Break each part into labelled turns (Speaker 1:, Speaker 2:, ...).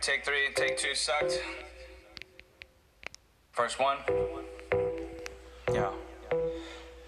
Speaker 1: take three, take two sucked. First one. Yeah.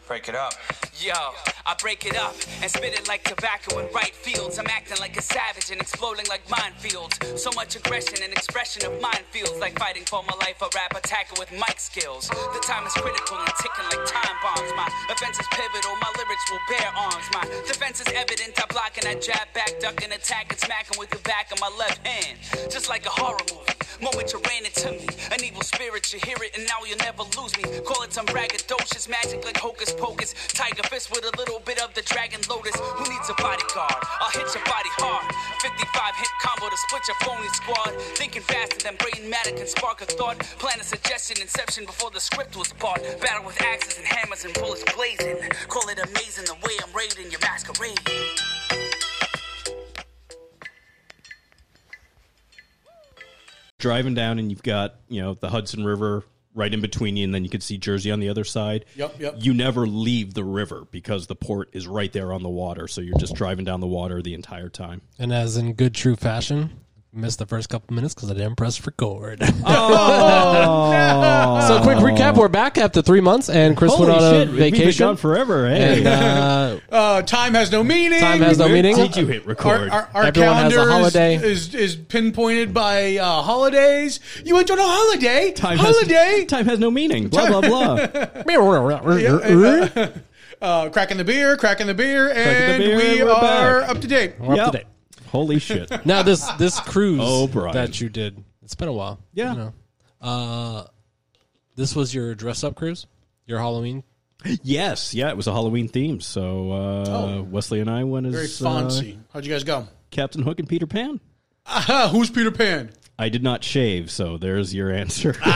Speaker 1: Break it up.
Speaker 2: Yo, I break it up and spit it like tobacco in right fields. I'm acting like a savage and exploding like minefields. So much aggression and expression of mine feels like fighting for my life. A rap attacker with mic skills. The time is critical and ticking like time bombs. My offense is pivotal. My lyrics will bear arms. My defense is evident. I block and I jab back, duck and attack and smacking with the back of my left hand, just like a horror movie. Moment you ran into me, an evil spirit. You hear it and now you'll never lose me. Call it some braggadocious magic like hocus pocus. Tiger fist with a little bit of the dragon lotus. Who needs a bodyguard? I'll hit your body hard. 55 hit combo to split your phony squad. Thinking faster than brain matter can spark a thought. Plan a suggestion, inception before the script was bought. Battle with axes and hammers and bullets blazing. Call it amazing the way I'm raiding your masquerade.
Speaker 3: driving down and you've got you know the Hudson River right in between you, and then you can see Jersey on the other side.
Speaker 4: Yep, yep.
Speaker 3: You never leave the river because the port is right there on the water, so you're just driving down the water the entire time.
Speaker 5: And as in good true fashion, missed the first couple minutes because I didn't press record.
Speaker 3: Oh.
Speaker 5: so quick recap: we're back after three months, and Chris went on a
Speaker 3: we've been gone
Speaker 5: vacation.
Speaker 3: forever. Hey,
Speaker 5: and uh,
Speaker 4: Uh, time has no meaning.
Speaker 5: time has no meaning.
Speaker 3: did you hit record?
Speaker 4: Our, our, our
Speaker 5: Everyone has a
Speaker 4: calendar is-
Speaker 5: holiday.
Speaker 4: Is, is, pinpointed by uh, holidays. You went on a holiday.
Speaker 3: time
Speaker 4: holiday.
Speaker 3: Has, time has no meaning. Blah blah blah.
Speaker 4: uh, cracking the beer, cracking the beer, and
Speaker 3: beer,
Speaker 4: we
Speaker 3: we're
Speaker 4: are
Speaker 3: back.
Speaker 4: up to date.
Speaker 5: We're
Speaker 3: Yep.
Speaker 5: up to date.
Speaker 3: Holy shit!
Speaker 5: Now this this cruise
Speaker 3: Oh, Brian.
Speaker 5: that you did. It's been a while.
Speaker 3: Yeah.
Speaker 5: You know. Uh, this was your dress up cruise, your Halloween.
Speaker 3: Yes, yeah, it was a Halloween theme. So uh,
Speaker 4: Oh.
Speaker 3: Wesley and I went as
Speaker 4: Very
Speaker 3: uh,
Speaker 4: fancy. How'd you guys go?
Speaker 3: Captain Hook and Peter Pan.
Speaker 4: Aha, who's Peter Pan?
Speaker 3: I did not shave, so there's your answer.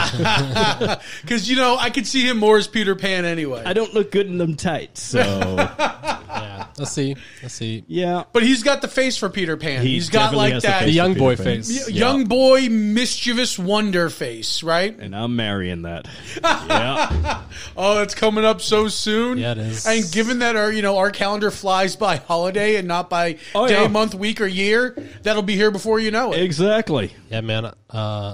Speaker 4: Because you know I could see him more as Peter Pan anyway.
Speaker 3: I don't look good in them tights, so
Speaker 5: Yeah. Let's see. Let's see.
Speaker 3: yeah.
Speaker 4: but he's got the face for Peter Pan.
Speaker 3: He
Speaker 4: he's got
Speaker 3: definitely
Speaker 4: like
Speaker 3: has the
Speaker 4: that
Speaker 5: The
Speaker 3: face.
Speaker 5: young
Speaker 3: Peter
Speaker 5: boy
Speaker 3: Pan.
Speaker 5: face.
Speaker 4: young boy mischievous wonder face, right?
Speaker 3: And I'm marrying that. yeah.
Speaker 4: Oh, it's coming up so soon.
Speaker 5: Yeah, it is.
Speaker 4: And given that our you know our calendar flies by holiday and not by
Speaker 3: Oh,
Speaker 4: day,
Speaker 3: yeah.
Speaker 4: month, week, or year, that'll be here before you know it.
Speaker 3: Exactly.
Speaker 5: Yeah, man. Uh,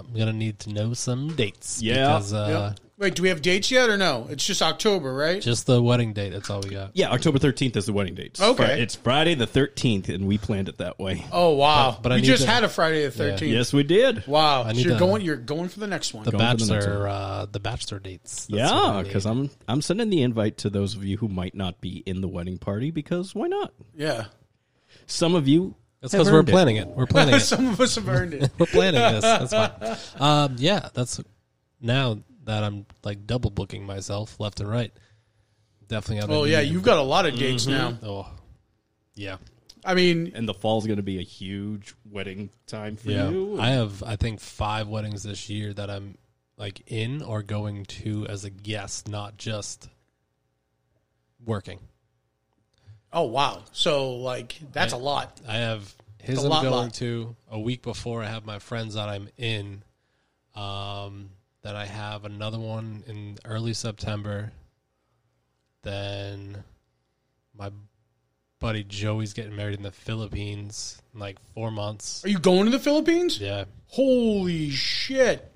Speaker 5: I'm gonna need to know some dates.
Speaker 3: Yeah.
Speaker 5: Because, uh,
Speaker 4: Yep. Wait, do we have dates yet or no? It's just October, right?
Speaker 5: Just the wedding date. That's all we got.
Speaker 3: Yeah, October 13th is the wedding date. It's
Speaker 4: Okay.
Speaker 3: Fri- It's Friday the 13th, and we planned it that way.
Speaker 4: oh wow!
Speaker 5: but I
Speaker 4: we
Speaker 5: need
Speaker 4: just
Speaker 5: to-
Speaker 4: had a Friday the thirteenth.
Speaker 3: Yes, we did.
Speaker 4: Wow,
Speaker 5: I
Speaker 4: so
Speaker 5: need
Speaker 4: you're
Speaker 5: to-
Speaker 4: going. You're going for the next one.
Speaker 5: The
Speaker 3: Going to the next
Speaker 5: bachelor. uh, the bachelor dates. That's what
Speaker 3: Yeah,
Speaker 5: I
Speaker 3: because
Speaker 5: need.
Speaker 3: I'm I'm sending the invite to those of you who might not be in the wedding party because why not?
Speaker 4: yeah,
Speaker 3: Some of you
Speaker 5: That's
Speaker 3: have
Speaker 5: because we're
Speaker 3: earned it.
Speaker 5: planning it. We're planning it.
Speaker 4: some of us have earned it.
Speaker 5: We're planning this. That's fine. Um, yeah, that's now that I'm like double booking myself left and right. Definitely. I'm
Speaker 4: Well,
Speaker 5: in
Speaker 4: yeah,
Speaker 5: need
Speaker 4: you've got a lot of dates now.
Speaker 5: of- Oh, yeah,
Speaker 4: I mean,
Speaker 3: and the fall's going to be a huge wedding time for
Speaker 5: yeah.
Speaker 3: you.
Speaker 5: I have I think five weddings this year that I'm like in or going to as a guest, not just working.
Speaker 4: oh wow! So like that's a lot.
Speaker 5: I have his
Speaker 4: a
Speaker 5: I'm
Speaker 4: lot,
Speaker 5: going
Speaker 4: lot.
Speaker 5: to a week before. I have my friends that I'm in. Um, then I have another one in early September. Then my buddy Joey's getting married in the Philippines in like four months.
Speaker 4: Are you going to the Philippines?
Speaker 5: Yeah,
Speaker 4: Holy shit!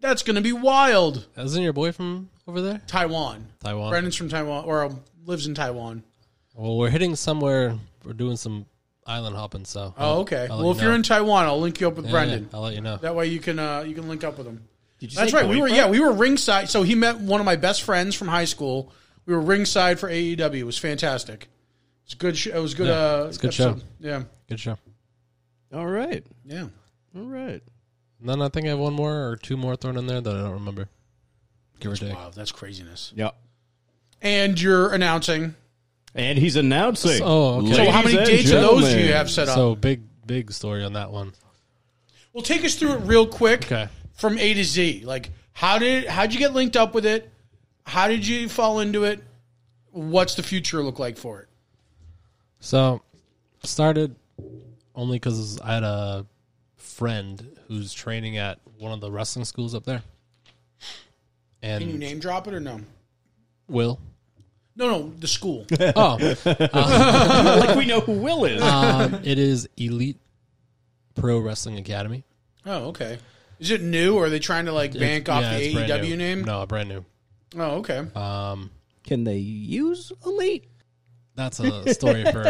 Speaker 4: That's gonna be wild.
Speaker 5: isn't your boy from over there?
Speaker 4: Taiwan.
Speaker 5: Taiwan.
Speaker 4: Brandon's from Taiwan, or um, lives in Taiwan.
Speaker 5: Well, we're hitting somewhere. We're doing some island hopping. So
Speaker 4: Oh, okay.
Speaker 5: I'll let
Speaker 4: well,
Speaker 5: you
Speaker 4: if you're
Speaker 5: know.
Speaker 4: in Taiwan, I'll link you up with
Speaker 5: Yeah,
Speaker 4: Brendan.
Speaker 5: I'll let you know.
Speaker 4: That way you can uh, you can link up with him.
Speaker 3: Did you
Speaker 4: That's
Speaker 3: say
Speaker 4: right. We were
Speaker 3: boyfriend?
Speaker 4: yeah we were ringside. So he met one of my best friends from high school. We were ringside for AEW. It was fantastic. It's good. Sh- it was good.
Speaker 5: Yeah,
Speaker 4: uh,
Speaker 5: it's a good
Speaker 4: episode.
Speaker 5: show.
Speaker 4: Yeah,
Speaker 5: Good show.
Speaker 3: All right.
Speaker 4: yeah.
Speaker 3: All right.
Speaker 5: And then I think I have one more or two more thrown in there that I don't remember. Give or take.
Speaker 4: Wow, that's craziness.
Speaker 3: Yeah.
Speaker 4: And you're announcing.
Speaker 3: And he's announcing.
Speaker 5: Oh, okay. So
Speaker 4: So how
Speaker 3: ladies
Speaker 4: many
Speaker 3: and
Speaker 4: dates of those do
Speaker 3: gentlemen.
Speaker 4: you have set up?
Speaker 5: So big, big story on that one.
Speaker 4: Well, take us through it real quick
Speaker 5: Okay.
Speaker 4: from A to Z. Like, how did how'd you get linked up with it? How did you fall into it? What's the future look like for it?
Speaker 5: So started only because I had a friend who's training at one of the wrestling schools up there, and
Speaker 4: Can you name drop it or no?
Speaker 5: Will.
Speaker 4: No, no, the school.
Speaker 5: Oh,
Speaker 3: like we know who Will is.
Speaker 5: Uh, um, it is Elite Pro Wrestling Academy.
Speaker 4: Oh, okay. Is it new, or are they trying to like bank off
Speaker 5: Yeah,
Speaker 4: the
Speaker 5: it's brand
Speaker 4: AEW
Speaker 5: new.
Speaker 4: name?
Speaker 5: No, brand new.
Speaker 4: Oh, okay.
Speaker 5: Um,
Speaker 6: Can they use elite?
Speaker 5: that's a story for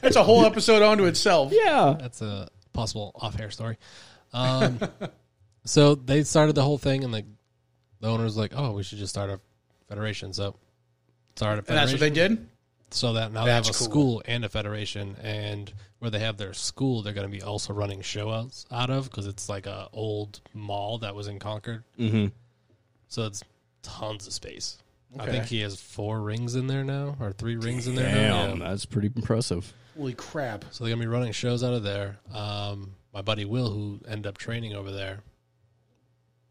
Speaker 4: That's a whole episode onto itself.
Speaker 6: Yeah.
Speaker 5: that's a possible off-air story. Um, so they started the whole thing, and the, the owner's like, "Oh, we should just start a federation." So started a
Speaker 4: And
Speaker 5: federation.
Speaker 4: that's what they did.
Speaker 5: So that now
Speaker 4: That's
Speaker 5: they have a
Speaker 4: cool.
Speaker 5: school and a federation, and where they have their school, they're going to be also running show outs out of because it's like a old mall that was in Concord. Mm-hmm. So it's tons of space. I think he has four rings in there now, or three rings in there. now.
Speaker 3: Damn,
Speaker 5: Yeah.
Speaker 3: that's pretty impressive.
Speaker 4: Holy crap!
Speaker 5: So they're gonna be running shows out of there. Um, my buddy Will, who ended up training over there,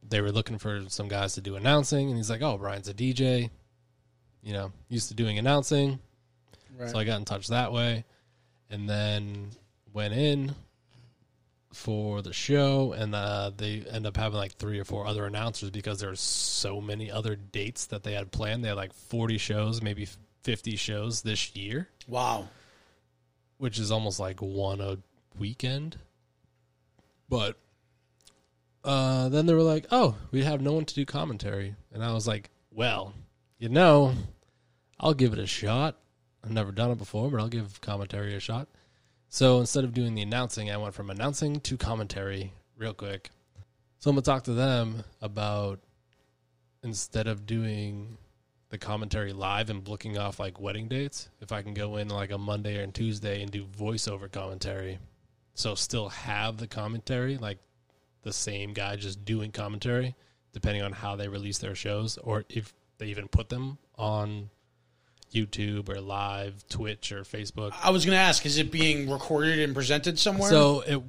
Speaker 5: they were looking for some guys to do announcing, and he's like, "Oh, Brian's a DJ, you know, used to doing announcing."
Speaker 4: Right.
Speaker 5: So I got in touch that way, and then went in for the show, and uh, they end up having like three or four other announcers because there's so many other dates that they had planned. They had like 40 shows, maybe 50 shows this year
Speaker 4: Wow.
Speaker 5: which is almost like one a weekend. But uh, then they were like, "Oh, we have no one to do commentary," and I was like, "Well, you know, I'll give it a shot. I've never done it before, but I'll give commentary a shot." So instead of doing the announcing, I went from announcing to commentary real quick. So I'm gonna talk to them about instead of doing the commentary live and booking off like wedding dates if i can go in like a monday or tuesday and do voiceover commentary so still have the commentary like the same guy just doing commentary depending on how they release their shows or if they even put them on youtube or live twitch or facebook
Speaker 4: I was gonna ask, is it being recorded and presented somewhere?
Speaker 5: so it,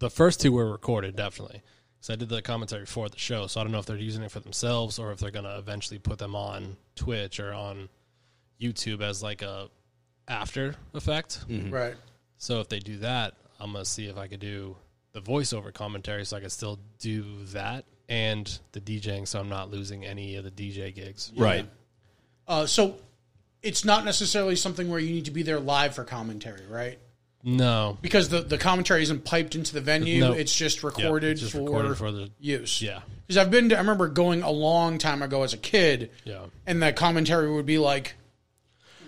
Speaker 5: the first two were recorded definitely. So I did the commentary for the show. So I don't know if they're using it for themselves or if they're gonna eventually put them on Twitch or on YouTube as like a after effect.
Speaker 4: right.
Speaker 5: So if they do that, I'm gonna see if I could do the voiceover commentary so I could still do that and the DJing so I'm not losing any of the DJ gigs.
Speaker 3: Right.
Speaker 4: Uh, so it's not necessarily something where you need to be there live for commentary, right?
Speaker 5: No.
Speaker 4: Because the, the commentary isn't piped into the venue;
Speaker 5: No.
Speaker 4: it's just
Speaker 5: Yeah,
Speaker 4: recorded,
Speaker 5: just
Speaker 4: for,
Speaker 5: recorded for the
Speaker 4: use.
Speaker 5: Yeah.
Speaker 4: Because I've been to, I remember going a long time ago as a kid,
Speaker 5: Yeah.
Speaker 4: and the commentary would be like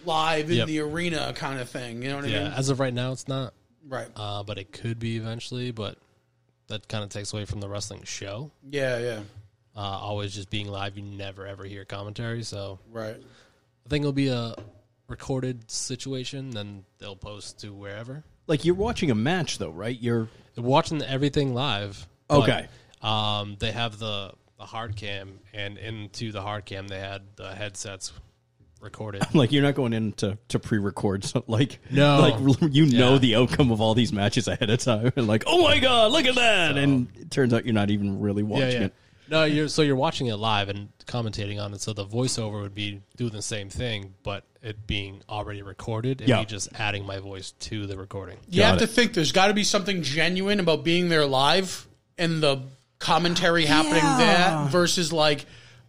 Speaker 4: live in
Speaker 5: Yep.
Speaker 4: the arena kind of thing. You know what I
Speaker 5: Yeah.
Speaker 4: mean?
Speaker 5: As of right now it's not.
Speaker 4: Right.
Speaker 5: uh, but it could be eventually. But that kind of takes away from the wrestling show.
Speaker 4: yeah, yeah.
Speaker 5: Uh, always just being live, you never ever hear commentary. So
Speaker 4: Right.
Speaker 5: I think it'll be a recorded situation, then they'll post to wherever.
Speaker 3: Like you're watching a match though, right? You're
Speaker 5: They're watching everything live. but,
Speaker 3: okay.
Speaker 5: um, they have the the hard cam, and into the hard cam, they had the headsets recorded.
Speaker 3: like you're not going in to, to pre-record so, like
Speaker 5: No.
Speaker 3: like you know
Speaker 5: Yeah.
Speaker 3: the outcome of all these matches ahead of time and like oh my god look at that and it turns out you're not even really watching it
Speaker 5: No, you're so you're watching it live and commentating on it. So the voiceover would be do the same thing, but it being already recorded and
Speaker 3: Yeah.
Speaker 5: me just adding my voice to the recording.
Speaker 4: You
Speaker 3: Got
Speaker 4: have to
Speaker 3: it.
Speaker 4: think there's got to be something genuine about being there live and the commentary happening there versus like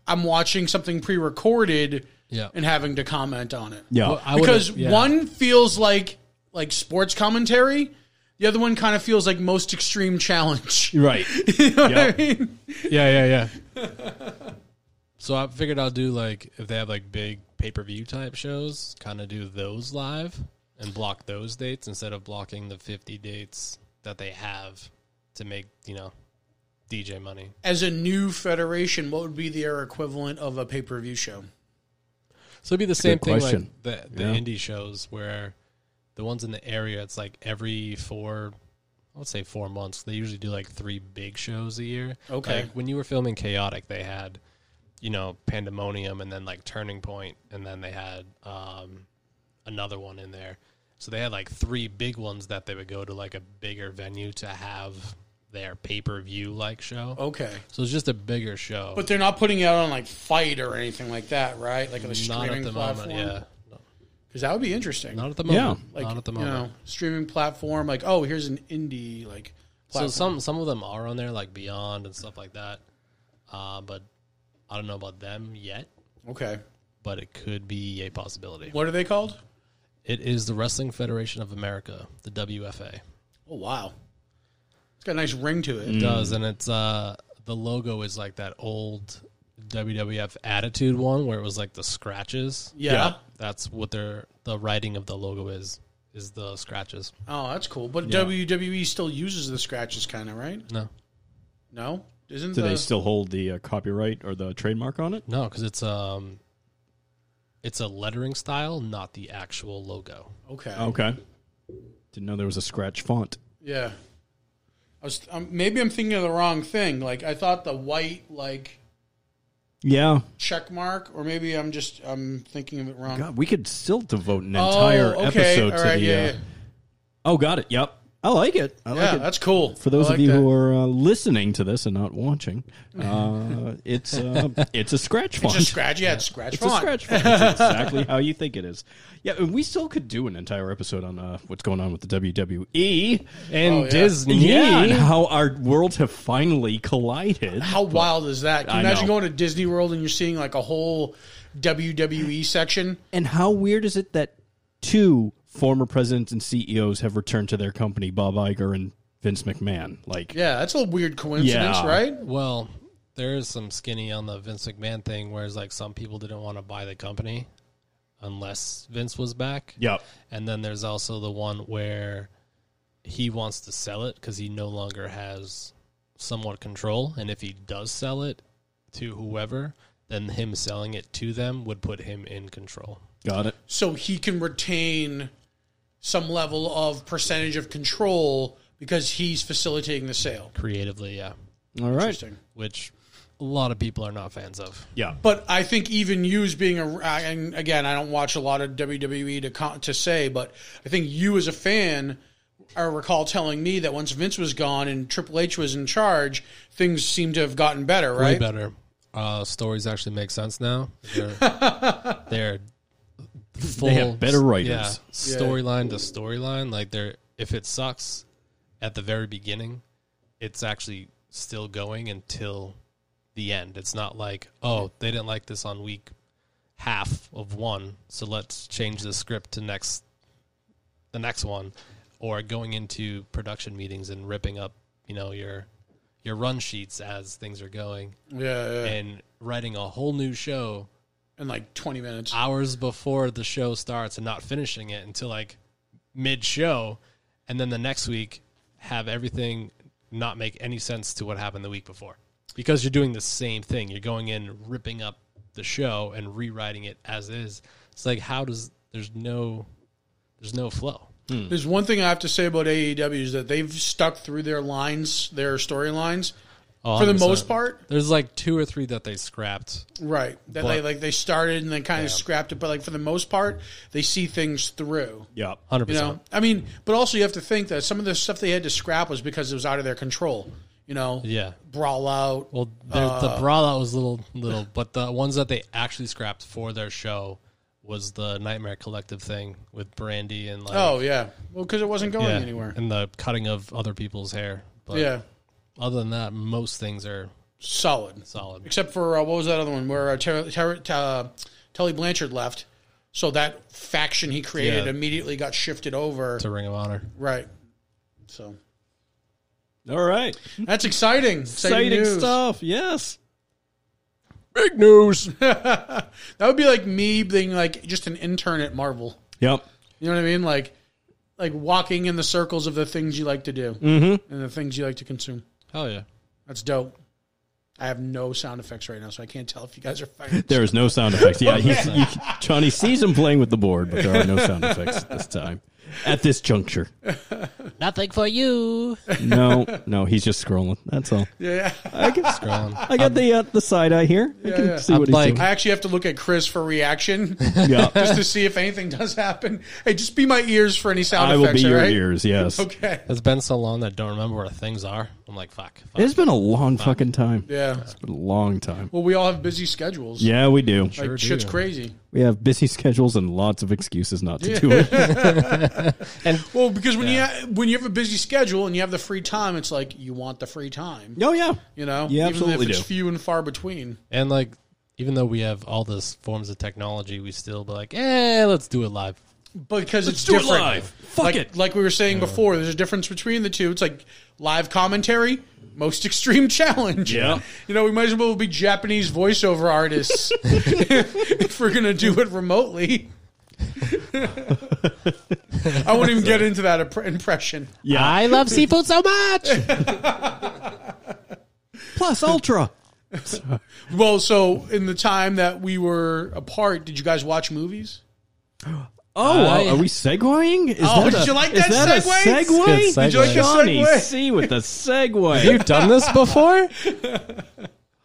Speaker 4: I'm watching something pre-recorded
Speaker 5: Yeah.
Speaker 4: and having to comment on it.
Speaker 3: yeah
Speaker 5: Well, I would've-
Speaker 4: because
Speaker 5: yeah.
Speaker 4: one feels like like sports commentary, the other one kind of feels like most extreme challenge.
Speaker 3: right
Speaker 4: You know what I
Speaker 3: Yep.
Speaker 4: mean?
Speaker 5: Yeah, yeah, yeah. so I figured I'll do like if they have like big pay per view type shows, kind of do those live and block those dates instead of blocking the fifty dates that they have to make you know DJ money.
Speaker 4: As a new federation, what would be their equivalent of a pay-per-view show?
Speaker 5: So it'd be the same
Speaker 3: good
Speaker 5: thing
Speaker 3: question.
Speaker 5: like the, the
Speaker 3: Yeah.
Speaker 5: indie shows where the ones in the area, it's like every four, I would say four months. They usually do like three big shows a year.
Speaker 4: Okay.
Speaker 5: Like when you were filming Chaotic, they had, you know, Pandemonium and then like Turning Point and then they had um, another one in there. So they had like three big ones that they would go to like a bigger venue to have their pay per view like show.
Speaker 4: Okay.
Speaker 5: So it's just a bigger show.
Speaker 4: Oh. But they're not putting it out on like Fight or anything like that, right? Like on
Speaker 5: not
Speaker 4: a
Speaker 5: at
Speaker 4: streaming
Speaker 5: the
Speaker 4: platform.
Speaker 5: moment, yeah.
Speaker 4: Because that would be interesting.
Speaker 5: Not at the
Speaker 3: Yeah.
Speaker 5: moment.
Speaker 4: like
Speaker 5: not at the
Speaker 4: you
Speaker 5: moment.
Speaker 4: know, streaming platform. Like, oh, here's an indie like
Speaker 5: So
Speaker 4: platform.
Speaker 5: some some of them are on there, like Beyond and stuff like that. Uh, but I don't know about them yet.
Speaker 4: okay,
Speaker 5: But it could be a possibility.
Speaker 4: what are they called?
Speaker 5: It is the Wrestling Federation of America, the WFA.
Speaker 4: Oh wow, It's got a nice ring to it.
Speaker 3: Mm.
Speaker 5: does, and it's uh the logo is like that old WWF Attitude one where it was like the scratches.
Speaker 4: Yeah.
Speaker 5: That's what their the writing of the logo is is the scratches.
Speaker 4: Oh, that's cool. But WWE still uses the scratches, kind of, right?
Speaker 5: No,
Speaker 4: No, isn't
Speaker 3: Do
Speaker 4: the,
Speaker 3: they still hold the uh, copyright or the trademark on it?
Speaker 5: no, because it's um it's a lettering style, not the actual logo.
Speaker 4: okay?
Speaker 3: Okay. Didn't know there was a scratch font.
Speaker 4: Yeah, I was um, maybe I'm thinking of the wrong thing. Like I thought the white like
Speaker 3: Yeah.
Speaker 4: check mark, or maybe I'm just I'm thinking of it wrong.
Speaker 3: God, we could still devote an
Speaker 4: Oh,
Speaker 3: entire
Speaker 4: okay,
Speaker 3: episode
Speaker 4: all
Speaker 3: to
Speaker 4: right,
Speaker 3: the.
Speaker 4: yeah,
Speaker 3: uh,
Speaker 4: yeah.
Speaker 3: Oh, got it. Yep. I like it. I
Speaker 4: yeah,
Speaker 3: like it.
Speaker 4: that's cool.
Speaker 3: For those of you who are uh, listening to this and not watching, uh, it's uh, it's a scratch font.
Speaker 4: it's a scratch, yeah, it's scratch
Speaker 3: It's a
Speaker 4: font.
Speaker 3: scratch font. It's exactly how you think it is. Yeah, and we still could do an entire episode on uh, what's going on with the WWE
Speaker 5: And
Speaker 4: Oh, yeah.
Speaker 5: Disney,
Speaker 3: Yeah, and how our worlds have finally collided.
Speaker 4: How wild is that? Can you
Speaker 3: I
Speaker 4: imagine
Speaker 3: know.
Speaker 4: going to Disney World and you're seeing like a whole WWE section?
Speaker 3: And how weird is it that two former presidents and CEOs have returned to their company, Bob Iger and Vince McMahon? Like,
Speaker 4: Yeah, that's a weird coincidence,
Speaker 3: Yeah.
Speaker 4: right?
Speaker 5: Well, there is some skinny on the Vince McMahon thing, whereas like some people didn't want to buy the company unless Vince was back.
Speaker 3: yep.
Speaker 5: And then there's also the one where he wants to sell it because he no longer has somewhat control. And if he does sell it to whoever, then him selling it to them would put him in control.
Speaker 3: Got it.
Speaker 4: so he can retain some level of percentage of control because he's facilitating the sale.
Speaker 5: Creatively, yeah.
Speaker 3: All right.
Speaker 4: Interesting.
Speaker 5: Which a lot of people are not fans of.
Speaker 3: Yeah.
Speaker 4: But I think even you as being a I- and again, I don't watch a lot of WWE to con- to say, but I think you as a fan, I recall telling me that once Vince was gone and Triple H was in charge, things seemed to have gotten better,
Speaker 5: way
Speaker 4: right?
Speaker 5: better. Uh, stories actually make sense now. They're, they're full.
Speaker 3: have better writers.
Speaker 5: Yeah,
Speaker 3: Yeah.
Speaker 5: storyline to storyline. Like they're if it sucks at the very beginning, it's actually still going until the end. It's not like oh they didn't like this on week half of one, so let's change the script to next the next one, or going into production meetings and ripping up you know your your run sheets as things are going
Speaker 4: Yeah, yeah.
Speaker 5: and writing a whole new show
Speaker 4: in like twenty minutes.
Speaker 5: hours before the show starts and not finishing it until like mid show and then the next week have everything not make any sense to what happened the week before because you're doing the same thing you're going in ripping up the show and rewriting it as is it's like how does there's no there's no flow
Speaker 4: There's one thing I have to say about AEW is that they've stuck through their lines, their storylines, for the
Speaker 5: 100%.
Speaker 4: most part.
Speaker 5: there's like two or three that they scrapped
Speaker 4: Right. That they
Speaker 5: But-
Speaker 4: like they started and then kind of scrapped it, but like for the most part, they see things through.
Speaker 3: Yep.
Speaker 5: 100%
Speaker 4: You know, I mean, but also you have to think that some of the stuff they had to scrap was because it was out of their control. You know,
Speaker 5: yeah
Speaker 4: brawl out.
Speaker 5: Well, there
Speaker 4: Uh.
Speaker 5: the brawl out was little, little, but the ones that they actually scrapped for their show was the Nightmare Collective thing with Brandy and like
Speaker 4: oh yeah, well because it wasn't going
Speaker 5: yeah,
Speaker 4: anywhere.
Speaker 5: and the cutting of other people's hair. But
Speaker 4: yeah,
Speaker 5: other than that, most things are
Speaker 4: solid.
Speaker 5: solid.
Speaker 4: Except for uh, what was that other one where uh, Ter- Ter- Ter- uh, Telly Blanchard left, so that faction he created
Speaker 5: Yeah.
Speaker 4: immediately got shifted over.
Speaker 5: To Ring of Honor,
Speaker 4: right. So
Speaker 3: All right.
Speaker 4: that's exciting. Exciting,
Speaker 3: Exciting
Speaker 4: news.
Speaker 3: stuff. Yes.
Speaker 5: big news.
Speaker 4: That would be like me being like just an intern at Marvel.
Speaker 3: Yep.
Speaker 4: You know what I mean? Like like walking in the circles of the things you like to do mm-hmm. and the things you like to consume.
Speaker 5: Hell yeah!
Speaker 4: That's dope. I have no sound effects right now, so I can't tell if you guys are fighting.
Speaker 3: There is no sound effects. Yeah, he's, you, Johnny sees him playing with the board, but there are no sound effects at this time. At this juncture,
Speaker 6: Nothing for you.
Speaker 3: no, no, he's just scrolling. That's all.
Speaker 4: yeah,
Speaker 3: I got,
Speaker 5: Scrolling.
Speaker 3: I got the uh, the side eye here. I can
Speaker 4: yeah.
Speaker 3: see
Speaker 5: I'm
Speaker 3: what he's
Speaker 5: like-
Speaker 4: I actually have to look at Chris for reaction
Speaker 3: doing. Yeah,
Speaker 4: just to see if anything does happen. Hey, just be my ears for any sound
Speaker 3: I will be
Speaker 4: effects, all
Speaker 3: your
Speaker 4: right?
Speaker 3: ears. Yes,
Speaker 4: Okay.
Speaker 5: It's been so long that I don't remember where things are. I'm like, fuck. fuck.
Speaker 3: it's been a long fucking time.
Speaker 4: Um, Yeah.
Speaker 3: It's been a long time.
Speaker 4: Well, we all have busy schedules.
Speaker 3: Yeah, we do.
Speaker 4: Like
Speaker 5: Sure do.
Speaker 4: shit's crazy.
Speaker 3: We have busy schedules and lots of excuses not to do it.
Speaker 4: Well, because when you when you have a busy schedule and you have the free time, it's like you want the free time.
Speaker 3: Oh yeah,
Speaker 4: You know,
Speaker 3: You
Speaker 4: even
Speaker 3: absolutely
Speaker 4: if it's
Speaker 3: do.
Speaker 4: few and far between.
Speaker 5: And like, even though we have all these forms of technology, we still be like, eh, let's do it live.
Speaker 4: because it's
Speaker 3: do it
Speaker 4: different.
Speaker 3: live. Fuck
Speaker 4: like,
Speaker 3: it.
Speaker 4: Like we were saying before, there's a difference between the two. It's like live commentary, most extreme challenge.
Speaker 3: Yeah.
Speaker 4: You know, we might as well be Japanese voiceover artists if we're gonna do it remotely. I won't even get into that impre- impression.
Speaker 3: Yeah.
Speaker 6: I love seafood so much.
Speaker 3: Plus Ultra.
Speaker 4: Well, so in the time that we were apart, did you guys watch movies?
Speaker 3: Oh,
Speaker 5: I-
Speaker 3: are we segueing? Is
Speaker 4: Oh,
Speaker 3: that
Speaker 4: did
Speaker 3: a-
Speaker 4: you like
Speaker 3: is
Speaker 4: that
Speaker 3: that A
Speaker 4: segue?
Speaker 3: segue?
Speaker 5: It's good Did you like segue. the
Speaker 3: Johnny
Speaker 4: segue?
Speaker 3: C with the segue.
Speaker 5: You've done this before?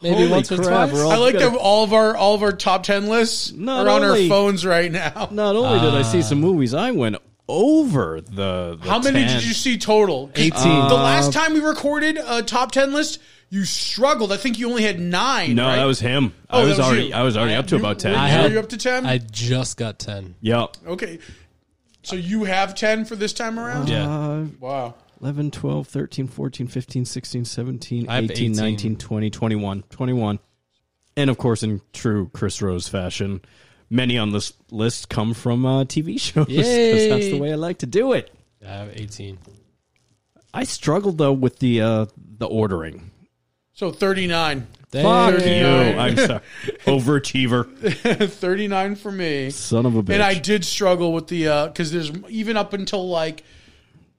Speaker 5: Maybe
Speaker 3: Holy
Speaker 5: once or
Speaker 3: crap,
Speaker 5: twice.
Speaker 3: we're all-
Speaker 4: I like
Speaker 3: gotta-
Speaker 4: that all of our all of our top ten lists
Speaker 3: Not
Speaker 4: are on
Speaker 3: only-
Speaker 4: our phones right now.
Speaker 3: Not only did I see some movies, I went over the. the
Speaker 4: How many
Speaker 3: 10.
Speaker 4: did you see total?
Speaker 5: 18.
Speaker 4: the last time we recorded a top ten list, you struggled. I think you only had nine.
Speaker 3: No,
Speaker 4: right?
Speaker 3: that was him.
Speaker 4: Oh,
Speaker 3: I
Speaker 4: that
Speaker 3: was,
Speaker 4: was
Speaker 3: already.
Speaker 4: you.
Speaker 3: I was already up to about ten.
Speaker 4: I
Speaker 3: yeah.
Speaker 4: had- Are you up to 10?
Speaker 5: I just got 10.
Speaker 3: Yep.
Speaker 4: okay. So you have ten for this time around.
Speaker 5: Yeah.
Speaker 3: Uh-huh.
Speaker 4: Wow.
Speaker 3: 11, 12, 13, 14, 15, 16, 17,
Speaker 5: I have
Speaker 3: 18,
Speaker 5: 18.
Speaker 3: 19, 20, 21, 21. And of course, in true Chris Rose fashion, many on this list come from uh, TV shows 'cause
Speaker 5: Yay.
Speaker 3: that's the way I like to do it.
Speaker 5: I have 18.
Speaker 3: I struggled though with the uh, the ordering.
Speaker 4: So thirty nine.
Speaker 3: Fuck
Speaker 5: Dang.
Speaker 3: you! I'm sorry, overachiever,
Speaker 4: Thirty nine for me.
Speaker 3: son of a bitch.
Speaker 4: And I did struggle with the because there's even up until like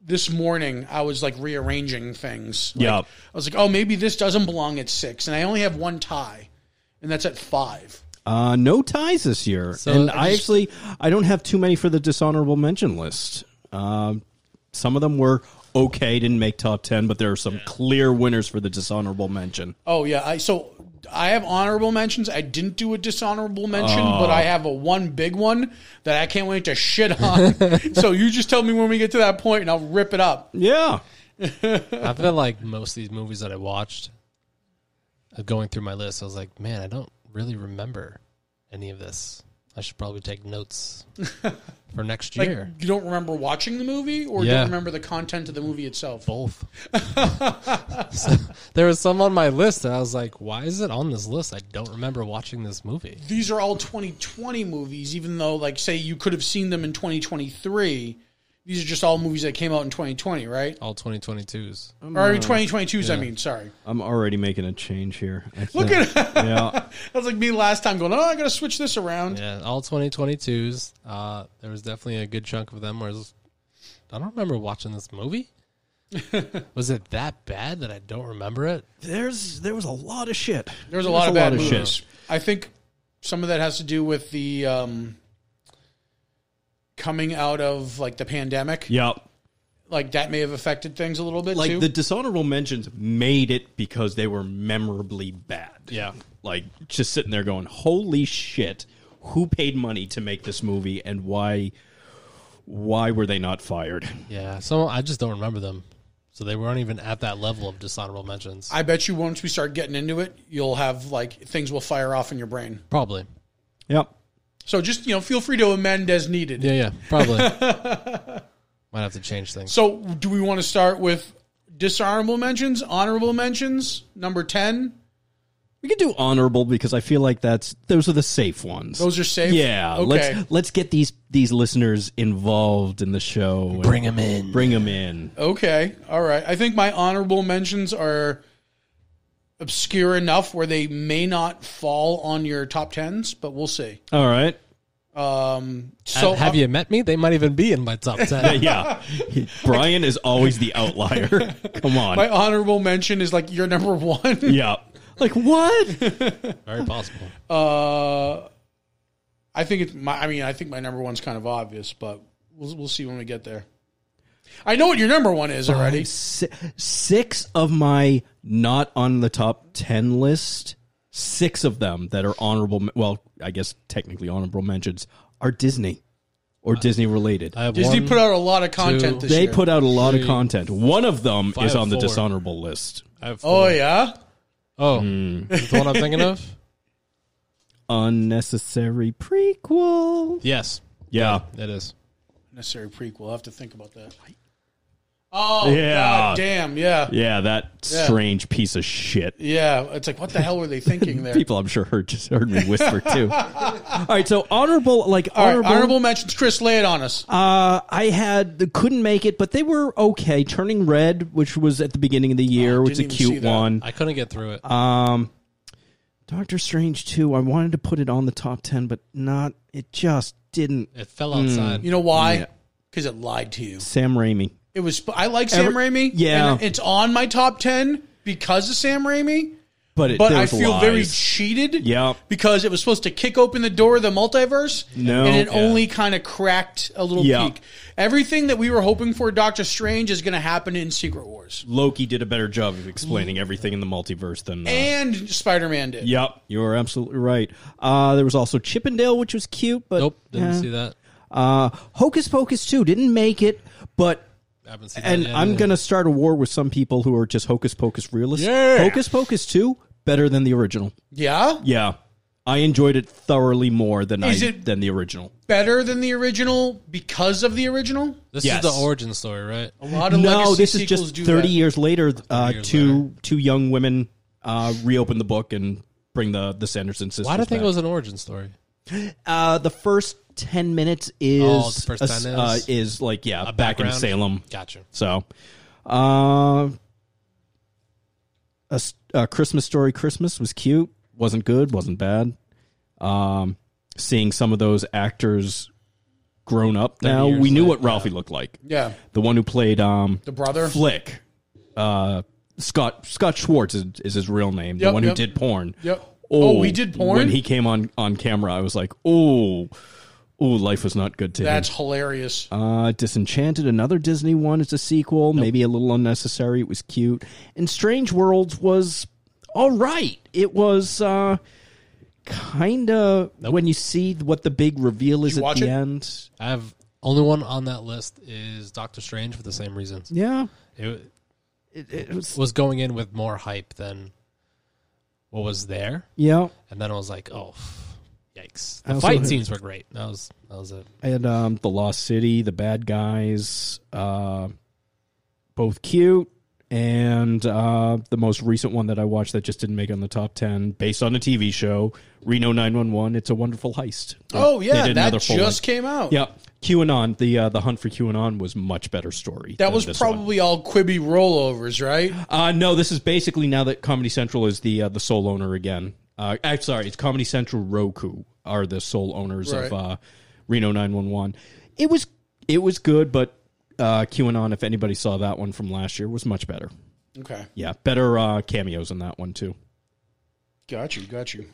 Speaker 4: this morning, I was like rearranging things. Like,
Speaker 3: Yeah.
Speaker 4: I was like, oh, maybe this doesn't belong at six, and I only have one tie, and that's at five.
Speaker 3: Uh, no ties this year,
Speaker 5: So
Speaker 3: and
Speaker 5: I
Speaker 3: I
Speaker 5: just-
Speaker 3: actually I don't have too many for the dishonorable mention list. Um, some of them were okay, didn't make top ten, but there are some clear winners for the dishonorable mention.
Speaker 4: Oh yeah, I so I have honorable mentions. I didn't do a dishonorable mention,
Speaker 3: Uh.
Speaker 4: but I have a one big one that I can't wait to shit on. so you just tell me when we get to that point, and I'll rip it up.
Speaker 3: Yeah,
Speaker 5: I feel like most of these movies that I watched, uh, going through my list, I was like, man, I don't really remember any of this. I should probably take notes for next
Speaker 4: Like,
Speaker 5: year.
Speaker 4: you don't remember watching the movie, or
Speaker 5: Yeah.
Speaker 4: don't remember the content of the movie itself.
Speaker 5: Both. So, there was some on my list that I was like, why is it on this list? I don't remember watching this movie.
Speaker 4: these are all 2020 movies, even though, like, say you could have seen them in 2023. These are just all movies that came out in 2020, right?
Speaker 5: All 2022s.
Speaker 4: or 2022s, I mean, sorry.
Speaker 3: I'm already making a change here. I
Speaker 4: Look
Speaker 3: think.
Speaker 4: at that
Speaker 3: yeah,
Speaker 4: was like me last time going, oh, I got to switch this around.
Speaker 5: Yeah, all 2022s. Uh, there was definitely a good chunk of them where I, was- I don't remember watching this movie. was it that bad that I don't remember it?
Speaker 3: there's there was a lot of shit.
Speaker 4: There's a lot of bad movies. I think some of that has to do with the um, coming out of like the pandemic.
Speaker 3: Yep.
Speaker 4: Like that may have affected things a little bit
Speaker 3: Like
Speaker 4: too.
Speaker 3: the dishonorable mentions made it because they were memorably bad.
Speaker 5: Yeah.
Speaker 3: Like just sitting there going, "Holy shit, who paid money to make this movie and why why were they not fired?"
Speaker 5: Yeah, so I just don't remember them. So they weren't even at that level of dishonorable mentions.
Speaker 4: I bet you once we start getting into it, you'll have like things will fire off in your brain.
Speaker 5: probably.
Speaker 3: Yep.
Speaker 4: So just you know, feel free to amend as needed.
Speaker 5: Yeah, yeah, probably. Might have to change things.
Speaker 4: So, do we want to start with dishonorable mentions, honorable mentions, number 10?
Speaker 3: We can do honorable because I feel like that's those are the safe ones.
Speaker 4: Those are safe?
Speaker 3: Yeah,
Speaker 4: Okay.
Speaker 3: let's let's get these these listeners involved in the show. and
Speaker 5: Bring 'em in.
Speaker 3: Bring them in.
Speaker 4: okay. All right. I think my honorable mentions are obscure enough where they may not fall on your top 10s, but we'll see.
Speaker 3: All right.
Speaker 4: Um, so
Speaker 5: have, have you met me? They might even be in my top 10.
Speaker 3: Yeah. Brian is always the outlier. Come on.
Speaker 4: my honorable mention is like your number 1.
Speaker 3: yeah. Like what?
Speaker 5: Very possible.
Speaker 4: Uh, I think it's my I mean, I think my number 1's kind of obvious, but we'll we'll see when we get there. I know what your number 1 is already.
Speaker 3: Si- six of my not on the top 10 list, six of them that are honorable, well, I guess technically honorable mentions, are Disney or Disney related.
Speaker 5: I have
Speaker 4: Disney
Speaker 5: one,
Speaker 4: put out a lot of content
Speaker 5: two,
Speaker 4: Uh, this
Speaker 3: they
Speaker 4: year.
Speaker 3: put out a lot of content. One of them
Speaker 5: Five,
Speaker 3: is on the
Speaker 5: four.
Speaker 3: dishonorable list.
Speaker 5: I have
Speaker 4: Oh
Speaker 5: four.
Speaker 4: yeah,
Speaker 5: Oh,
Speaker 4: Hmm.
Speaker 5: is the one I'm thinking of?
Speaker 3: Unnecessary prequel.
Speaker 5: Yes,
Speaker 3: Yeah.
Speaker 5: it is.
Speaker 4: necessary prequel. I'll have to think about that. Oh,
Speaker 3: Yeah.
Speaker 4: God damn. Yeah.
Speaker 3: Yeah, that
Speaker 4: Yeah.
Speaker 3: strange piece of shit.
Speaker 4: Yeah. It's like, what the hell were they thinking there?
Speaker 3: People, I'm sure, heard just heard me whisper too. All right, so honorable, like
Speaker 4: All right,
Speaker 3: honorable,
Speaker 4: honorable mentions. Chris, lay it on us.
Speaker 3: Uh, I had couldn't make it, but they were okay. Turning red, which was at the beginning of the year,
Speaker 4: Oh,
Speaker 3: was a
Speaker 4: didn't even see
Speaker 3: cute
Speaker 4: that.
Speaker 3: one.
Speaker 5: I couldn't get through it.
Speaker 4: Uh,
Speaker 3: Doctor Strange two. I wanted to put it on the top ten, but not. It just didn't.
Speaker 5: it fell outside.
Speaker 4: hmm. you know why? Because it lied to you.
Speaker 3: Sam Raimi.
Speaker 4: It was. I like Sam
Speaker 3: Every-
Speaker 4: Raimi.
Speaker 3: Yeah.
Speaker 4: and it's on my top ten because of Sam Raimi.
Speaker 3: But it,
Speaker 4: But
Speaker 3: there
Speaker 4: I
Speaker 3: was
Speaker 4: feel very
Speaker 3: lies.
Speaker 4: cheated.
Speaker 3: Yep.
Speaker 4: Because it was supposed to kick open the door of the multiverse.
Speaker 3: No.
Speaker 4: And it
Speaker 3: Yeah.
Speaker 4: only kind of cracked a little
Speaker 3: Yeah.
Speaker 4: peak. Everything that we were hoping for Doctor Strange is going to happen in Secret Wars.
Speaker 3: Loki did a better job of explaining everything in the multiverse than. Uh,
Speaker 4: And Spider Man did.
Speaker 3: Yep, you are absolutely right. Uh, there was also Chippendale, which was cute, but
Speaker 5: nope, didn't
Speaker 3: eh.
Speaker 5: see that.
Speaker 3: Uh, Hocus Pocus two didn't make it, but
Speaker 5: I haven't seen
Speaker 3: and
Speaker 5: that. yet
Speaker 3: I'm
Speaker 5: either.
Speaker 3: gonna start a war with some people who are just Hocus Pocus realists. Hocus Pocus two better than the original.
Speaker 4: Yeah?
Speaker 3: Yeah, I enjoyed it thoroughly more than
Speaker 4: Is
Speaker 3: I
Speaker 4: it-
Speaker 3: than the original.
Speaker 4: Better than the original because of the original.
Speaker 5: This
Speaker 3: Yes.
Speaker 5: is the origin story, right?
Speaker 4: A lot of
Speaker 3: No,
Speaker 4: legacy
Speaker 3: this is
Speaker 4: sequels
Speaker 3: just
Speaker 4: do
Speaker 3: 30
Speaker 4: that.
Speaker 3: years later. Uh,
Speaker 5: 30 years
Speaker 3: two
Speaker 5: later.
Speaker 3: two young women uh, reopen the book and bring the the Sanderson sisters.
Speaker 5: Why do I think
Speaker 3: back.
Speaker 5: it was an origin story?
Speaker 3: uh, the first ten minutes is
Speaker 5: Oh, the first
Speaker 3: a
Speaker 5: 10
Speaker 3: uh,
Speaker 5: is
Speaker 3: is like yeah
Speaker 5: A
Speaker 3: back in
Speaker 5: background?
Speaker 3: Salem.
Speaker 5: Gotcha.
Speaker 3: So, uh, a, s- a Christmas Story Christmas was cute. Wasn't good. Wasn't bad. Um, seeing some of those actors grown up now,
Speaker 5: years
Speaker 3: we knew
Speaker 5: later,
Speaker 3: what Ralphie looked like.
Speaker 4: Yeah.
Speaker 3: The one who played um,
Speaker 4: The brother.
Speaker 3: Flick, uh, Scott Scott Schwartz is, is his real name. the
Speaker 4: Yep,
Speaker 3: one who
Speaker 4: yep.
Speaker 3: did porn.
Speaker 4: Yep. Oh, he did porn?
Speaker 3: When he came on on camera, I was like, oh, oh, life was not good to him.
Speaker 4: That's hilarious.
Speaker 3: Uh, Disenchanted, another Disney one. It's a sequel, maybe a little unnecessary. It was cute. And Strange Worlds was all right. It was uh, kind of when you see what the big reveal is
Speaker 4: you
Speaker 3: at
Speaker 4: watch
Speaker 3: the
Speaker 4: it?
Speaker 3: end.
Speaker 5: I have only one on that list is Doctor Strange for the same reasons.
Speaker 3: Yeah,
Speaker 5: It
Speaker 3: it, it was.
Speaker 5: was going in with more hype than what was there,
Speaker 3: Yeah,
Speaker 5: and then I was like, oh, yikes!
Speaker 3: I
Speaker 5: The
Speaker 3: also
Speaker 5: fight
Speaker 3: heard-
Speaker 5: scenes were great. That was that was it.
Speaker 3: and um, the Lost City, the bad guys, uh, both cute. And uh, the most recent one that I watched that just didn't make it on the top ten, based on a TV show, Reno Nine One One. It's a Wonderful Heist.
Speaker 4: oh,
Speaker 3: They
Speaker 4: yeah.
Speaker 3: did
Speaker 4: That
Speaker 3: another
Speaker 4: just
Speaker 3: full one.
Speaker 4: came out.
Speaker 3: Yeah, QAnon. The uh, the hunt for QAnon was much better story.
Speaker 4: That
Speaker 3: than
Speaker 4: was
Speaker 3: this
Speaker 4: probably all Quibi rollovers, right?
Speaker 3: one. Uh, no, this is basically now that Comedy Central is the uh, the sole owner again. Uh, I'm sorry, it's Comedy Central Roku are the sole owners
Speaker 4: Right.
Speaker 3: of uh, Reno 911. It was it was good, but uh, QAnon. If anybody saw that one from last year, was much better.
Speaker 4: Okay.
Speaker 3: Yeah, better uh, cameos in that one too.
Speaker 4: Got you. Got you.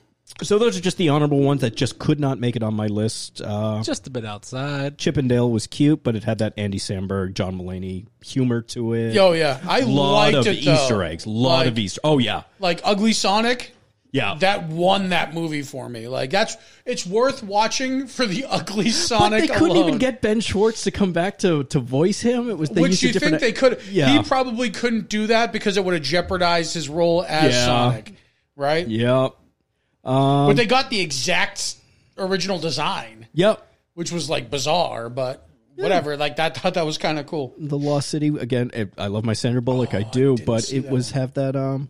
Speaker 3: So those are just the honorable ones that just could not make it on my list. Uh,
Speaker 5: Just a bit outside.
Speaker 3: Chippendale was cute, but it had that Andy Samberg, John Mulaney humor to it.
Speaker 4: Oh, yeah. I
Speaker 3: lot
Speaker 4: liked
Speaker 3: of
Speaker 4: it, though.
Speaker 3: Easter eggs. Lot
Speaker 4: Like-
Speaker 3: of Easter. Oh yeah,
Speaker 4: Like Ugly Sonic,
Speaker 3: yeah.
Speaker 4: that won that movie for me. Like that's it's worth watching for the Ugly
Speaker 3: but
Speaker 4: Sonic.
Speaker 3: they couldn't
Speaker 4: alone.
Speaker 3: even get Ben Schwartz to come back to to voice him. It was they
Speaker 4: Which
Speaker 3: used
Speaker 4: you
Speaker 3: a different.
Speaker 4: think they could?
Speaker 3: Yeah.
Speaker 4: He probably couldn't do that because it would have jeopardized his role as
Speaker 3: Yeah.
Speaker 4: Sonic, right?
Speaker 3: yeah. Um,
Speaker 4: But they got the exact original design,
Speaker 3: Yep.
Speaker 4: which was like bizarre, but whatever. Like that, thought that was kind of cool.
Speaker 3: The Lost City again. It, I love my Sandra Bullock.
Speaker 5: Oh,
Speaker 3: I do, but it was have that um.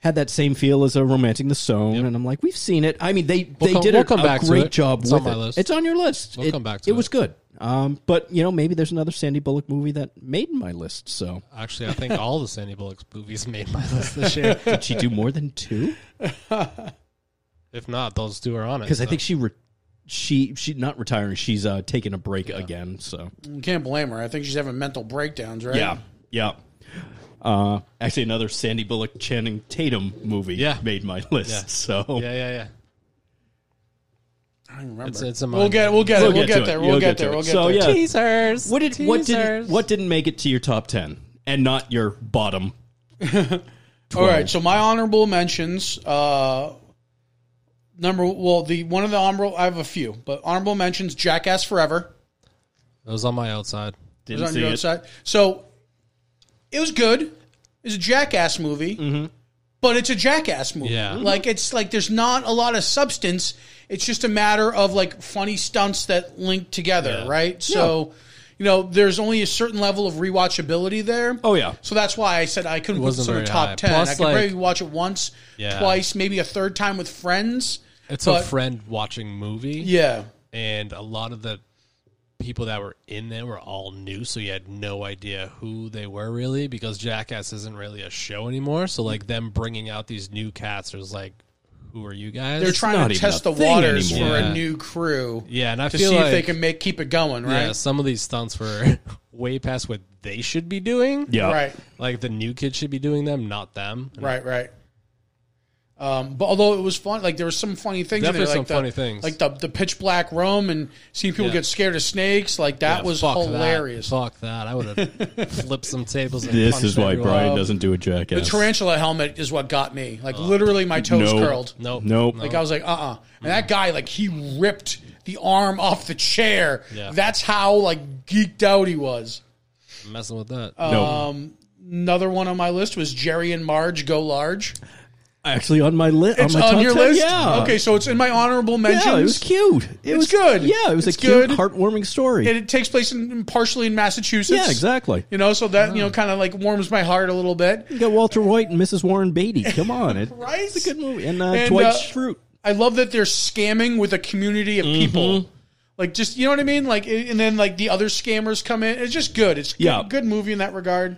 Speaker 3: Had that same feel as a romancing the stone, and I'm like, we've seen it. I mean, they they
Speaker 5: come-
Speaker 3: did
Speaker 5: we'll
Speaker 3: a,
Speaker 5: come
Speaker 3: a
Speaker 5: back to
Speaker 3: great
Speaker 5: it.
Speaker 3: job
Speaker 5: It's
Speaker 3: with
Speaker 5: on my
Speaker 3: it.
Speaker 5: list.
Speaker 3: It's on your list.
Speaker 5: We'll
Speaker 3: it,
Speaker 5: come back to
Speaker 3: it was
Speaker 5: it.
Speaker 3: good, um, but you know, maybe there's another Sandy Bullock movie that made my list. So
Speaker 5: Actually, I think all the Sandy Bullock movies made my list this year.
Speaker 3: did she do more than two?
Speaker 5: if not, those two are on it.
Speaker 3: because I
Speaker 5: so.
Speaker 3: think she re- she she not retiring. She's uh, taking a break again. So
Speaker 4: You can't blame her. I think she's having mental breakdowns, right?
Speaker 3: yeah, yeah. Uh, actually, another Sandy Bullock Channing Tatum movie
Speaker 5: Yeah.
Speaker 3: made my list.
Speaker 5: Yeah.
Speaker 3: So
Speaker 5: Yeah, yeah, yeah.
Speaker 4: I don't remember.
Speaker 5: It's, it's a
Speaker 4: we'll get, we'll get,
Speaker 3: We'll
Speaker 4: it. We'll
Speaker 3: get
Speaker 4: get,
Speaker 3: to it.
Speaker 4: there.
Speaker 3: You'll
Speaker 4: We'll
Speaker 3: get
Speaker 4: get,
Speaker 3: to
Speaker 4: there.
Speaker 3: it.
Speaker 4: We'll get
Speaker 3: So,
Speaker 4: there.
Speaker 3: yeah.
Speaker 5: teasers.
Speaker 3: what did what did what didn't make it to your top ten and not your bottom?
Speaker 4: All right, so my honorable mentions. Uh, number well, the one of the honorable I have a few, but honorable mentions: Jackass Forever
Speaker 5: It was on my outside.
Speaker 4: It
Speaker 3: Didn't
Speaker 4: was on
Speaker 3: see
Speaker 4: your
Speaker 3: it.
Speaker 4: outside. So it was good. It's a Jackass movie,
Speaker 3: Mm-hmm.
Speaker 4: but it's a Jackass movie. Mm-hmm.
Speaker 5: Yeah.
Speaker 4: like it's like there's not a lot of substance. It's just a matter of like funny stunts that link together, right? So you know, there's only a certain level of rewatchability there.
Speaker 3: Oh, yeah.
Speaker 4: So that's why I said I couldn't
Speaker 5: It
Speaker 4: put this
Speaker 5: wasn't
Speaker 4: in the
Speaker 5: very
Speaker 4: top
Speaker 5: high.
Speaker 4: ten.
Speaker 5: Plus,
Speaker 4: I could
Speaker 5: like-
Speaker 4: probably watch it once,
Speaker 5: Yeah.
Speaker 4: twice, maybe a third time with friends.
Speaker 5: It's
Speaker 4: But-
Speaker 5: a friend watching movie.
Speaker 4: Yeah.
Speaker 5: and a lot of the people that were in there were all new, so you had no idea who they were really because Jackass isn't really a show anymore. So like them bringing out these new cats was like, who are you guys?
Speaker 4: They're
Speaker 3: not
Speaker 4: trying to
Speaker 3: even
Speaker 4: test
Speaker 3: a
Speaker 4: the
Speaker 3: thing
Speaker 4: waters
Speaker 3: anymore.
Speaker 4: for
Speaker 5: Yeah.
Speaker 4: a new crew.
Speaker 5: yeah, and I
Speaker 4: To
Speaker 5: feel
Speaker 4: see
Speaker 5: like
Speaker 4: if they can make keep it going, right?
Speaker 5: yeah, some of these stunts were way past what they should be doing.
Speaker 3: Yeah.
Speaker 4: Right.
Speaker 5: like the new kids should be doing them, not them. And
Speaker 4: Right, right. Um, but although it was fun, like there was some funny things. in there,
Speaker 5: Definitely
Speaker 4: like
Speaker 5: some
Speaker 4: the,
Speaker 5: funny things.
Speaker 4: like the the pitch black room and seeing people
Speaker 5: Yeah.
Speaker 4: get scared of snakes. Like that
Speaker 5: yeah,
Speaker 4: was
Speaker 5: fuck that.
Speaker 4: hilarious.
Speaker 5: Fuck that! I would have flipped some tables. And
Speaker 3: This
Speaker 5: punched
Speaker 3: is why
Speaker 5: everyone.
Speaker 3: Brian doesn't do a jackass.
Speaker 4: The tarantula helmet is what got me. Like literally, my toes
Speaker 3: No.
Speaker 4: curled.
Speaker 5: Uh, Nope.
Speaker 3: Nope.
Speaker 4: Like I was like, uh, uh And that guy, like, he ripped the arm off the chair.
Speaker 5: Yeah.
Speaker 4: That's how like geeked out he was.
Speaker 5: messing with that.
Speaker 4: Uh,
Speaker 3: no.
Speaker 4: um, Another one on my list was Jerry and Marge Go Large.
Speaker 3: Actually, on my list.
Speaker 4: It's
Speaker 3: on, my
Speaker 4: on,
Speaker 3: top
Speaker 4: your
Speaker 3: 10,
Speaker 4: list.
Speaker 3: Yeah.
Speaker 4: Okay, so it's in my honorable mentions.
Speaker 3: Yeah, it was cute. It
Speaker 4: It's
Speaker 3: was
Speaker 4: good.
Speaker 3: Yeah, it was
Speaker 4: It's
Speaker 3: a cute,
Speaker 4: good.
Speaker 3: heartwarming story.
Speaker 4: and it takes place in, in partially in Massachusetts.
Speaker 3: yeah, exactly.
Speaker 4: You know, so that you know kind of like warms my heart a little bit.
Speaker 3: You got Walter White and Mrs. Warren Beatty. Come on, it,
Speaker 4: Right?
Speaker 3: it's a good movie. And, uh,
Speaker 4: And,
Speaker 3: Dwight
Speaker 4: uh,
Speaker 3: Schrute.
Speaker 4: I love that they're scamming with a community of
Speaker 3: Mm-hmm.
Speaker 4: people. Like just you know what I mean? Like and then like the other scammers come in. It's just good. It's good,
Speaker 3: Yeah.
Speaker 4: good movie in that regard.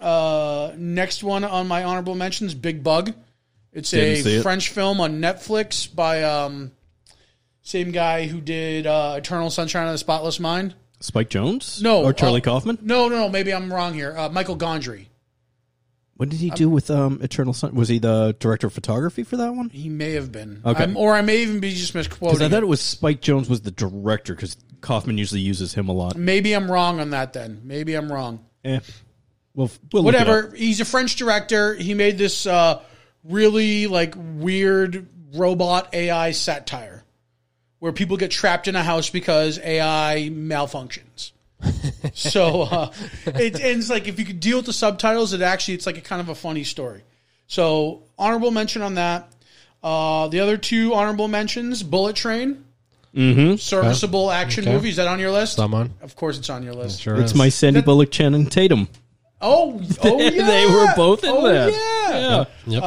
Speaker 4: Uh, next one on my honorable mentions, Big Bug. It's
Speaker 3: Didn't see
Speaker 4: a
Speaker 3: it.
Speaker 4: French film on Netflix by um same guy who did uh, Eternal Sunshine of the Spotless Mind.
Speaker 3: Spike Jones?
Speaker 4: No,
Speaker 3: Or Charlie
Speaker 4: uh,
Speaker 3: Kaufman?
Speaker 4: No, no, no, maybe I'm wrong here. Uh, Michael Gondry.
Speaker 3: What did he do with um, Eternal Sun? Was he the director of photography for that one?
Speaker 4: He may have been.
Speaker 3: Okay.
Speaker 4: I'm- or I may even be just misquoting.
Speaker 3: Because I thought
Speaker 4: it.
Speaker 3: it was Spike Jones was the director because Kaufman usually uses him a lot.
Speaker 4: Maybe I'm wrong on that then. Maybe I'm wrong.
Speaker 3: Eh. We'll, we'll look it up.
Speaker 4: Whatever. He's a French director. He made this uh, really like weird robot AI satire where people get trapped in a house because AI malfunctions. so uh, it ends like if you could deal with the subtitles, it actually it's like a kind of a funny story. So honorable mention on that. Uh, the other two honorable mentions: Bullet Train,
Speaker 3: Mm-hmm.
Speaker 4: serviceable action
Speaker 5: Okay.
Speaker 4: movie. Is that on your list?
Speaker 5: Someone.
Speaker 4: Of course, it's on your list.
Speaker 5: Sure
Speaker 3: It's
Speaker 5: is.
Speaker 3: my Sandy Bullock, Channing Tatum.
Speaker 4: Oh, oh yeah.
Speaker 3: They were both in
Speaker 4: oh,
Speaker 3: that.
Speaker 4: Yeah.
Speaker 5: Yep.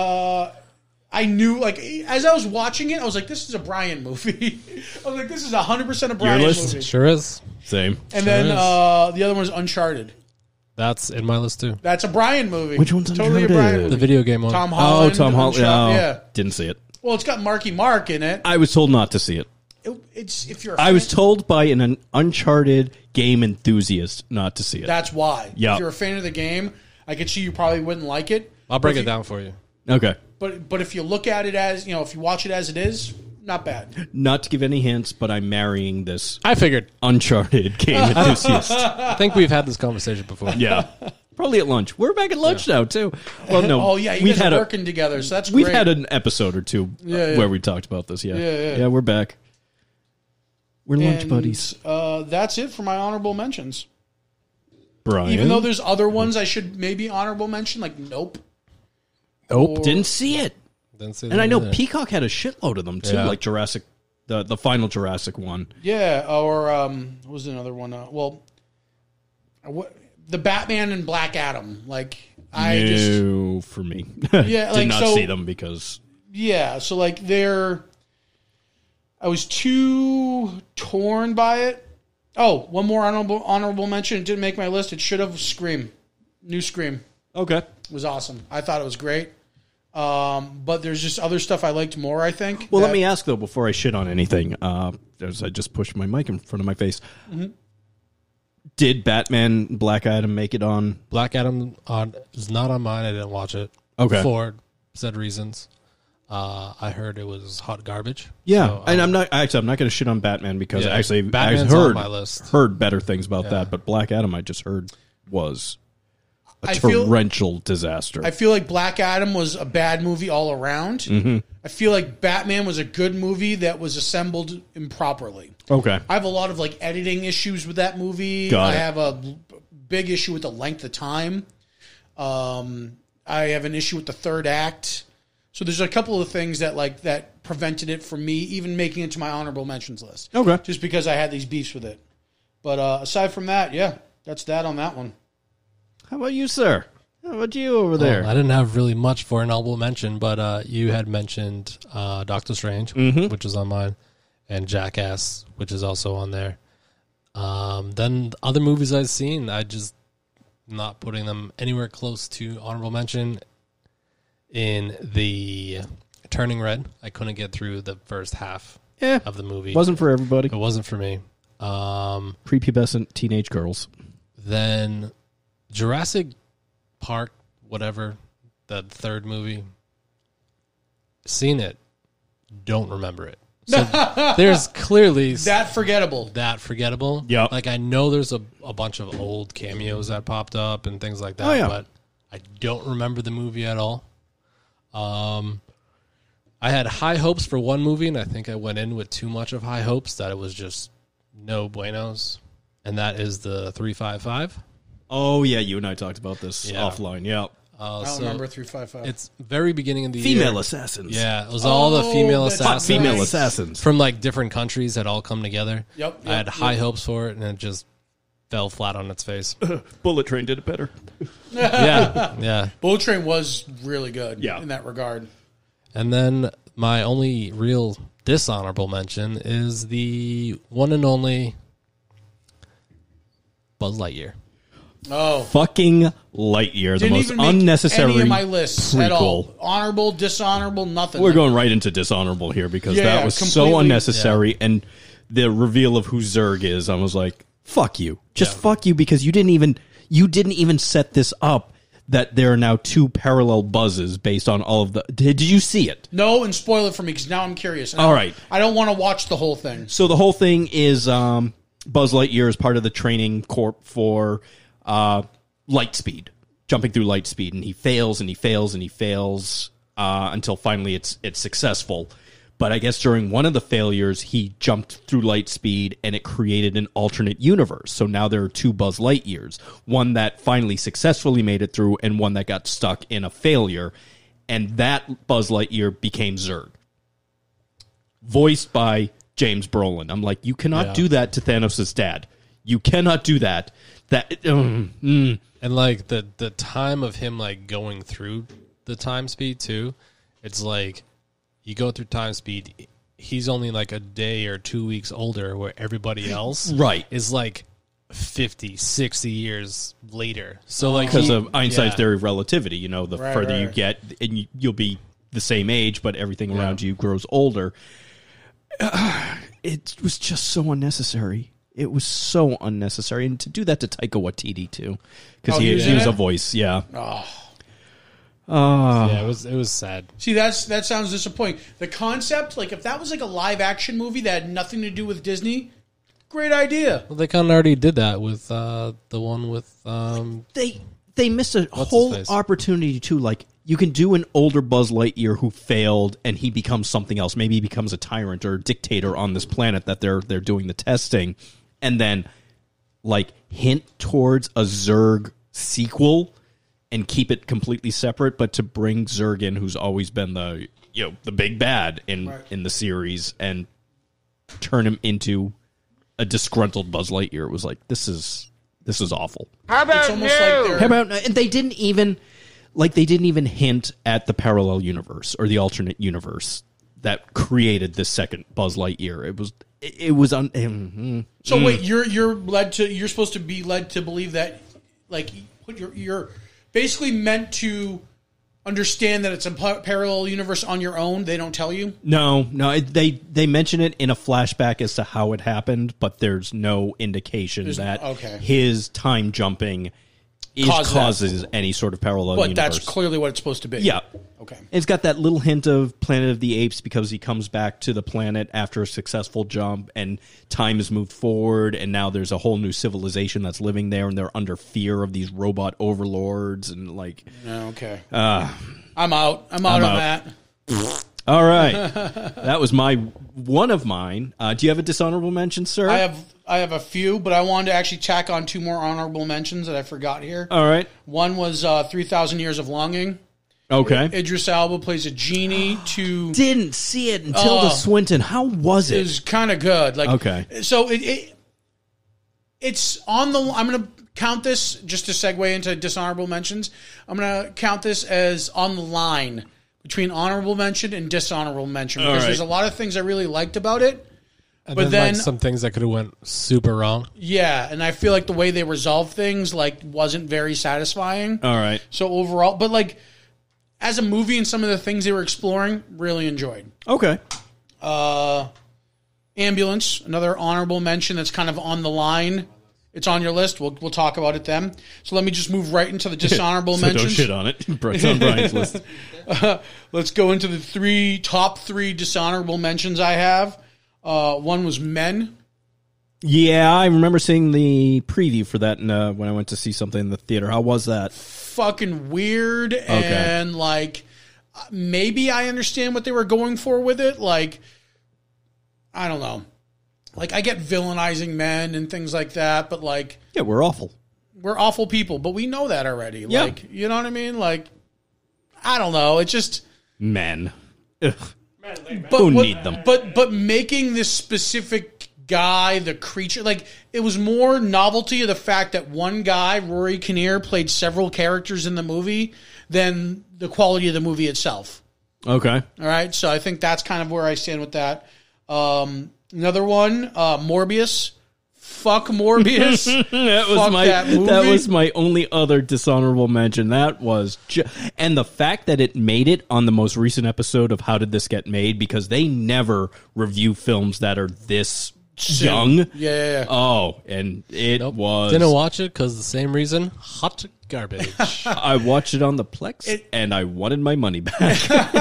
Speaker 4: I knew, like, as I was watching it, I was like, this is a Brian movie. I was like, this is 100% a Brian
Speaker 3: list?
Speaker 4: movie.
Speaker 5: sure is.
Speaker 3: Same.
Speaker 4: And then
Speaker 5: is.
Speaker 4: uh, the other one's Uncharted.
Speaker 5: That's in my list too.
Speaker 4: That's a Brian movie.
Speaker 3: Which one's
Speaker 4: totally
Speaker 3: Uncharted?
Speaker 4: a Brian movie.
Speaker 5: The video game one.
Speaker 4: Tom
Speaker 3: Oh,
Speaker 4: Holland.
Speaker 3: Tom Holland.
Speaker 4: Uncharted,
Speaker 3: Oh,
Speaker 4: Yeah.
Speaker 3: Didn't see it.
Speaker 4: Well, it's got Marky Mark in it.
Speaker 3: I was told not to see it.
Speaker 4: It- It's if you're. a
Speaker 3: I was
Speaker 4: fan-
Speaker 3: told by an, an Uncharted game enthusiast not to see it.
Speaker 4: That's why.
Speaker 3: Yeah.
Speaker 4: If you're a fan of the game, I could see you probably wouldn't like it.
Speaker 5: I'll break
Speaker 4: But
Speaker 5: it
Speaker 4: if you-
Speaker 5: down for you.
Speaker 3: okay.
Speaker 4: But but if you look at it as you know, if you watch it as it is, not bad.
Speaker 3: Not to give any hints, but I'm marrying this
Speaker 5: I figured.
Speaker 3: Uncharted game enthusiast.
Speaker 5: I think we've had this conversation before.
Speaker 3: Yeah. Probably at lunch. We're back at lunch now too. Well, no.
Speaker 4: Oh yeah, you
Speaker 3: we've
Speaker 4: guys
Speaker 3: had
Speaker 4: are
Speaker 3: a
Speaker 4: working together, so that's
Speaker 3: we've
Speaker 4: great.
Speaker 3: had an episode or two uh,
Speaker 4: Yeah, yeah.
Speaker 3: where we talked about this. Yeah.
Speaker 4: Yeah, yeah.
Speaker 3: we're back. We're lunch
Speaker 4: And,
Speaker 3: buddies,
Speaker 4: Uh, that's it for my honorable mentions.
Speaker 3: Brian.
Speaker 4: Even though there's other ones I should maybe honorable mention, like Nope.
Speaker 5: Nope.
Speaker 3: didn't see it,
Speaker 5: Didn't see
Speaker 3: and
Speaker 5: that
Speaker 3: I know
Speaker 5: either.
Speaker 3: Peacock had a shitload of them too,
Speaker 5: Yeah.
Speaker 3: like Jurassic, the the final Jurassic one.
Speaker 4: Yeah, or um, what was another one? Uh, well, uh, what the Batman and Black Adam. Like I just
Speaker 3: no, for me. Yeah, did
Speaker 4: like,
Speaker 3: not
Speaker 4: so-
Speaker 3: see them because
Speaker 4: yeah. So like they're, I was too torn by it. Oh, one more honorable honorable mention. It didn't make my list. It should have Scream. New Scream
Speaker 3: okay.
Speaker 4: was awesome. I thought it was great. Um, but there's just other stuff I liked more. I think.
Speaker 3: Well,
Speaker 4: that-
Speaker 3: let me ask though before I shit on anything. Uh, as I just pushed my mic in front of my face.
Speaker 4: Mm-hmm.
Speaker 3: Did Batman Black Adam make it on
Speaker 5: Black Adam on is not on mine. I didn't watch it.
Speaker 3: Okay.
Speaker 5: For said reasons, uh, I heard it was hot garbage.
Speaker 3: Yeah,
Speaker 5: So,
Speaker 3: and
Speaker 5: um,
Speaker 3: I'm not actually. I'm not going to shit on Batman because
Speaker 5: Yeah,
Speaker 3: actually,
Speaker 5: Batman's
Speaker 3: I heard
Speaker 5: on my list.
Speaker 3: heard better things about that. But Black Adam, I just heard was a
Speaker 4: I feel-
Speaker 3: torrential disaster.
Speaker 4: I feel like Black Adam was a bad movie all around.
Speaker 3: Mm-hmm.
Speaker 4: I feel like Batman was a good movie that was assembled improperly.
Speaker 3: okay,
Speaker 4: I have a lot of like editing issues with that movie.
Speaker 3: Got
Speaker 4: I
Speaker 3: it.
Speaker 4: have a l- big issue with the length of time. Um, I have an issue with the third act. So there's a couple of things that like that prevented it from me even making it to my honorable mentions list.
Speaker 3: okay,
Speaker 4: Just because I had these beefs with it. But uh, aside from that, yeah, that's that on that one.
Speaker 3: How about you, sir? How about you over
Speaker 5: Well,
Speaker 3: there?
Speaker 5: I didn't have really much for an honorable mention, but uh, you had mentioned uh, Doctor Strange, which is on mine, and Jackass, which is also on there. Um, then the other movies I've seen, I just not putting them anywhere close to honorable mention. In the Turning Red, I couldn't get through the first half
Speaker 3: yeah,
Speaker 5: of the movie.
Speaker 3: Eh, wasn't for everybody.
Speaker 5: it wasn't for me. Um,
Speaker 3: Prepubescent teenage girls.
Speaker 5: then Jurassic Park, whatever, that third movie. Seen it, don't remember it. So there's clearly s- that,
Speaker 4: That forgettable.
Speaker 5: forgettable.
Speaker 3: Yeah.
Speaker 5: Like I know there's a, a bunch of old cameos that popped up and things like that,
Speaker 3: Oh, yeah.
Speaker 5: but I don't remember the movie at all. Um I had high hopes for one movie and I think I went in with too much of high hopes that it was just no buenos. And that is the 355.
Speaker 3: Oh yeah, you and I talked about this
Speaker 5: Yeah.
Speaker 3: offline. Yeah,
Speaker 5: Uh,
Speaker 4: I don't
Speaker 5: so
Speaker 4: remember three five five.
Speaker 5: It's very beginning of the
Speaker 3: female
Speaker 5: year.
Speaker 3: assassins.
Speaker 5: Yeah, it was all the
Speaker 4: Oh,
Speaker 5: female
Speaker 4: that's
Speaker 5: assassins.
Speaker 4: right.
Speaker 3: female
Speaker 4: Nice.
Speaker 3: assassins.
Speaker 5: from like different countries had all come together.
Speaker 4: Yep,
Speaker 5: I had
Speaker 4: yep,
Speaker 5: high hopes for it, and it just fell flat on its face.
Speaker 3: Bullet Train did it better.
Speaker 5: yeah, yeah.
Speaker 4: Bullet Train was really good
Speaker 3: Yeah.
Speaker 4: in that regard.
Speaker 5: And then my only real dishonorable mention is the one and only Buzz Lightyear.
Speaker 4: Oh,
Speaker 3: Fucking Lightyear, the
Speaker 4: didn't
Speaker 3: most
Speaker 4: even make
Speaker 3: unnecessary
Speaker 4: any of my lists
Speaker 3: prequel.
Speaker 4: at all. Honorable, dishonorable, nothing.
Speaker 3: We're going right into dishonorable here because
Speaker 4: Yeah,
Speaker 3: that was so
Speaker 4: completely-
Speaker 3: unnecessary, and the reveal of who Zerg is. I was like, "Fuck you, just fuck you," because you didn't even you didn't even set this up that there are now two parallel buzzes based on all of the. Did you see it?
Speaker 4: No, and spoil it for me because now I'm curious. And
Speaker 3: All
Speaker 4: I-
Speaker 3: right.
Speaker 4: I don't want to watch the whole thing.
Speaker 3: So the whole thing is um, Buzz Lightyear is part of the training corp for uh, Lightspeed, jumping through Lightspeed, and he fails and he fails and he fails uh, until finally it's it's successful. But I guess during one of the failures, he jumped through Lightspeed and it created an alternate universe. So now there are two Buzz Lightyears one that finally successfully made it through, and one that got stuck in a failure. And that Buzz Lightyear became Zurg voiced by James Brolin. I'm like, you cannot
Speaker 5: Yeah.
Speaker 3: do that to Thanos' dad. You cannot do that. That mm, mm.
Speaker 5: And like the the time of him like going through the time speed too, it's like you go through time speed. He's only like a day or two weeks older, where everybody else
Speaker 3: Right.
Speaker 5: is like 50, 60 years later. So like
Speaker 3: because
Speaker 5: he-
Speaker 3: of Einstein's
Speaker 5: yeah.
Speaker 3: theory of relativity. You know, the
Speaker 4: Right,
Speaker 3: further
Speaker 4: right,
Speaker 3: you
Speaker 4: right.
Speaker 3: get, and you, you'll be the same age, but everything around you grows older. It was just so unnecessary. It was so unnecessary, and to do that to Taika Waititi too, because
Speaker 4: Oh,
Speaker 3: he,
Speaker 4: he
Speaker 3: is
Speaker 4: was
Speaker 3: he
Speaker 4: in
Speaker 3: was
Speaker 4: it?
Speaker 3: a voice. Yeah, uh,
Speaker 5: Yeah, it was it was sad.
Speaker 4: See, that's that sounds disappointing. The concept, like if that was like a live action movie that had nothing to do with Disney, great idea.
Speaker 5: Well, they kind of already did that with uh, the one with um,
Speaker 3: they they missed a
Speaker 5: his
Speaker 3: whole
Speaker 5: face?
Speaker 3: opportunity to like you can do an older Buzz Lightyear who failed and he becomes something else. Maybe he becomes a tyrant or a dictator on this planet that they're they're doing the testing, and then like hint towards a Zerg sequel and keep it completely separate, but to bring Zerg in, who's always been the you know the big bad in in the series, and turn him into a disgruntled Buzz Lightyear. It was like this is this is awful.
Speaker 4: It's almost like
Speaker 3: How
Speaker 4: they're
Speaker 3: about and they didn't even like they didn't even hint at the parallel universe or the alternate universe that created this second Buzz Lightyear. It was it it was un. mm,
Speaker 4: so. Wait, you're you're led to you're supposed to be led to believe that, like, what you're you're basically meant to understand that it's a pa- parallel universe on your own. They don't tell you.
Speaker 3: No, no, it, they they mention it in a flashback as to how it happened, but there's no indication that
Speaker 4: okay.
Speaker 3: his time jumping is
Speaker 4: Caused that.
Speaker 3: causes any sort of parallel
Speaker 4: But
Speaker 3: universe.
Speaker 4: that's clearly what it's supposed to be.
Speaker 3: Yeah.
Speaker 4: Okay.
Speaker 3: It's got that little hint of Planet of the Apes because he comes back to the planet after a successful jump and time has moved forward and now there's a whole new civilization that's living there and they're under fear of these robot overlords and like
Speaker 4: No, Oh, okay. I'm out. I'm out
Speaker 3: Uh, I'm
Speaker 4: on
Speaker 3: out.
Speaker 4: that.
Speaker 3: all right. that was my one of mine. Uh, do you have a dishonorable mention, sir?
Speaker 4: I have I have a few, but I wanted to actually tack on two more honorable mentions that I forgot here.
Speaker 3: All right.
Speaker 4: One was uh, Three Thousand Years of Longing.
Speaker 3: Okay.
Speaker 4: Idris Alba plays a genie to
Speaker 3: didn't see it until
Speaker 4: Oh.
Speaker 3: Swinton. How was
Speaker 4: is kind of good. Like
Speaker 3: Okay.
Speaker 4: so it, it it's on the. I'm going to count this just to segue into dishonorable mentions. I'm going to count this as on the line between honorable mention and dishonorable mention because
Speaker 3: right.
Speaker 4: there's a lot of things I really liked about it.
Speaker 5: And
Speaker 4: But
Speaker 5: but then,
Speaker 4: then-
Speaker 5: like, some things that could have went super wrong.
Speaker 4: Yeah, and I feel like the way they resolved things like wasn't very satisfying.
Speaker 3: All right.
Speaker 4: So overall, but like as a movie and some of the things they were exploring, really enjoyed.
Speaker 3: Okay.
Speaker 4: Ambulance, another honorable mention that's kind of on the line. It's on your list. We'll, we'll talk about it then. So let me just move right into the dishonorable
Speaker 3: So don't
Speaker 4: mentions.
Speaker 3: shit on it. It's on Brian's list.
Speaker 4: Let's go into the three top three dishonorable mentions I have. Uh, one was Men.
Speaker 3: Yeah, I remember seeing the preview for that in, uh, when I went to see something in the theater. How was that?
Speaker 4: Fucking weird and like maybe I understand what they were going for with it. Like I don't know. Like I get villainizing men and things like that, but like
Speaker 3: Yeah, we're awful.
Speaker 4: we're awful people, but we know that already.
Speaker 3: Yeah.
Speaker 4: Like, you know what I mean? Like, I don't know. It's just,
Speaker 3: Men. Ugh.
Speaker 4: but
Speaker 3: Who
Speaker 4: what-
Speaker 3: need them?
Speaker 4: But but making this specific guy the creature, like it was more novelty of the fact that one guy, Rory Kinnear, played several characters in the movie than the quality of the movie itself.
Speaker 3: Okay.
Speaker 4: All right, so I think that's kind of where I stand with that. Um, another one, uh, Morbius. Fuck Morbius.
Speaker 3: That was
Speaker 4: Fuck
Speaker 3: my
Speaker 4: that
Speaker 3: that,
Speaker 4: movie.
Speaker 3: was my only other dishonorable mention. That was ju- and the fact that it made it on the most recent episode of How Did This Get Made because they never review films that are this young.
Speaker 4: yeah, yeah, yeah.
Speaker 3: Oh, and it was.
Speaker 5: Didn't watch it because the same reason. Hot garbage.
Speaker 3: I watched it on the Plex and I wanted my money back.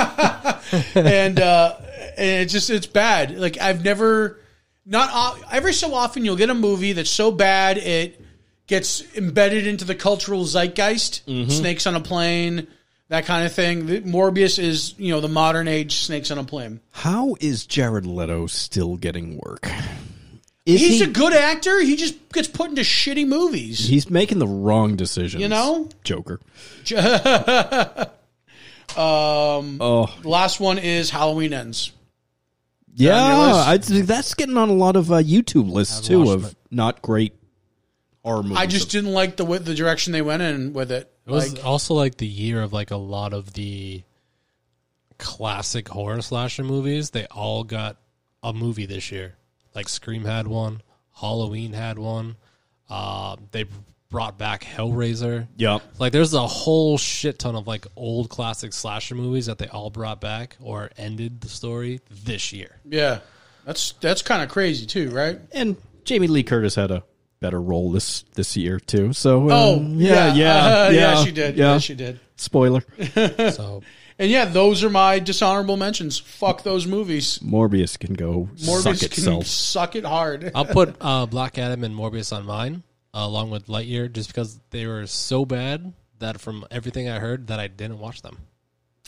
Speaker 4: and uh, and it's just it's bad. Like I've never not o- every so often you'll get a movie that's so bad it gets embedded into the cultural zeitgeist. Snakes on a plane, that kind of thing. The- Morbius is you know the modern age snakes on a plane.
Speaker 3: How is Jared Leto still getting work? Is
Speaker 4: He's
Speaker 3: he-
Speaker 4: a good actor. He just gets put into shitty movies.
Speaker 3: He's making the wrong decisions.
Speaker 4: You know?
Speaker 3: Joker.
Speaker 4: Um,
Speaker 3: Oh,
Speaker 4: The last one is Halloween ends.
Speaker 3: Yeah,
Speaker 4: your list?
Speaker 3: I, that's getting on a lot of uh, YouTube lists too
Speaker 5: watched
Speaker 3: of
Speaker 5: it.
Speaker 3: not great horror movies.
Speaker 4: I just didn't like the wi- the direction they went in with it.
Speaker 5: It was
Speaker 4: Like,
Speaker 5: also like the year of like a lot of the classic horror slasher movies. They all got a movie this year. Like Scream had one, Halloween had one. Uh, they brought back Hellraiser.
Speaker 3: Yep.
Speaker 5: Like there's a whole shit ton of like old classic slasher movies that they all brought back or ended the story this year.
Speaker 4: yeah, that's that's kind of crazy too, right?
Speaker 3: And Jamie Lee Curtis had a better role this this year too. So uh,
Speaker 4: Oh,
Speaker 3: yeah, yeah, yeah,
Speaker 4: uh, yeah, she did. Yeah, she did.
Speaker 3: Spoiler:
Speaker 5: So
Speaker 4: And yeah, those are my dishonorable mentions. Fuck those movies.
Speaker 3: Morbius can go
Speaker 4: Morbius
Speaker 3: suck
Speaker 4: can
Speaker 3: itself.
Speaker 4: suck it hard.
Speaker 5: I'll put uh, Black Adam and Morbius on mine, uh, along with Lightyear, just because they were so bad that from everything I heard that I didn't watch them.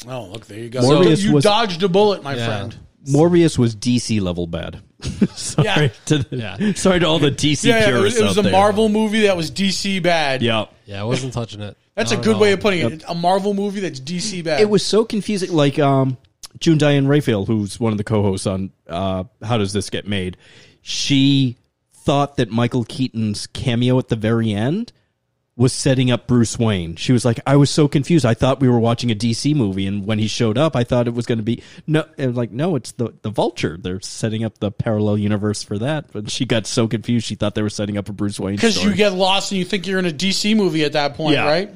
Speaker 4: Oh, look, there you go.
Speaker 3: Morbius
Speaker 4: you
Speaker 3: was-
Speaker 4: dodged a bullet, my
Speaker 5: Yeah.
Speaker 4: friend.
Speaker 3: Morbius was DC level bad. sorry
Speaker 4: Yeah.
Speaker 3: to the, sorry to all the DC
Speaker 4: Yeah, it was,
Speaker 3: purists
Speaker 4: it was
Speaker 3: out
Speaker 4: a
Speaker 3: there.
Speaker 4: Marvel movie that was DC bad.
Speaker 3: Yeah.
Speaker 5: Yeah, I wasn't touching it.
Speaker 4: That's a
Speaker 5: Not at
Speaker 4: good
Speaker 5: all.
Speaker 4: way of putting it. A Marvel movie that's DC bad.
Speaker 3: It was so confusing. Like um, June Diane Raphael, who's one of the co-hosts on uh, How Does This Get Made, she thought that Michael Keaton's cameo at the very end was setting up Bruce Wayne. She was like, "I was so confused. I thought we were watching a DC movie, and when he showed up, I thought it was going to be no." And like, no, it's the the Vulture. They're setting up the parallel universe for that. But she got so confused, she thought they were setting up a Bruce Wayne.
Speaker 4: because you
Speaker 3: story.
Speaker 4: get lost and you think you're in a DC movie at that point,
Speaker 3: Yeah.
Speaker 4: right?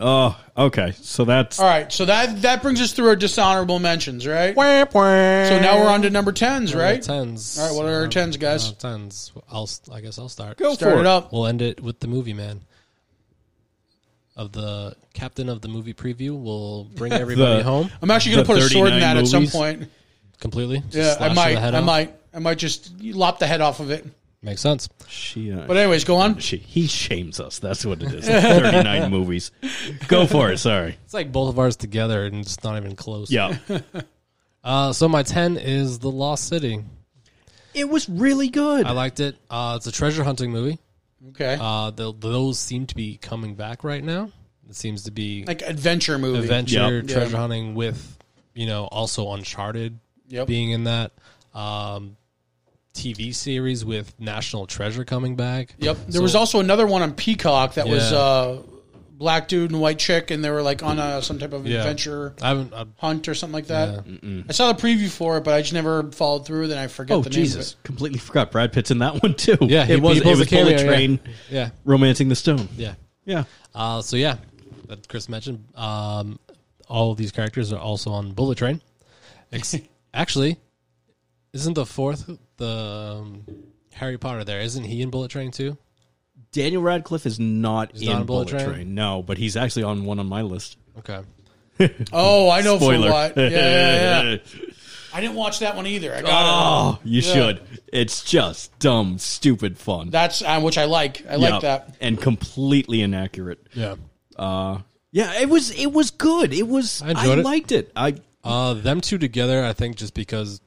Speaker 3: oh, okay, so that's
Speaker 4: All right, so that that brings us through our dishonorable mentions, right? So now we're on to number tens,
Speaker 5: Out of
Speaker 4: right?
Speaker 5: Tens.
Speaker 4: All right, what are our
Speaker 5: Um,
Speaker 4: tens, guys?
Speaker 5: out of Tens. I'll. st- I guess I'll start.
Speaker 3: go
Speaker 4: Start
Speaker 3: for
Speaker 4: it up.
Speaker 5: We'll end it with the movie man. Of the captain of the movie preview, will bring everybody
Speaker 3: The-
Speaker 5: home
Speaker 4: I'm actually going to
Speaker 3: The
Speaker 4: put a sword in
Speaker 3: 39
Speaker 4: that at some
Speaker 3: movies?
Speaker 4: point.
Speaker 5: completely. Just
Speaker 4: Yeah,
Speaker 5: slash
Speaker 4: I
Speaker 5: the
Speaker 4: might,
Speaker 5: head
Speaker 4: I
Speaker 5: off.
Speaker 4: might, I might just lop the head off of it.
Speaker 5: Makes sense.
Speaker 3: She, uh,
Speaker 4: But anyways, go on.
Speaker 3: She, he shames us. That's what it is. Like 39 movies. Go for it. Sorry.
Speaker 5: It's like both of ours together, and it's not even close.
Speaker 3: Yeah.
Speaker 5: Uh, so my ten is the Lost City.
Speaker 3: It was really good.
Speaker 5: I liked it. Uh, it's a treasure hunting movie.
Speaker 4: Okay.
Speaker 5: Uh, the, those seem to be coming back right now. It seems to be
Speaker 4: like adventure movie.
Speaker 5: adventure
Speaker 3: Yep.
Speaker 5: treasure
Speaker 4: Yeah.
Speaker 5: hunting with, you know, also Uncharted
Speaker 4: Yep.
Speaker 5: being in that. Um, TV series with National Treasure coming back.
Speaker 4: Yep. There was also another one on Peacock that was
Speaker 5: Yeah.
Speaker 4: uh, black dude and white chick, and they were like on a, some type of
Speaker 5: Yeah.
Speaker 4: adventure
Speaker 5: I haven't. I,
Speaker 4: hunt or something like that. I saw the preview for it, but I just never followed through. Then I forget
Speaker 3: Oh
Speaker 4: the
Speaker 3: Jesus! Completely forgot Brad Pitt's in that one too.
Speaker 5: yeah,
Speaker 3: it was it
Speaker 5: pulls
Speaker 3: was
Speaker 5: a cameo,
Speaker 3: Bullet Train
Speaker 5: Yeah,
Speaker 3: romancing the stone.
Speaker 5: yeah.
Speaker 3: Yeah,
Speaker 5: yeah. Uh, so yeah, that Chris mentioned. Um, all of these characters are also on Bullet Train. Ex- actually, isn't the fourth the um, Harry Potter there? Isn't he in Bullet Train too?
Speaker 3: Daniel Radcliffe is not in
Speaker 5: not on
Speaker 3: Bullet,
Speaker 5: Bullet
Speaker 3: Train.
Speaker 5: Train?
Speaker 3: No, but he's actually on one on my list.
Speaker 5: Okay.
Speaker 4: name. Oh, I know
Speaker 3: Spoiler.
Speaker 4: for what. Yeah, yeah, yeah. I didn't watch that one either. I
Speaker 5: Ah.
Speaker 4: got it.
Speaker 3: oh, you should. It's just dumb, stupid fun.
Speaker 4: That's uh, which I like. I
Speaker 3: Yeah,
Speaker 4: like that.
Speaker 3: and completely inaccurate.
Speaker 5: Yeah.
Speaker 3: Yeah, it was it was good. It was
Speaker 5: I
Speaker 3: I,
Speaker 5: enjoyed it.
Speaker 3: liked it. I
Speaker 5: Uh, them two together, I think, just because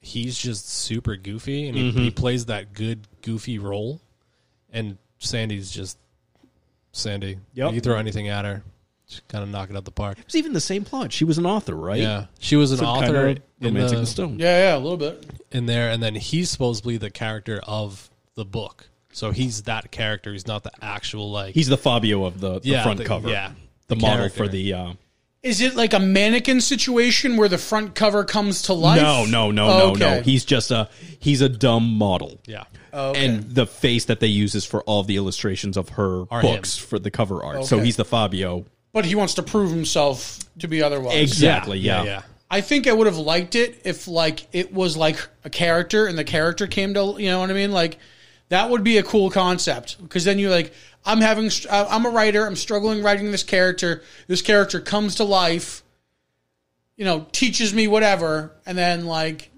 Speaker 5: he's just super goofy and he,
Speaker 3: Mm-hmm.
Speaker 5: he plays that good goofy role, and Sandy's just Sandy.
Speaker 3: Yep.
Speaker 5: you can throw anything at her, just kind of knock it out the park.
Speaker 3: it was even the same plot. She was an author, right?
Speaker 5: Yeah, she was an
Speaker 3: Some kind
Speaker 5: author
Speaker 3: of
Speaker 5: in,
Speaker 3: romancing the,
Speaker 5: the-
Speaker 3: stone.
Speaker 4: Yeah, yeah, a little bit.
Speaker 5: in there, and then he's supposedly the character of the book, so he's that character. He's not the actual like
Speaker 3: He's the Fabio of the, the
Speaker 5: Yeah,
Speaker 3: front
Speaker 5: the-
Speaker 3: cover.
Speaker 5: yeah.
Speaker 3: The,
Speaker 5: The
Speaker 3: model
Speaker 5: character.
Speaker 3: for the uh,
Speaker 4: Is it like a mannequin situation where the front cover comes to life?
Speaker 3: No, no, no,
Speaker 4: Oh,
Speaker 3: no, no.
Speaker 4: okay.
Speaker 3: He's just a he's a dumb model.
Speaker 5: yeah.
Speaker 3: And the face that they use is for all the illustrations of her
Speaker 5: Are him.
Speaker 3: books for the cover art. So
Speaker 4: Okay.
Speaker 3: he's the Fabio.
Speaker 4: but he wants to prove himself to be otherwise.
Speaker 3: Exactly. Yeah.
Speaker 5: yeah.
Speaker 4: I think I would have liked it if like it was like a character and the character came to you know what I mean like that would be a cool concept because then you're like I'm having str- uh, I'm a writer I'm struggling writing this character this character comes to life you know teaches me whatever and then like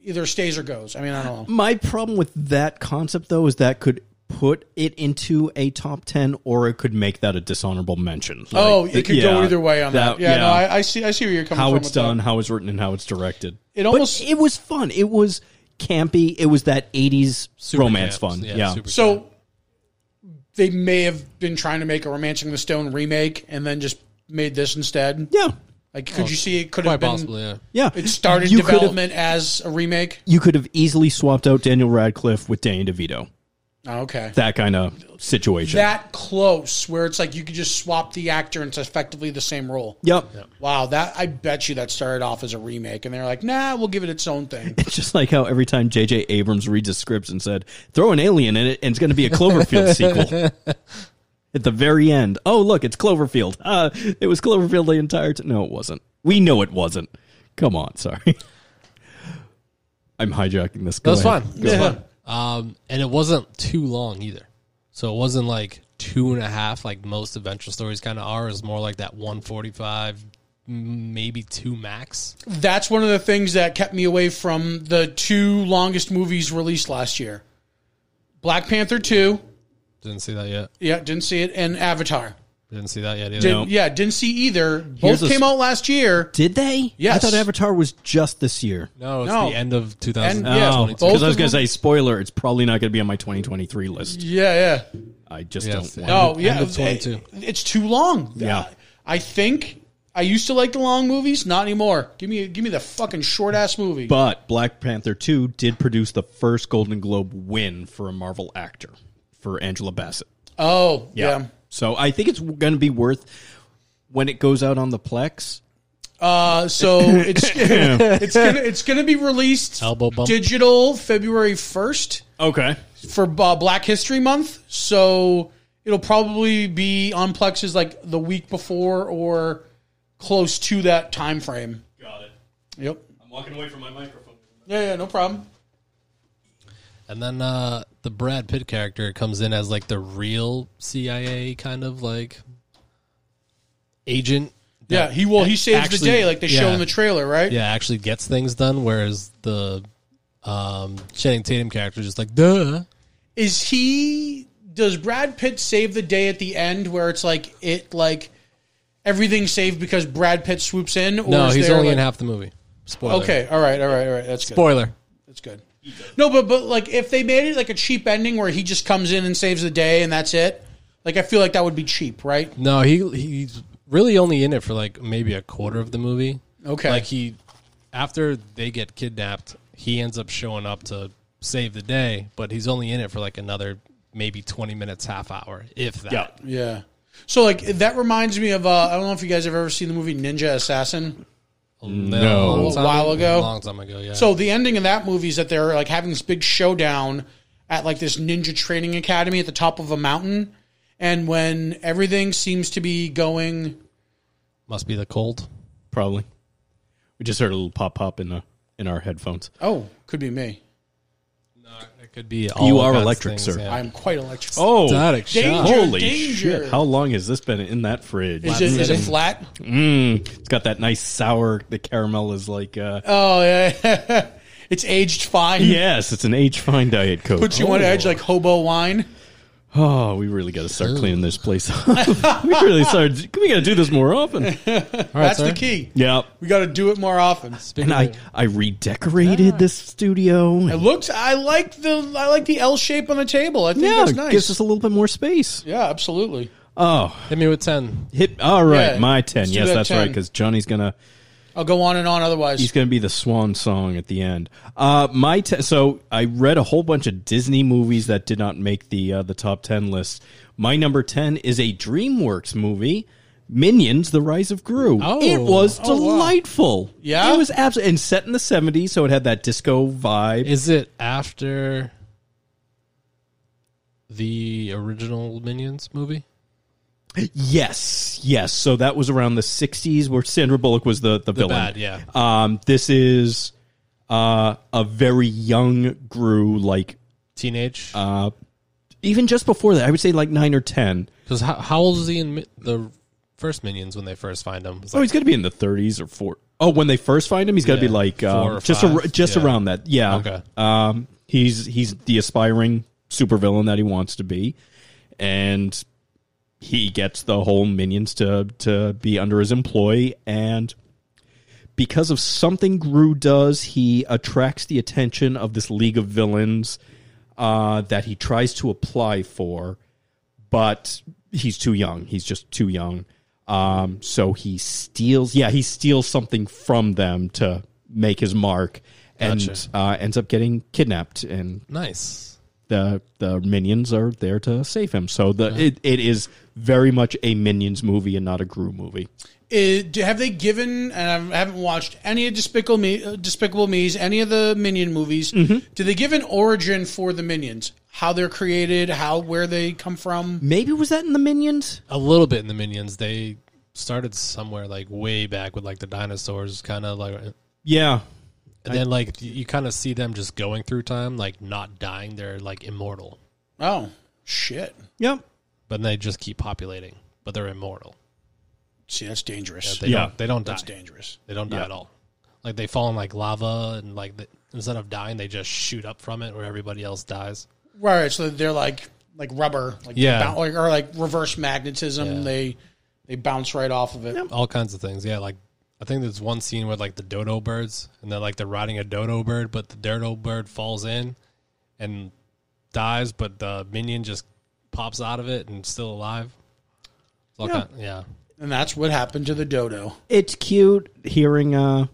Speaker 4: either stays or goes I mean I don't know
Speaker 3: My problem with that concept though is that could put it into a top 10 or it could make that a dishonorable mention. Like,
Speaker 4: oh it could go
Speaker 3: yeah,
Speaker 4: either way on that, yeah, no I, I see I see where you're coming
Speaker 3: how
Speaker 4: from
Speaker 3: it's
Speaker 4: with that.
Speaker 3: done, how it's written and how it's directed.
Speaker 4: It
Speaker 3: But
Speaker 4: almost-
Speaker 3: it was fun. It was campy. It was that 80s
Speaker 5: Super
Speaker 3: romance
Speaker 5: camps.
Speaker 3: fun. Yeah.
Speaker 5: super camp.
Speaker 4: So they may have been trying to make a Romancing the Stone remake and then just made this instead.
Speaker 3: yeah.
Speaker 4: Like, could you see it could
Speaker 5: quite
Speaker 4: have been?
Speaker 5: possibly, yeah.
Speaker 3: Yeah.
Speaker 4: It started
Speaker 3: Oh, You could've-
Speaker 4: development as a remake.
Speaker 3: you could have easily swapped out Daniel Radcliffe with Danny DeVito.
Speaker 4: Oh, okay,
Speaker 3: That kind of situation.
Speaker 4: that close where it's like you could just swap the actor into effectively the same role.
Speaker 3: yep.
Speaker 4: Wow, that I bet you that started off as a remake, and they're like, nah, we'll give it its own thing.
Speaker 3: It's just like how every time J.J. Abrams reads a script and said, throw an alien in it and it's going to be a Cloverfield sequel. At the very end, oh, look, it's Cloverfield. Uh, it was Cloverfield the entire time. No, it wasn't. We know it wasn't. Come on, sorry. I'm hijacking this. Go
Speaker 5: That's
Speaker 3: ahead.
Speaker 5: fun. That's fun. Um, and it wasn't too long either, so it wasn't like two and a half like most adventure stories kind of are. Is more like that one forty five, maybe two max.
Speaker 4: That's one of the things that kept me away from the two longest movies released last year: Black Panther Two.
Speaker 5: Didn't see that yet.
Speaker 4: Yeah, didn't see it, and Avatar.
Speaker 5: Didn't see that yet either.
Speaker 4: Did,
Speaker 3: Nope.
Speaker 4: Yeah, didn't see either. Both
Speaker 3: Here's a
Speaker 4: came
Speaker 3: s-
Speaker 4: out last year.
Speaker 3: Did they? I
Speaker 4: Yes.
Speaker 3: thought Avatar was just this year.
Speaker 5: No, it's
Speaker 4: No.
Speaker 5: the end of two
Speaker 4: And-
Speaker 5: thousand.
Speaker 4: yeah,
Speaker 3: Oh,
Speaker 4: both
Speaker 3: because I was
Speaker 4: of
Speaker 3: going to
Speaker 4: them-
Speaker 3: say, spoiler, it's probably not going to be on my 2023 list.
Speaker 4: Yeah, yeah.
Speaker 3: I just
Speaker 5: Yes.
Speaker 3: don't want
Speaker 5: No.
Speaker 3: it.
Speaker 4: Oh,
Speaker 5: End-
Speaker 4: yeah.
Speaker 5: end of 22.
Speaker 4: it- It's too long.
Speaker 3: Yeah.
Speaker 4: I think I used to like the long movies. Not anymore. Give me, give me the fucking short ass movie.
Speaker 3: But Black Panther 2 did produce the first Golden Globe win for a Marvel actor for Angela Bassett.
Speaker 4: oh, yeah.
Speaker 3: So I think it's going to be worth when it goes out on the Plex.
Speaker 4: Uh, so it's it's gonna it's gonna be released
Speaker 5: Elbow bump.
Speaker 4: digital February first
Speaker 3: Okay.
Speaker 4: for uh, Black History Month. So it'll probably be on Plex's like the week before or close to that time frame.
Speaker 3: Got it.
Speaker 4: Yep.
Speaker 3: I'm walking away from my microphone.
Speaker 4: Yeah, yeah, no problem.
Speaker 5: And then uh, the Brad Pitt character comes in as like the real CIA kind of like agent.
Speaker 4: Yeah, he well he saves
Speaker 5: Actually,
Speaker 4: the day like they show
Speaker 5: yeah.
Speaker 4: in the trailer, right?
Speaker 5: Yeah, actually gets things done. Whereas the um, Channing Tatum character is just like duh.
Speaker 4: Is he does Brad Pitt save the day at the end where it's like it like everything's saved because Brad Pitt swoops in? Or
Speaker 5: No,
Speaker 4: is
Speaker 5: he's
Speaker 4: there,
Speaker 5: only
Speaker 4: like-
Speaker 5: in half the movie. Spoiler.
Speaker 4: Okay, all right, all right, all right. That's good.
Speaker 5: Spoiler.
Speaker 4: That's good. No, but but like if they made it like a cheap ending where he just comes in and saves the day and that's it, like I feel like that would be cheap, right?
Speaker 5: No, he he's really only in it for like maybe a quarter of the movie.
Speaker 4: Okay.
Speaker 5: Like he after they get kidnapped, he ends up showing up to save the day, but he's only in it for like another maybe 20 minutes, half hour, if that.
Speaker 3: Yeah.
Speaker 4: Yeah. So like that reminds me of uh, I don't know if you guys have ever seen the movie Ninja Assassin.
Speaker 3: Mm,
Speaker 5: No.
Speaker 4: A little while ago.
Speaker 5: A long time ago, yeah.
Speaker 4: So the ending of that movie is that they're like having this big showdown at like this ninja training academy at the top of a mountain, and when everything seems to be going,
Speaker 5: must be the cold.
Speaker 3: Probably. We just heard a little pop pop in the in our headphones.
Speaker 4: oh, could be me.
Speaker 5: No, it could be.
Speaker 3: You are electric, sir.
Speaker 4: I'm quite electric.
Speaker 3: Oh,
Speaker 5: Static shock.
Speaker 4: Danger.
Speaker 3: holy shit! How long has this been in that fridge?
Speaker 4: is it, is it
Speaker 5: City.
Speaker 4: flat?
Speaker 3: Mm, it's got that nice sour. The caramel is like. Uh,
Speaker 4: Oh yeah, it's aged fine.
Speaker 3: yes, it's an age fine diet coke.
Speaker 4: puts you on edge like hobo wine.
Speaker 3: Oh, we really got to start cleaning this place up. we really started. We got to do this more often.
Speaker 4: That's the key.
Speaker 3: Yep.
Speaker 4: We got to do it more often.
Speaker 3: And I I redecorated this studio.
Speaker 4: It
Speaker 3: And,
Speaker 4: looks. I like the. I like the L shape on the table. I think
Speaker 3: yeah,
Speaker 4: that's nice.
Speaker 3: gives us a little bit more space.
Speaker 4: yeah, absolutely.
Speaker 3: Oh,
Speaker 5: Hit me with 10.
Speaker 3: hit all right.
Speaker 4: Yeah,
Speaker 3: my ten.
Speaker 4: let's do
Speaker 3: Yes,
Speaker 4: that
Speaker 3: that's right.
Speaker 4: 10.
Speaker 3: Because Johnny's gonna.
Speaker 4: I'll go on and on. Otherwise,
Speaker 3: He's going to be the swan song at the end. Uh, my te- so I read a whole bunch of Disney movies that did not make the uh, the top ten list. My number ten is a DreamWorks movie, Minions: The Rise of Gru.
Speaker 5: Oh.
Speaker 3: it was
Speaker 4: Oh, wow.
Speaker 3: delightful.
Speaker 4: Yeah?
Speaker 3: it was absolutely and set in the '70s, so it had that disco vibe.
Speaker 5: Is it after the original Minions movie?
Speaker 3: yes, yes. So that was around the '60s, where Sandra Bullock was the the, villain.
Speaker 5: bad, yeah.
Speaker 3: Um, this is uh, a very young Gru, like
Speaker 5: Teenage?
Speaker 3: even just before that, I would say like nine or ten.
Speaker 5: Because how, how old is he in mi- the first Minions when they first find him? It's
Speaker 3: Oh,
Speaker 5: like,
Speaker 3: he's got to be in the 30s or 40. Oh, when they first find him, he's got to
Speaker 5: Yeah,
Speaker 3: be like
Speaker 5: four
Speaker 3: um,
Speaker 5: or
Speaker 3: just
Speaker 5: five,
Speaker 3: ar- just
Speaker 5: yeah.
Speaker 3: around that. Yeah.
Speaker 5: Okay.
Speaker 3: Um, he's he's the aspiring supervillain that he wants to be, and he gets the whole minions to to be under his employ, and because of something Gru does, he attracts the attention of this league of villains uh, that he tries to apply for, but he's too young. He's just too young. Um, so he steals. Yeah, he steals something from them to make his mark, and
Speaker 5: Gotcha.
Speaker 3: uh, ends up getting kidnapped. And
Speaker 5: nice.
Speaker 3: the the minions are there to save him. So the it, it is very much a minions movie and not a Gru movie.
Speaker 4: Uh, do- have they given? And I haven't watched any of Despicable Me, uh, Despicable Me's, any of the Minion movies.
Speaker 5: Mm-hmm.
Speaker 4: Do they give an origin for the Minions? How they're created? How where they come from?
Speaker 3: Maybe was that in the Minions?
Speaker 5: A little bit in the Minions. They started somewhere like way back with like the dinosaurs, kind of like. And
Speaker 3: Yeah,
Speaker 5: then like you kind of see them just going through time, like not dying. They're like immortal,
Speaker 4: Oh shit!
Speaker 3: yep,
Speaker 5: but they just keep populating. But they're immortal.
Speaker 4: See, that's dangerous.
Speaker 5: They
Speaker 3: Yeah.
Speaker 5: don't, they don't die.
Speaker 4: that's dangerous.
Speaker 5: They don't die
Speaker 3: Yeah.
Speaker 5: at all. Like they fall in like lava, and like the, instead of dying, they just shoot up from it, where everybody else dies.
Speaker 4: Right. So they're like like rubber, like
Speaker 5: Yeah.
Speaker 4: boun- like, or like reverse magnetism.
Speaker 5: Yeah.
Speaker 4: They they bounce right off of it.
Speaker 5: all kinds of things. Yeah, like I think there's one scene where like the dodo birds and they're like they're riding a dodo bird, but the dodo bird falls in and dies, but the minion just pops out of it and still alive. It's all
Speaker 3: Yeah.
Speaker 5: kind- yeah.
Speaker 4: And that's what happened to the dodo.
Speaker 3: it's cute hearing uh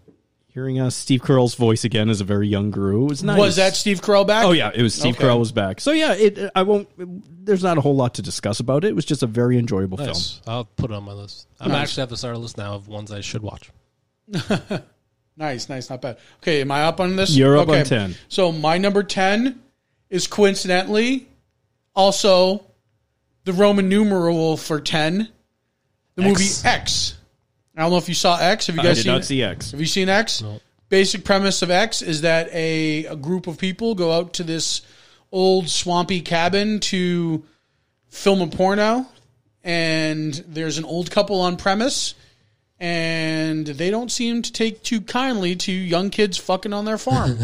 Speaker 3: hearing uh Steve Carell's voice again as a very young Gru. It was nice.
Speaker 4: Was that Steve Carell back?
Speaker 3: Oh yeah, it was Steve
Speaker 4: Okay.
Speaker 3: Carell was back. So yeah, it I won't. There's not a whole lot to discuss about it. It was just a very enjoyable film.
Speaker 5: Nice. I'll put it on my list. I'm actually have to start a list now of ones I should watch.
Speaker 4: Nice, nice, not bad. Okay, am I up on this?
Speaker 3: You're up
Speaker 4: okay.
Speaker 3: on 10.
Speaker 4: So my number ten is coincidentally also the Roman numeral for ten. The
Speaker 5: X.
Speaker 4: movie X. I don't know if you saw X. Have you
Speaker 3: I
Speaker 4: guys
Speaker 3: did
Speaker 4: seen
Speaker 3: not see X.
Speaker 4: Have you seen X? Basic premise of X is that a, a group of people go out to this old swampy cabin to film a porno, and there's an old couple on premise, and they don't seem to take too kindly to young kids fucking on their farm.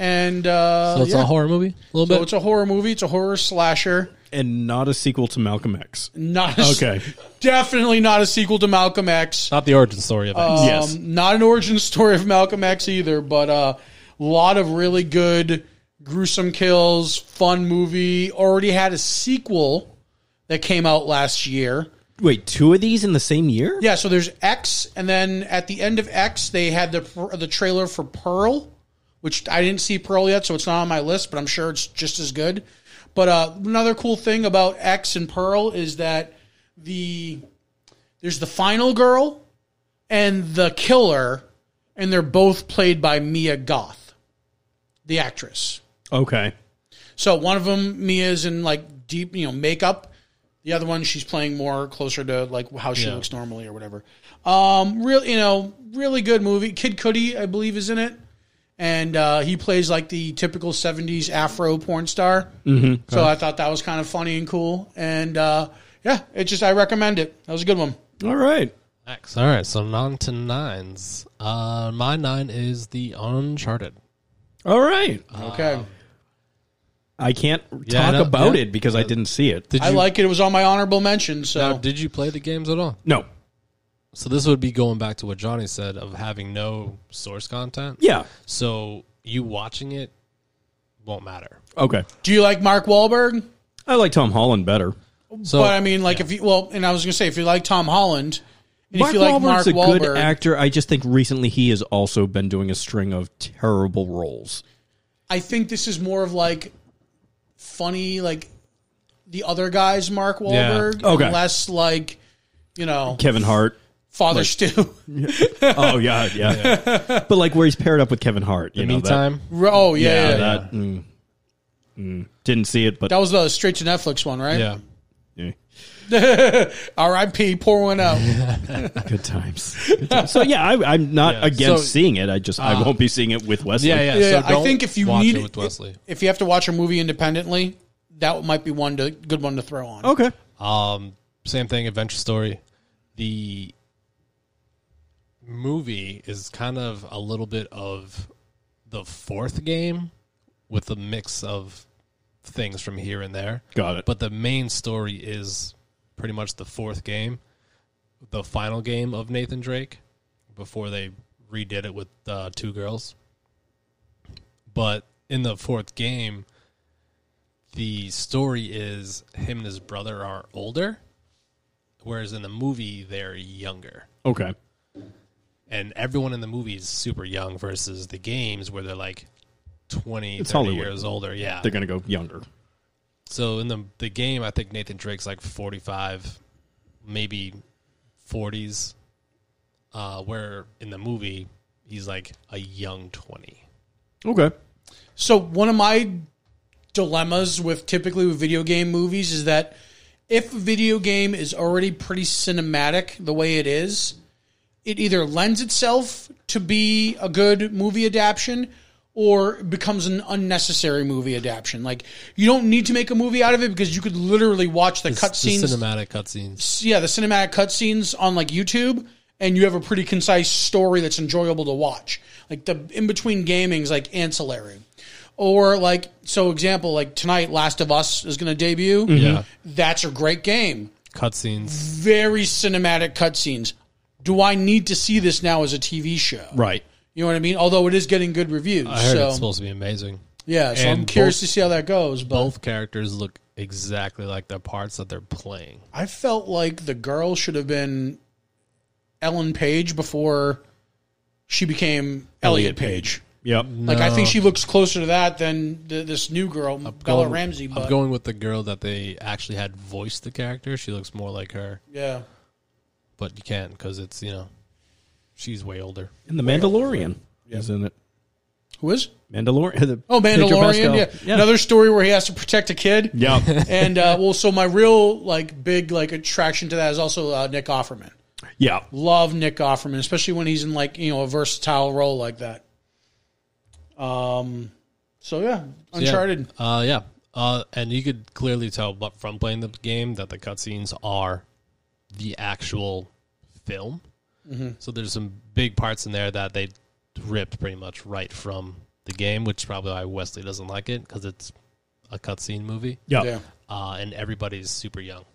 Speaker 4: and uh,
Speaker 5: So it's
Speaker 4: yeah.
Speaker 5: a horror movie, a little
Speaker 4: so
Speaker 5: bit.
Speaker 4: it's a horror movie. It's a horror slasher.
Speaker 3: And not a sequel to Malcolm X.
Speaker 4: Not a,
Speaker 3: Okay.
Speaker 4: definitely not a sequel to Malcolm X.
Speaker 5: Not the origin story of it.
Speaker 3: yes.
Speaker 4: Um, not an origin story of Malcolm X either, but a uh, lot of really good, gruesome kills, fun movie. Already had a sequel that came out last year.
Speaker 3: Wait, two of these in the same year?
Speaker 4: Yeah, so there's X, and then at the end of X, they had the the trailer for Pearl, which I didn't see Pearl yet, so it's not on my list, but I'm sure it's just as good. But uh, another cool thing about X and Pearl is that the there's the final girl and the killer, and they're both played by Mia Goth, the actress.
Speaker 3: Okay.
Speaker 4: So one of them, Mia's in like deep, you know, makeup. The other one, she's playing more closer to like how she
Speaker 5: Yeah.
Speaker 4: looks normally or whatever. Um, real, you know, really good movie. Kid Cudi, I believe, is in it, and uh, he plays like the typical '70s Afro porn star. Mm-hmm. So I thought that was kind of funny and cool, and uh, yeah, it just I recommend it. That was a good one.
Speaker 3: All right.
Speaker 5: Max. All right, so on to nines. Uh, my nine is the Uncharted.
Speaker 3: All right.
Speaker 4: Okay,
Speaker 3: I can't
Speaker 5: Yeah,
Speaker 3: talk
Speaker 5: I know-
Speaker 3: about
Speaker 5: yeah.
Speaker 3: it because I didn't see it.
Speaker 5: Did
Speaker 4: I like it. It was on my honorable mention. So
Speaker 5: Now, did you play the games at all?
Speaker 3: No.
Speaker 5: So this would be going back to what Johnny said of having no source content.
Speaker 3: Yeah.
Speaker 5: So you watching it won't matter.
Speaker 3: Okay.
Speaker 4: do you like Mark Wahlberg?
Speaker 3: I like Tom Holland better.
Speaker 5: So
Speaker 4: but I mean, like if you well, and I was gonna say if you like Tom Holland, and if
Speaker 3: Mark
Speaker 4: you like
Speaker 3: Wahlberg's a
Speaker 4: Mark Wahlberg,
Speaker 3: good actor. I just think recently he has also been doing a string of terrible roles.
Speaker 4: I think this is more of like funny, like the other guys, Mark Wahlberg,
Speaker 3: Okay.
Speaker 4: and less like you know
Speaker 3: Kevin Hart.
Speaker 4: Father Stew.
Speaker 3: Oh yeah, yeah. but like where he's paired up with Kevin Hart. You know, that-
Speaker 5: meantime,
Speaker 4: oh yeah, yeah, yeah.
Speaker 3: that,
Speaker 4: that,
Speaker 3: mm, mm, didn't see it, but
Speaker 4: was the straight to Netflix one, right?
Speaker 5: yeah.
Speaker 3: eh,
Speaker 4: R.I.P. Poor one out.
Speaker 3: good, times. Good times. So yeah, I, I'm not
Speaker 5: Yeah.
Speaker 3: against
Speaker 5: So-
Speaker 3: seeing it. I just I won't be seeing it with Wesley.
Speaker 5: Yeah, yeah.
Speaker 4: Yeah,
Speaker 5: so
Speaker 4: I
Speaker 5: don't
Speaker 4: think if you
Speaker 5: watch
Speaker 4: need
Speaker 5: it with Wesley,
Speaker 4: if you have to watch a movie independently, that might be one to good one to throw on.
Speaker 3: Okay.
Speaker 5: um, same thing. Adventure Story, the movie is kind of a little bit of the fourth game with a mix of things from here and there.
Speaker 3: Got it.
Speaker 5: But the main story is pretty much the fourth game, the final game of Nathan Drake before they redid it with uh, two girls. But in the fourth game, the story is him and his brother are older, whereas in the movie, they're younger.
Speaker 3: Okay.
Speaker 5: And everyone in the movie is super young versus the games where they're like 20,
Speaker 3: It's
Speaker 5: 30
Speaker 3: Hollywood.
Speaker 5: years older. Yeah.
Speaker 3: They're gonna go younger.
Speaker 5: So in the the game, I think Nathan Drake's like forty five, maybe forties. Uh, where in the movie he's like a young twenty.
Speaker 3: Okay.
Speaker 4: So one of my dilemmas with typically with video game movies is that if a video game is already pretty cinematic the way it is, it either lends itself to be a good movie adaptation or becomes an unnecessary movie adaptation. Like you don't need to make a movie out of it because you could literally watch the, cutscenes
Speaker 5: the cinematic cutscenes.
Speaker 4: yeah, the cinematic cutscenes on like YouTube, and you have a pretty concise story that's enjoyable to watch. Like the in between gaming's like ancillary, or like so example like tonight, Last of Us is going to debut.
Speaker 5: Mm-hmm. Yeah,
Speaker 4: That's a great game.
Speaker 5: cutscenes.
Speaker 4: Very cinematic cutscenes. Do I need to see this now as a TV show?
Speaker 3: Right.
Speaker 4: You know what I mean? Although it is getting good reviews.
Speaker 5: I heard
Speaker 4: so
Speaker 5: it's supposed to be amazing.
Speaker 4: yeah, so I'm
Speaker 5: and
Speaker 4: curious
Speaker 5: both-
Speaker 4: to see how that goes. But
Speaker 5: Both characters look exactly like the parts that they're playing.
Speaker 4: I felt like the girl should have been Ellen Page before she became Elliot Page.
Speaker 3: Yep.
Speaker 4: Like I think she looks closer to that than th- this new girl, Bella
Speaker 5: Going-
Speaker 4: Ramsey. But
Speaker 5: I'm going with the girl that they actually had voiced the character. She looks more like her,
Speaker 4: yeah,
Speaker 5: but you can't because it's you know she's way older.
Speaker 3: And the Mandalorian is in it.
Speaker 4: who is?
Speaker 3: Mandalorian. the
Speaker 4: Oh,
Speaker 3: Pedro
Speaker 4: Mandalorian.
Speaker 3: Pascal.
Speaker 4: Yeah. another story where he has to protect a kid.
Speaker 3: Yeah.
Speaker 4: and uh, well, so my real like big like attraction to that is also uh, Nick Offerman.
Speaker 3: yeah.
Speaker 4: Love Nick Offerman, especially when he's in like you know a versatile role like that. Um. So yeah, Uncharted.
Speaker 5: Yeah. Uh, yeah. Uh, and you could clearly tell bu- from playing the game that the cutscenes are the actual film.
Speaker 4: Mm-hmm.
Speaker 5: So there's some big parts in there that they ripped pretty much right from the game, which is probably why Wesley doesn't like it because it's a cutscene movie.
Speaker 3: Yeah.
Speaker 4: yeah.
Speaker 3: Yeah.
Speaker 5: Uh, and everybody's super young.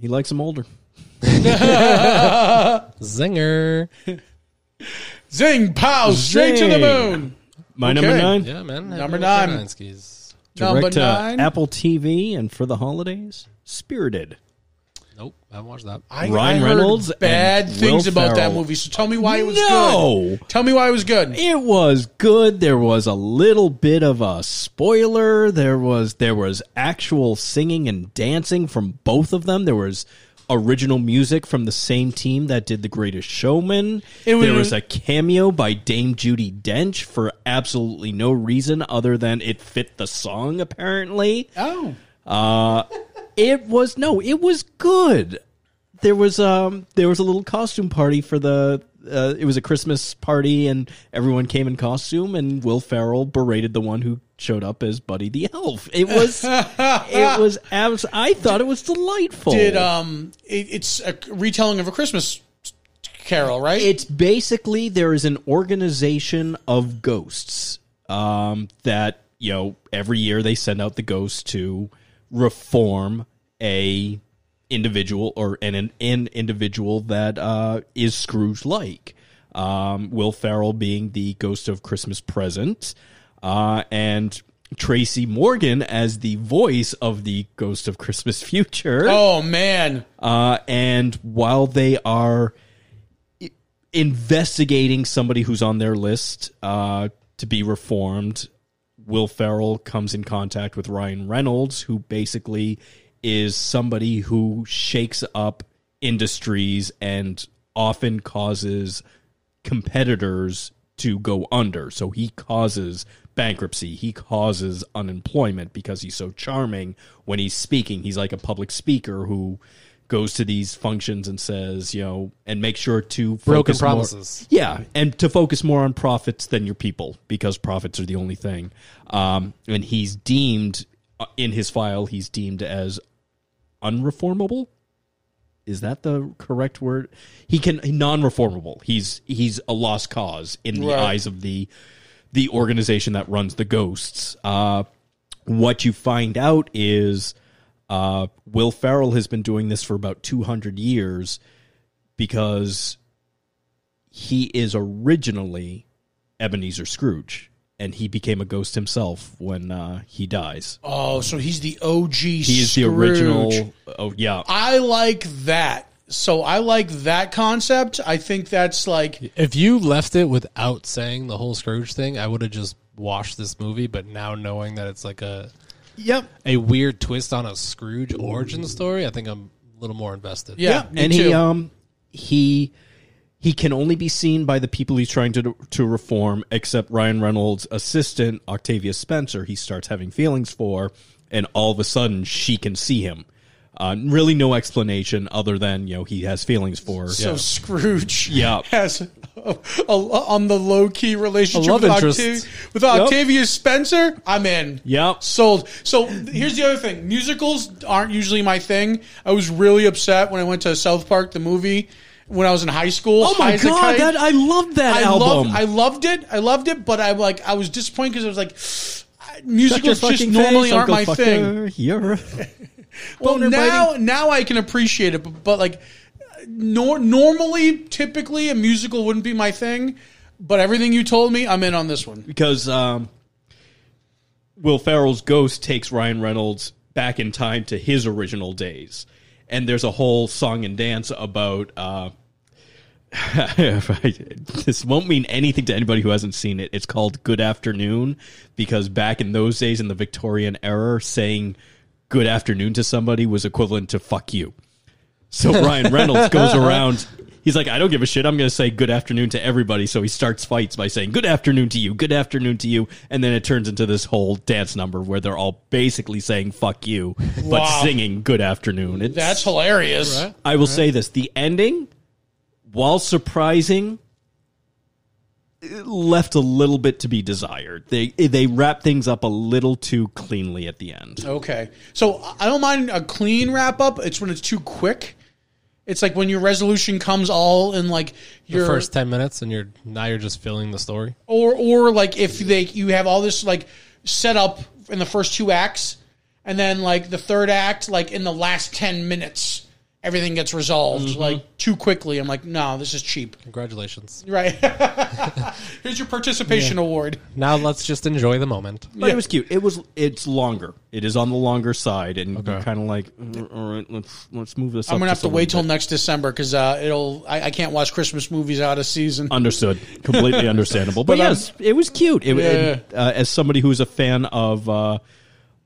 Speaker 3: He likes him older.
Speaker 5: Zinger.
Speaker 4: Zing, pow, straight to the
Speaker 3: Zing.
Speaker 4: moon.
Speaker 3: My
Speaker 4: Okay.
Speaker 3: number nine.
Speaker 5: Yeah, man.
Speaker 4: Number
Speaker 5: Everyone
Speaker 4: nine.
Speaker 5: with their Skis.
Speaker 4: Number
Speaker 3: Direct to
Speaker 4: nine.
Speaker 3: Apple TV and for the holidays, Spirited.
Speaker 5: Nope, I haven't watched that.
Speaker 4: I,
Speaker 3: Ryan
Speaker 4: I heard
Speaker 3: Reynolds and
Speaker 4: bad
Speaker 3: Will
Speaker 4: things about that
Speaker 3: Ferrell.
Speaker 4: movie. So tell me why it was
Speaker 3: No!
Speaker 4: good. Tell me why it was good.
Speaker 3: It was good. There was a little bit of a spoiler. There was there was actual singing and dancing from both of them. There was original music from the same team that did The Greatest Showman.
Speaker 4: It was-
Speaker 3: there was a cameo by Dame Judy Dench for absolutely no reason other than it fit the song apparently.
Speaker 4: Oh.
Speaker 3: It was no, it was good. There was um there was a little costume party for the uh, it was a Christmas party and everyone came in costume and Will Ferrell berated the one who showed up as Buddy the Elf. It was it was abs- I thought it was delightful.
Speaker 4: Did um it, it's a retelling of a Christmas carol, right?
Speaker 3: it's basically there is an organization of ghosts um, that you know every year they send out the ghosts to reform a individual or an an, an individual that uh, is Scrooge like. Um, Will Farrell being the ghost of Christmas Present, uh, and Tracy Morgan as the voice of the ghost of Christmas Future.
Speaker 4: oh man.
Speaker 3: Uh, and while they are i- investigating somebody who's on their list uh, to be reformed, Will Ferrell comes in contact with Ryan Reynolds, who basically is somebody who shakes up industries and often causes competitors to go under. So he causes bankruptcy, he causes unemployment because he's so charming when he's speaking. He's like a public speaker who goes to these functions and says, you know, and make sure to
Speaker 5: Broken
Speaker 3: focus more-
Speaker 5: promises.
Speaker 3: yeah, and to focus more on profits than your people because profits are the only thing. Um, and he's deemed uh, in his file, he's deemed as unreformable. Is that the correct word? He can non-reformable. He's he's a lost cause in the
Speaker 4: Right.
Speaker 3: eyes of the the organization that runs the ghosts. Uh, what you find out is uh, Will Farrell has been doing this for about 200 years because he is originally Ebenezer Scrooge, and he became a ghost himself when uh, he dies.
Speaker 4: Oh, so he's the OG.
Speaker 3: he is the original. Oh yeah,
Speaker 4: I like that. So I like that concept. I think that's like
Speaker 5: If you left it without saying the whole Scrooge thing, I would have just watched this movie. But now knowing that it's like a
Speaker 3: yep.
Speaker 5: a weird twist on a Scrooge origin story, I think I'm a little more invested.
Speaker 4: yeah, me
Speaker 3: and
Speaker 4: too.
Speaker 3: he um he he can only be seen by the people he's trying to to reform except Ryan Reynolds' assistant Octavia Spencer he starts having feelings for and all of a sudden she can see him uh, really no explanation other than you know he has feelings for her
Speaker 4: So Scrooge
Speaker 3: Yeah.
Speaker 4: has a, a- on the low key relationship
Speaker 5: A love
Speaker 4: with,
Speaker 5: interest.
Speaker 4: Octavia, with Octavia Spencer. I'm in.
Speaker 3: Yep.
Speaker 4: Sold. So here's the other thing musicals aren't usually my thing. I was really upset when I went to South Park, the movie, when I was in high school.
Speaker 3: oh my
Speaker 4: High as a
Speaker 3: god
Speaker 4: Kite.
Speaker 3: that I love that
Speaker 4: I
Speaker 3: album
Speaker 4: loved, I loved it. I loved it, but I like I was disappointed because I was like, I- musicals just
Speaker 3: fucking
Speaker 4: normally
Speaker 3: face,
Speaker 4: aren't my
Speaker 3: Uncle
Speaker 4: thing.
Speaker 3: Fucker. You're a-
Speaker 4: Well,
Speaker 3: boner
Speaker 4: now now I can appreciate it, but, but like, nor, normally, typically, a musical wouldn't be my thing. But everything you told me, I'm in on this one.
Speaker 3: because um, Will Ferrell's ghost takes Ryan Reynolds back in time to his original days, and there's a whole song and dance about. Uh, this won't mean anything to anybody who hasn't seen it. It's called "Good Afternoon" because back in those days, in the Victorian era, saying "Good afternoon" to somebody was equivalent to "fuck you." So Ryan Reynolds goes around. He's like, I don't give a shit. I'm going to say good afternoon to everybody. So he starts fights by saying good afternoon to you, good afternoon to you, and then it turns into this whole dance number where they're all basically saying fuck you, but
Speaker 4: Wow.
Speaker 3: singing good afternoon. It's,
Speaker 4: That's hilarious.
Speaker 3: I will say this: the ending, while surprising, it left a little bit to be desired. They they wrap things up a little too cleanly at the end.
Speaker 4: Okay, so I don't mind a clean wrap up. It's when it's too quick. It's like when your resolution comes all in like
Speaker 5: The
Speaker 4: your
Speaker 5: first ten minutes, and you're now you're just filling the story.
Speaker 4: or or like if they you have all this like set up in the first two acts and then like the third act like in the last 10 minutes everything gets resolved like too quickly. I'm like, no, this is cheap.
Speaker 5: Congratulations.
Speaker 4: Right. Here's your participation award.
Speaker 5: Now let's just enjoy the moment.
Speaker 3: But it was cute. It was. It's longer. It is on the longer side, and you're kind of like, "Mm, all right, let's let's move this.
Speaker 4: I'm
Speaker 3: up
Speaker 4: gonna
Speaker 3: just
Speaker 4: have
Speaker 3: a
Speaker 4: to wait
Speaker 3: little
Speaker 4: till next December because uh, it'll. I, I can't watch Christmas movies out of season.
Speaker 3: bit." understood, completely understandable. But,
Speaker 4: But I'm-
Speaker 3: yes, it was cute. It, it-
Speaker 4: Yeah.
Speaker 3: uh, as somebody who's a fan of uh,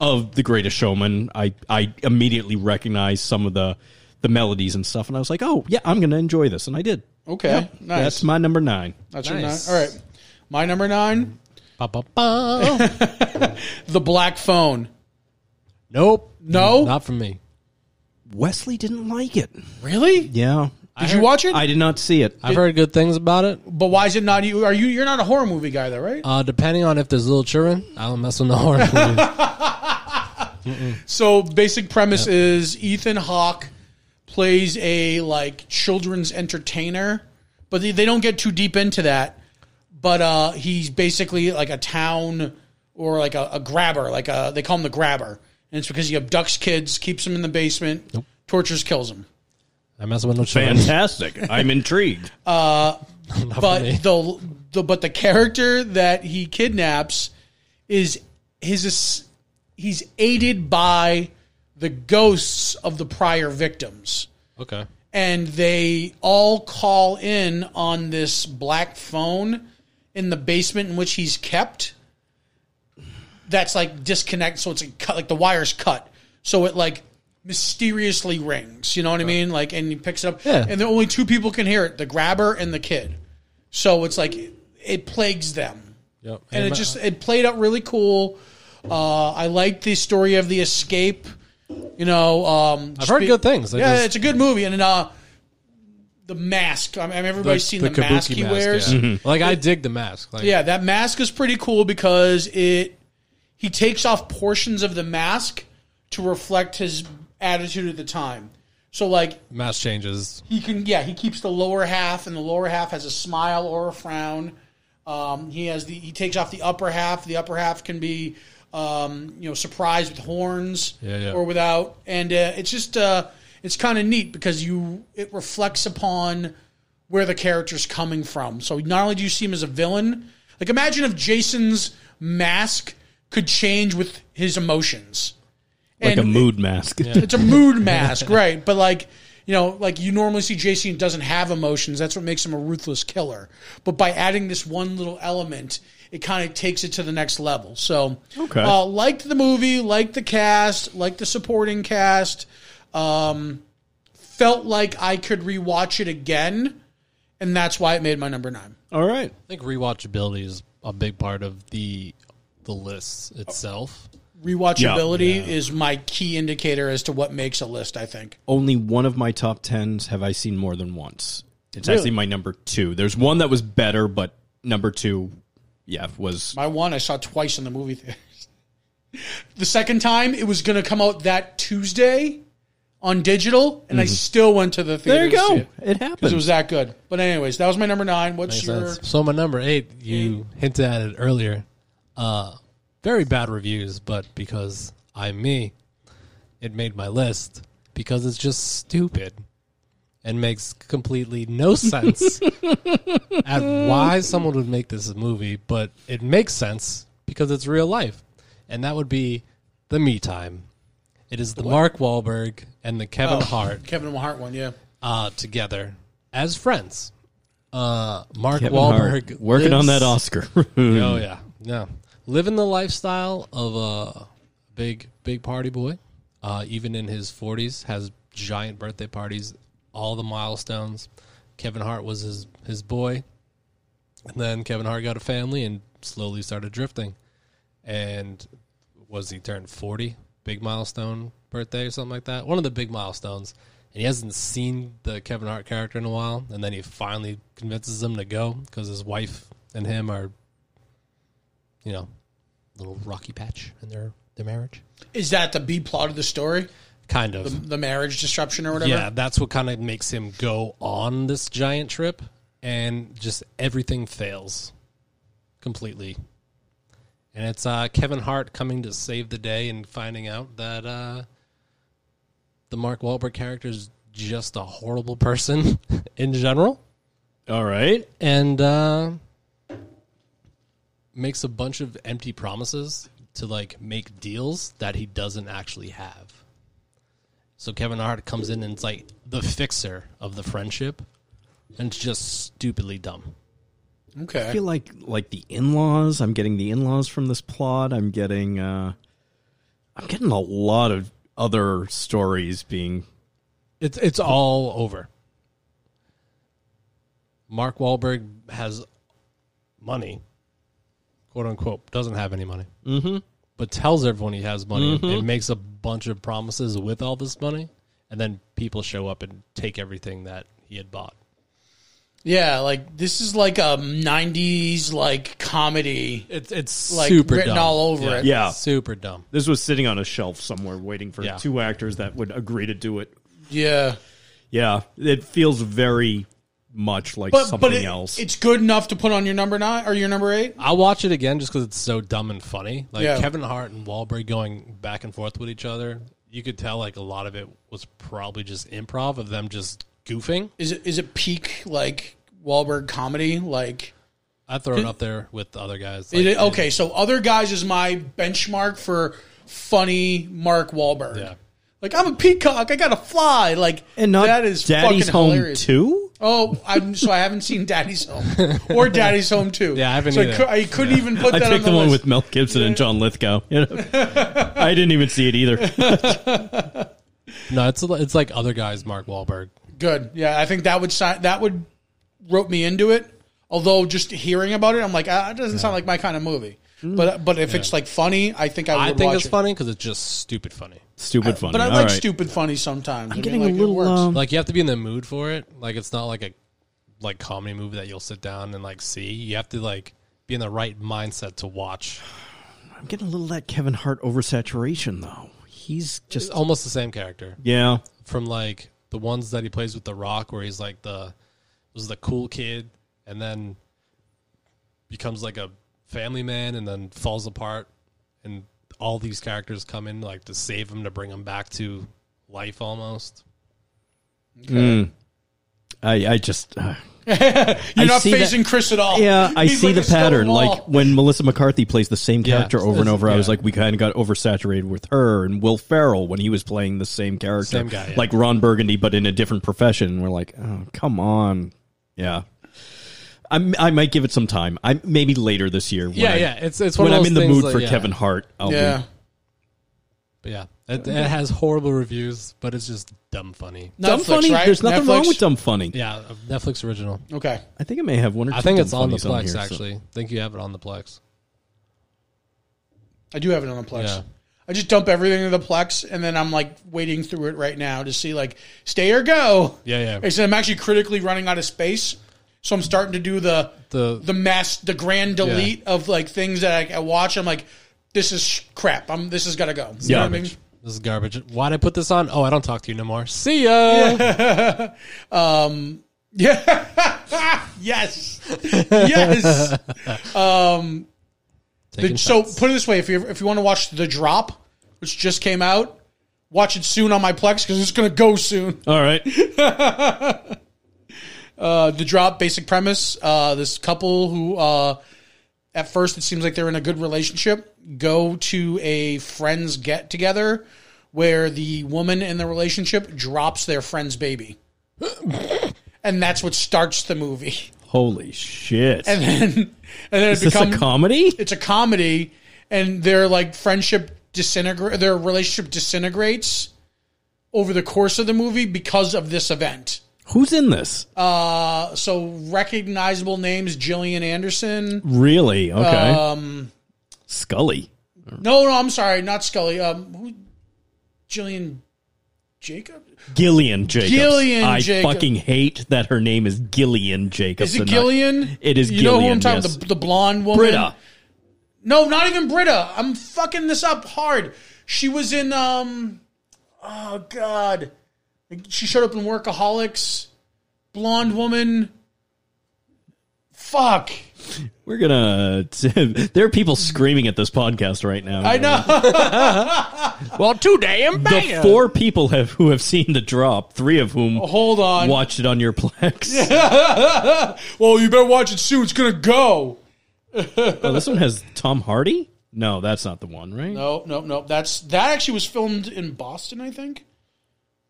Speaker 3: of The Greatest Showman, I I immediately recognized some of the the melodies and stuff, and I was like, oh yeah, I'm gonna enjoy this, and I did.
Speaker 4: Okay, nice.
Speaker 3: That's my number nine.
Speaker 4: That's your
Speaker 5: Nice.
Speaker 4: nine. All right, my number nine,
Speaker 5: Ba, ba, ba.
Speaker 4: The Black Phone.
Speaker 5: nope.
Speaker 4: No?
Speaker 5: Not from me.
Speaker 3: Wesley didn't like it.
Speaker 4: Really?
Speaker 3: Yeah,
Speaker 4: Did you watch it?
Speaker 3: I did not see it.
Speaker 5: I've heard good things about it.
Speaker 4: but why is it not you? Are you? You're not a horror movie guy, though, right?
Speaker 5: Uh, depending on if there's little children, I don't mess with the horror movie.
Speaker 4: So basic premise is Ethan Hawke plays a like children's entertainer, but they, they don't get too deep into that. But uh, he's basically like a town or like a, a grabber, like a, they call him the grabber, and it's because he abducts kids, keeps them in the basement, tortures, kills them.
Speaker 5: I mess with no children.
Speaker 3: Fantastic. I'm intrigued.
Speaker 4: But the, the but the character that he kidnaps is his ass- he's aided by the ghosts of the prior victims.
Speaker 5: Okay.
Speaker 4: and they all call in on this black phone in the basement in which he's kept. That's like disconnect, so it's like, cut, like the wires cut, so it like mysteriously rings. You know what I mean? Like, and he picks it up,
Speaker 5: Yeah.
Speaker 4: and the only two people can hear it: the grabber and the kid. So it's like it plagues them,
Speaker 5: Yep.
Speaker 4: and it just it played out really cool. Uh, I liked the story of the escape. You know, um,
Speaker 5: I've heard
Speaker 4: spe-
Speaker 5: good things. I
Speaker 4: yeah,
Speaker 5: just-
Speaker 4: it's a good movie, and uh, the mask. I mean, everybody's seen the, mask he wears. Mm-hmm.
Speaker 5: yeah. Like I dig the mask. Like,
Speaker 4: Yeah, that mask is pretty cool because it he takes off portions of the mask to reflect his attitude at the time. So like
Speaker 5: mask changes.
Speaker 4: he can yeah he keeps the lower half and the lower half has a smile or a frown um, he has the he takes off the upper half the upper half can be um, you know surprised with horns
Speaker 5: Yeah, yeah.
Speaker 4: or without and uh, it's just uh, it's kind of neat because you it reflects upon where the character's coming from so not only do you see him as a villain like imagine if jason's mask could change with his emotions
Speaker 3: Like a mood mask.
Speaker 4: it's a mood mask, right? But like, you know, like you normally see Jason doesn't have emotions. That's what makes him a ruthless killer. But by adding this one little element, it kind of takes it to the next level. So,
Speaker 3: Okay.
Speaker 4: uh, liked the movie, liked the cast, liked the supporting cast. Um, felt like I could rewatch it again, and that's why it made my number nine.
Speaker 3: All right.
Speaker 5: I think rewatchability is a big part of the the list itself.
Speaker 4: Rewatchability is my key indicator as to what makes a list. I think.
Speaker 3: Only one of my top tens have I seen more than once. It's actually my number two. There's one that was better, but number two, yeah, was
Speaker 4: My one I saw twice in the movie theaters. The second time it was going to come out that Tuesday on digital, and I still went to the theater.
Speaker 3: Mm-hmm. there. You go.
Speaker 4: to see it
Speaker 3: Oh, It,
Speaker 4: 'cause
Speaker 3: happens.
Speaker 4: it was that good. But anyways, that was my number nine. What's
Speaker 5: Makes
Speaker 4: your?
Speaker 5: sense. So my number eight, you hinted at it earlier. Uh, very bad reviews, but because I'm me, it made my list because it's just stupid and makes completely no sense at why someone would make this a movie, but it makes sense because it's real life, and that would be the me time. It is the Mark Wahlberg and the Kevin Hart
Speaker 4: Kevin Hart one, yeah.
Speaker 5: uh, together as friends. Uh, Mark
Speaker 3: Kevin
Speaker 5: Wahlberg
Speaker 3: Hart working on
Speaker 5: lives-
Speaker 3: that Oscar.
Speaker 5: Oh yeah, yeah. Living the lifestyle of a big big party boy, uh, even in his forties, has giant birthday parties, all the milestones. Kevin Hart was his his boy, and then Kevin Hart got a family and slowly started drifting. And was he turned forty? Big milestone birthday or something like that. One of the big milestones. And he hasn't seen the Kevin Hart character in a while, and then he finally convinces him to go because his wife and him are you know, little rocky patch in their their marriage.
Speaker 4: Is that the B plot of the story,
Speaker 5: Kind of.
Speaker 4: the marriage disruption or whatever?
Speaker 5: yeah, that's what kind of makes him go on this giant trip and just everything fails completely. And it's uh, Kevin Hart coming to save the day and finding out that uh, the Mark Wahlberg character is just a horrible person in general
Speaker 3: All right.
Speaker 5: and uh, makes a bunch of empty promises to like make deals that he doesn't actually have. So Kevin Hart comes in and it's like the fixer of the friendship, and it's just stupidly dumb.
Speaker 3: I
Speaker 4: Okay.
Speaker 3: feel like like the in-laws. I'm getting the in-laws from this plot. I'm getting uh I'm getting a lot of other stories being
Speaker 5: It's it's all over. Mark Wahlberg has money, quote unquote, doesn't have any money, mm-hmm. but tells everyone he has money and makes a bunch of promises with all this money, and then people show up and take everything that he had bought.
Speaker 4: Yeah, like this is like a '90s like comedy.
Speaker 5: It's it's
Speaker 4: Like,
Speaker 5: super
Speaker 4: written
Speaker 5: dumb.
Speaker 4: all over it.
Speaker 3: Yeah.
Speaker 5: super dumb.
Speaker 3: This was sitting on a shelf somewhere waiting for
Speaker 5: Yeah.
Speaker 3: two actors that would agree to do it.
Speaker 4: Yeah,
Speaker 3: Yeah, it feels very much like
Speaker 4: but
Speaker 3: something
Speaker 4: but it-
Speaker 3: else.
Speaker 4: it's good enough to put on your number nine or your number eight.
Speaker 5: I'll watch it again just because it's so dumb and funny. Like
Speaker 4: Yeah.
Speaker 5: Kevin Hart and Wahlberg going back and forth with each other. You could tell like a lot of it was probably just improv of them just goofing.
Speaker 4: Is it is it peak like Wahlberg comedy? Like
Speaker 5: I throw it up there with the other guys.
Speaker 4: it,
Speaker 5: Like,
Speaker 4: okay, so other guys is my benchmark for funny Mark Wahlberg.
Speaker 5: Yeah.
Speaker 4: Like I'm a peacock, I gotta fly. Like
Speaker 3: and not
Speaker 4: that is
Speaker 3: Daddy's
Speaker 4: fucking
Speaker 3: Home
Speaker 4: hilarious.
Speaker 3: too.
Speaker 4: Oh, I'm so I haven't seen Daddy's Home or Daddy's Home too.
Speaker 5: Yeah, I haven't
Speaker 4: So
Speaker 5: either.
Speaker 4: I, cou- I couldn't even put
Speaker 3: I
Speaker 4: that on
Speaker 3: picked
Speaker 4: the,
Speaker 3: the one
Speaker 4: list.
Speaker 3: with Mel Gibson and John Lithgow. You know? I didn't even see it either.
Speaker 5: No, it's a- it's like other guys. Mark Wahlberg.
Speaker 4: Good. Yeah, I think that would si- that would rope me into it. Although just hearing about it, I'm like, ah, it doesn't sound like my kind of movie. But but if it's like funny, I think I would
Speaker 5: I think
Speaker 4: watch
Speaker 5: it's
Speaker 4: it.
Speaker 5: funny because it's just stupid funny.
Speaker 3: Stupid funny.
Speaker 4: But I
Speaker 3: All
Speaker 4: like
Speaker 3: right.
Speaker 4: stupid funny sometimes. I mean,
Speaker 3: Getting
Speaker 4: like,
Speaker 3: a
Speaker 4: it
Speaker 3: little.
Speaker 4: works.
Speaker 3: Um,
Speaker 5: Like you have to be in the mood for it. Like it's not like a like comedy movie that you'll sit down and like see. You have to like be in the right mindset to watch.
Speaker 3: I'm getting a little of that Kevin Hart oversaturation though. He's
Speaker 5: It's
Speaker 3: just
Speaker 5: almost the same character.
Speaker 3: yeah.
Speaker 5: from like the ones that he plays with The Rock, where he's like the was the cool kid, and then becomes like a family man, and then falls apart, and all these characters come in like to save him to bring him back to life almost.
Speaker 3: I I just. Uh,
Speaker 4: You're
Speaker 3: I
Speaker 4: not
Speaker 3: see that-
Speaker 4: facing Chris at all.
Speaker 3: Yeah, I
Speaker 4: He's
Speaker 3: see
Speaker 4: like a
Speaker 3: the
Speaker 4: stone
Speaker 3: pattern.
Speaker 4: wall.
Speaker 3: Like when Melissa McCarthy plays the same
Speaker 5: Yeah.
Speaker 3: character over and
Speaker 5: It's-
Speaker 3: over, I was
Speaker 5: yeah.
Speaker 3: like, we kind of got oversaturated with her and Will Ferrell when he was playing the same character,
Speaker 5: Same guy, yeah.
Speaker 3: like Ron Burgundy, but in a different profession. And we're like, oh, come on, yeah. I'm, I might give it some time. I maybe later this year. When
Speaker 5: Yeah,
Speaker 3: I,
Speaker 5: yeah, it's it's one
Speaker 3: When
Speaker 5: of
Speaker 3: I'm
Speaker 5: those
Speaker 3: in the
Speaker 5: things
Speaker 3: mood
Speaker 5: that-
Speaker 3: for
Speaker 5: yeah.
Speaker 3: Kevin Hart, I'll
Speaker 4: yeah.
Speaker 3: be,
Speaker 5: But yeah, it, it has horrible reviews, but it's just dumb funny.
Speaker 4: Netflix,
Speaker 3: dumb funny.
Speaker 4: right?
Speaker 3: There's nothing
Speaker 4: Netflix?
Speaker 3: wrong with dumb funny.
Speaker 5: Yeah, a Netflix original.
Speaker 4: Okay.
Speaker 3: I think I may have one or two.
Speaker 5: I think
Speaker 3: dumb
Speaker 5: it's on the
Speaker 3: funnies
Speaker 5: Plex
Speaker 3: here, so-
Speaker 5: actually. I think you have it on the Plex.
Speaker 4: I do have it on the Plex.
Speaker 5: Yeah.
Speaker 4: I just dump everything in the Plex, and then I'm like wading through it right now to see like stay or go.
Speaker 5: Yeah, yeah.
Speaker 4: Except I'm actually critically running out of space, so I'm starting to do the
Speaker 5: The-
Speaker 4: the mass the grand delete of like things that I, I watch. I'm like, this is crap. I'm this has got to go. You know what I mean?
Speaker 3: Garbage.
Speaker 5: This is garbage. Why'd I put this on? Oh, I don't talk to you no more. See ya.
Speaker 4: Yeah. yes. Yes. Um,
Speaker 5: Taking
Speaker 4: so
Speaker 5: shots.
Speaker 4: put it this way: if you if you want to watch The Drop, which just came out, watch it soon on my Plex because it's going to go soon.
Speaker 3: All right.
Speaker 4: Uh, the drop basic premise uh, this couple who uh, at first it seems like they're in a good relationship go to a friends get together where the woman in the relationship drops their friend's baby and that's what starts the movie
Speaker 3: Holy shit!
Speaker 4: and then and then it
Speaker 3: Is this a
Speaker 4: becomes
Speaker 3: comedy?
Speaker 4: it's a comedy and their like friendship disintegrate their relationship disintegrates over the course of the movie because of this event Uh,
Speaker 3: Who's in this?
Speaker 4: so recognizable names Gillian Anderson.
Speaker 3: Really? Okay.
Speaker 4: Um,
Speaker 3: Scully.
Speaker 4: No, no, I'm sorry, not Scully. Um, who? Gillian Jacob?
Speaker 3: Gillian Jacobs.
Speaker 4: Gillian
Speaker 3: I
Speaker 4: Jacob-
Speaker 3: fucking hate that her name is Gillian Jacobs.
Speaker 4: Is it
Speaker 3: and
Speaker 4: Gillian?
Speaker 3: It is
Speaker 4: You know who
Speaker 3: Gillian,
Speaker 4: I'm talking
Speaker 3: yes.
Speaker 4: the, the blonde woman.
Speaker 3: Not Britta.
Speaker 4: No, not even Britta. I'm fucking this up hard. She was in um. Oh God, she showed up in Workaholics. Blonde woman. Fuck.
Speaker 3: We're gonna. there are people screaming at this podcast right now.
Speaker 4: I know.
Speaker 5: Well, too damn
Speaker 3: The four people have who have seen the drop, three of whom
Speaker 4: Oh, Hold on.
Speaker 3: watched it on your Plex.
Speaker 4: Well, you better watch it soon. It's gonna go.
Speaker 3: Oh, this one has Tom Hardy. No, that's not the one, right?
Speaker 4: No, no, no. That's that actually was filmed in Boston, I think.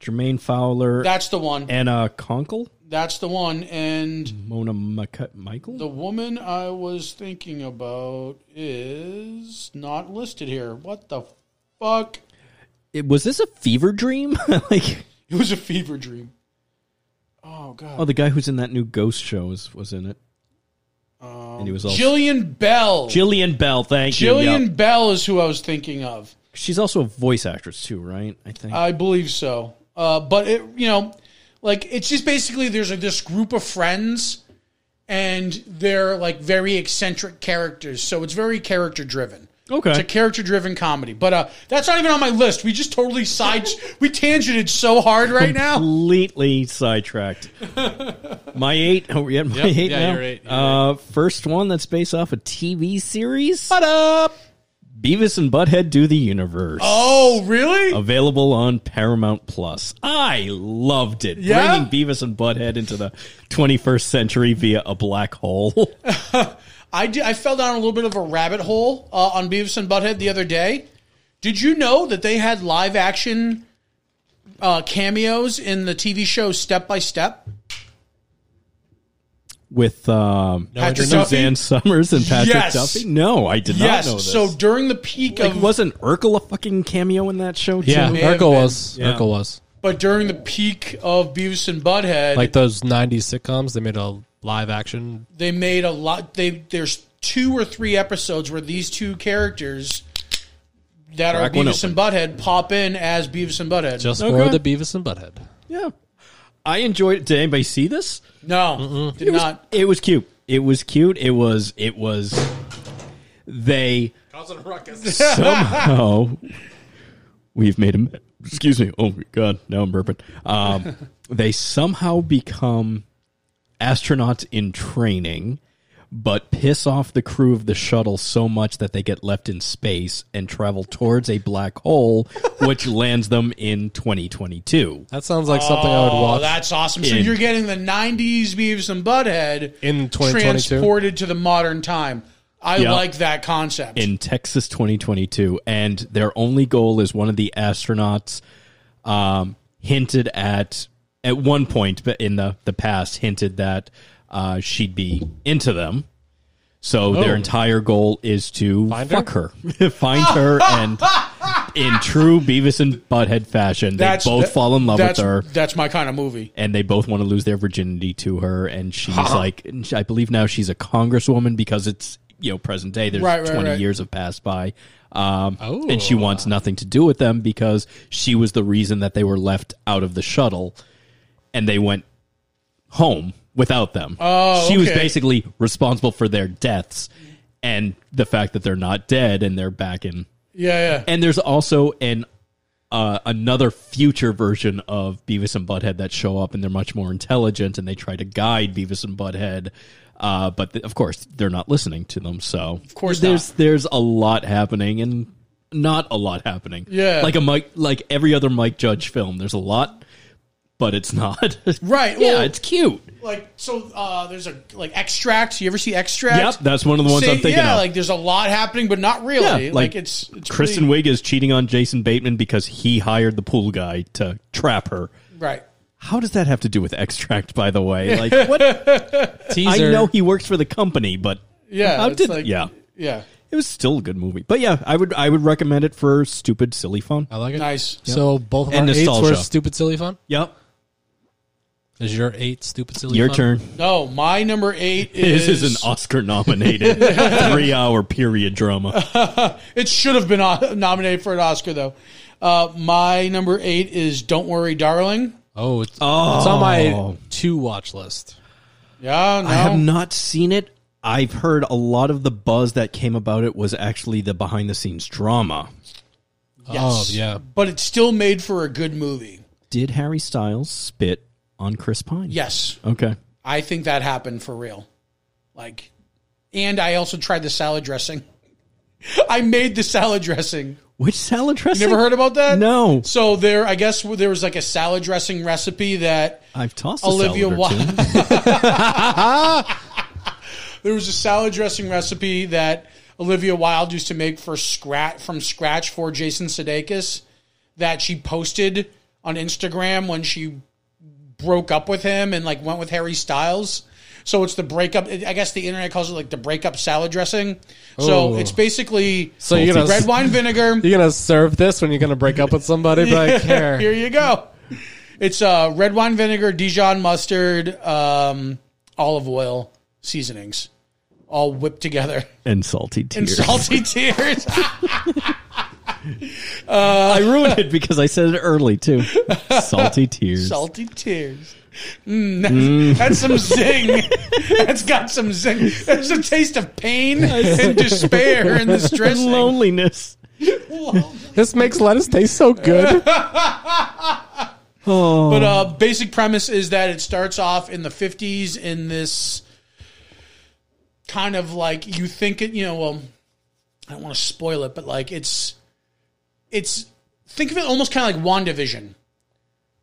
Speaker 3: Jermaine Fowler,
Speaker 4: That's the one.
Speaker 3: Anna Conkle,
Speaker 4: That's the one. And
Speaker 3: Mona Mac- Michael.
Speaker 4: The woman I was thinking about is not listed here. What the fuck?
Speaker 3: It- was this a fever dream? like,
Speaker 4: It was a fever dream. Oh
Speaker 3: oh,
Speaker 4: god.
Speaker 3: the guy who's in that new Ghost show was, was in it, and he was also
Speaker 4: Um, Jillian Bell.
Speaker 3: Jillian Bell. Thank you.
Speaker 4: Jillian
Speaker 3: yeah.
Speaker 4: Bell is who I was thinking of.
Speaker 3: She's also a voice actress too, right? I think.
Speaker 4: I believe so. Uh, but it, you know, like it's just basically there's a, this group of friends, and they're like very eccentric characters. So it's very character driven.
Speaker 3: okay.
Speaker 4: It's a character driven comedy. But uh, that's not even on my list. We just totally side we tangented so hard right now.
Speaker 3: completely sidetracked. my eight. Are we at my
Speaker 5: Yep,
Speaker 3: eight
Speaker 5: yeah,
Speaker 3: now?
Speaker 5: you're eight, you're
Speaker 3: uh, First one that's based off a TV series. What up? Beavis and Butthead do the universe.
Speaker 4: Oh, really?
Speaker 3: Available on Paramount Plus. I loved it.
Speaker 4: Yeah?
Speaker 3: Bringing Beavis and Butthead into the 21st century via a black hole.
Speaker 4: I did, I fell down a little bit of a rabbit hole uh, on Beavis and Butthead the other day. Did you know that they had live action uh, cameos in the TV show Step by Step?
Speaker 3: With um,
Speaker 4: Patrick
Speaker 3: Suzanne Summers and Patrick
Speaker 4: Yes.
Speaker 3: Duffy? No, I did
Speaker 4: Yes.
Speaker 3: not know this.
Speaker 4: So um, during the peak
Speaker 3: like,
Speaker 4: of
Speaker 3: wasn't Urkel a fucking cameo in that show, too?
Speaker 5: Yeah,
Speaker 4: May have
Speaker 5: Urkel
Speaker 4: been.
Speaker 5: was.
Speaker 3: Yeah.
Speaker 5: Urkel was.
Speaker 4: but during the peak of Beavis and Butthead,
Speaker 5: Like those 90s sitcoms, they made a live action.
Speaker 4: they made a lot they there's two or three episodes where these two characters that
Speaker 3: Crack
Speaker 4: are
Speaker 3: one
Speaker 4: Beavis and Butthead pop in as Beavis and Butthead.
Speaker 5: Just
Speaker 3: Okay.
Speaker 5: for the Beavis and Butthead.
Speaker 3: Yeah. I enjoyed it. Did anybody see this?
Speaker 4: no, did
Speaker 3: It was,
Speaker 4: not.
Speaker 3: it was cute. It was cute. It was it was they
Speaker 5: Causing a ruckus.
Speaker 3: somehow we've made him excuse me. Oh my god, now I'm burping. Um they somehow become astronauts in training but piss off the crew of the shuttle so much that they get left in space and travel towards a black hole which lands them in 2022.
Speaker 5: That sounds like something I would
Speaker 4: Oh,
Speaker 5: watch.
Speaker 4: that's awesome. So
Speaker 3: In-
Speaker 4: you're getting the 90s Beavis and Butthead
Speaker 5: In 2022?
Speaker 4: transported to the modern time. I
Speaker 3: Yeah.
Speaker 4: like that concept.
Speaker 3: in Texas 2022, and their only goal is one of the astronauts um, hinted at at one point, but in the the past, hinted that uh, she'd be into them. So their entire goal is to
Speaker 5: Find her?
Speaker 3: fuck her, find her, and in true Beavis and Butthead fashion, they
Speaker 4: that's
Speaker 3: both
Speaker 4: that-
Speaker 3: fall in love with
Speaker 4: that's,
Speaker 3: her
Speaker 4: That's my kind of movie.
Speaker 3: and they both want to lose their virginity to her and she's like and she- i believe now she's a congresswoman because it's you know present day there's
Speaker 4: Right, right,
Speaker 3: 20
Speaker 4: right.
Speaker 3: years have passed by um,
Speaker 5: Oh.
Speaker 3: and she wants nothing to do with them because she was the reason that they were left out of the shuttle and they went home without them
Speaker 4: Oh,
Speaker 3: she was
Speaker 4: okay.
Speaker 3: basically responsible for their deaths and the fact that they're not dead and they're back in
Speaker 4: Yeah, yeah.
Speaker 3: and there's also an uh, another future version of Beavis and Butthead that show up, and they're much more intelligent, and they try to guide Beavis and Butthead. Uh, but th- of course, they're not listening to them. So of
Speaker 4: course
Speaker 3: there's there's a lot happening, and not a lot happening.
Speaker 4: Yeah.
Speaker 3: like a Mike, like every other Mike Judge film. There's a lot, but it's not.
Speaker 4: Right.
Speaker 3: yeah,
Speaker 4: well,
Speaker 3: it's cute.
Speaker 4: like so uh there's a like extract. You ever see extract?
Speaker 3: Yep, that's one of the ones
Speaker 4: Say-
Speaker 3: I'm thinking
Speaker 4: yeah,
Speaker 3: of.
Speaker 4: like there's a lot happening, but not really.
Speaker 3: Yeah,
Speaker 4: like,
Speaker 3: like,
Speaker 4: it's, it's
Speaker 3: Kristen
Speaker 4: pretty-
Speaker 3: Wiig is cheating on Jason Bateman because he hired the pool guy to trap her.
Speaker 4: right?
Speaker 3: How does that have to do with extract? By the way, like what? I
Speaker 5: Teaser.
Speaker 3: know he works for the company, but
Speaker 4: Yeah,
Speaker 3: how
Speaker 4: it's
Speaker 3: did?
Speaker 4: like-
Speaker 3: yeah,
Speaker 4: Yeah,
Speaker 3: it was still a good movie, but yeah, I would I would recommend it for stupid silly fun.
Speaker 5: I like it.
Speaker 4: nice.
Speaker 5: So both of
Speaker 3: And
Speaker 5: our eights were
Speaker 3: nostalgia.
Speaker 5: stupid silly fun.
Speaker 3: Yep,
Speaker 5: Is your eight stupid silly?
Speaker 3: your
Speaker 5: fun?
Speaker 3: turn.
Speaker 4: No, my number eight is,
Speaker 3: This is an Oscar nominated three hour period drama.
Speaker 4: It should have been o- nominated for an Oscar though. Uh, my number eight is "Don't Worry, Darling."
Speaker 5: Oh, it's,
Speaker 3: Oh.
Speaker 5: it's on my two watch list.
Speaker 4: Yeah, no.
Speaker 3: I have not seen it. I've heard a lot of the buzz that came about it was actually the behind the scenes drama.
Speaker 5: Oh yeah.
Speaker 4: but it's still made for a good movie.
Speaker 3: Did Harry Styles spit on Chris Pine?
Speaker 4: Yes,
Speaker 3: Okay.
Speaker 4: I think that happened for real. Like, and I also tried the salad dressing. I made the salad dressing.
Speaker 3: Which salad dressing?
Speaker 4: You never heard about that?
Speaker 3: No.
Speaker 4: So there, I guess there was like a salad dressing recipe that
Speaker 3: I've tossed
Speaker 4: Olivia
Speaker 3: Olivia a salad or two.
Speaker 4: Wilde. there was a salad dressing recipe that Olivia Wilde used to make for scratch from scratch for Jason Sudeikis that she posted on Instagram when she broke up with him and like went with Harry Styles. So it's the breakup. I guess the internet calls it like the breakup salad dressing. So
Speaker 5: Oh.
Speaker 4: it's basically
Speaker 5: So you're gonna
Speaker 4: red wine vinegar.
Speaker 5: You're gonna serve this when you're gonna break up with somebody. Be like, here,
Speaker 4: Here you go. It's uh, red wine vinegar, Dijon mustard, um, olive oil, seasonings, all whipped together.
Speaker 3: and salty tears.
Speaker 4: And salty tears.
Speaker 3: I ruined it because I said it early too. Salty tears.
Speaker 4: salty tears. Mm, that's, that's some zing. that's got some zing. That's a taste of pain and despair in this dressing.
Speaker 3: Loneliness.
Speaker 5: this makes lettuce taste so good.
Speaker 4: But uh, basic premise is that it starts off in the fifties in this kind of like you think it. You know, well, I don't want to spoil it, but like it's it's think of it almost kind of like Wandavision.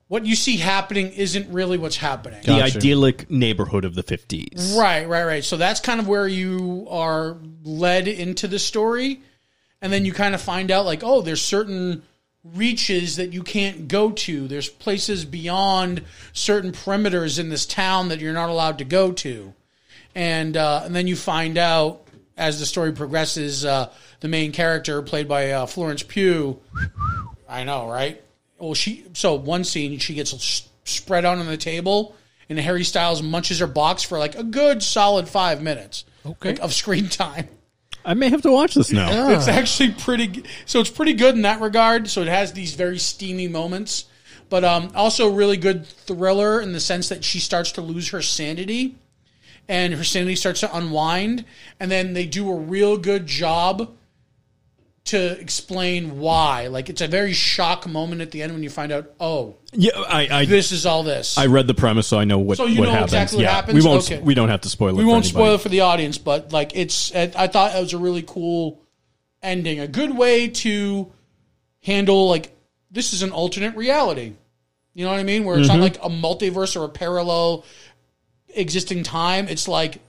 Speaker 4: What you see happening isn't really what's happening.
Speaker 3: The
Speaker 5: Gotcha.
Speaker 3: idyllic neighborhood of the fifties.
Speaker 4: Right, right, right. So that's kind of where you are led into the story. And then you kind of find out, like, oh, there's certain reaches that you can't go to. There's places beyond certain perimeters in this town that you're not allowed to go to. And, uh, and then you find out as the story progresses, uh, the main character, played by uh, Florence Pugh, I know, right? Well, she so one scene she gets s- spread out on the table, and Harry Styles munches her box for like a good solid five minutes
Speaker 5: Okay.
Speaker 4: like, of screen time.
Speaker 3: I may have to watch this now.
Speaker 4: It's actually pretty. g- So it's pretty good in that regard. So it has these very steamy moments, but um, also really good thriller in the sense that she starts to lose her sanity, and her sanity starts to unwind, and then they do a real good job to explain why. Like it's a very shock moment at the end when you find out, oh,
Speaker 3: Yeah, I, I,
Speaker 4: this is all this.
Speaker 3: I read the premise, so I know what.
Speaker 4: So you
Speaker 3: what
Speaker 4: know
Speaker 3: happens.
Speaker 4: exactly what
Speaker 3: yeah,
Speaker 4: happens?
Speaker 3: We won't.
Speaker 4: Okay.
Speaker 3: We don't have to spoil it.
Speaker 4: we
Speaker 3: for
Speaker 4: won't spoil
Speaker 3: anybody.
Speaker 4: it for the audience, but like it's, I I thought it was a really cool ending, a good way to handle like this is an alternate reality. You know what I mean? Where it's
Speaker 3: Mm-hmm.
Speaker 4: not like a multiverse or a parallel existing time. It's like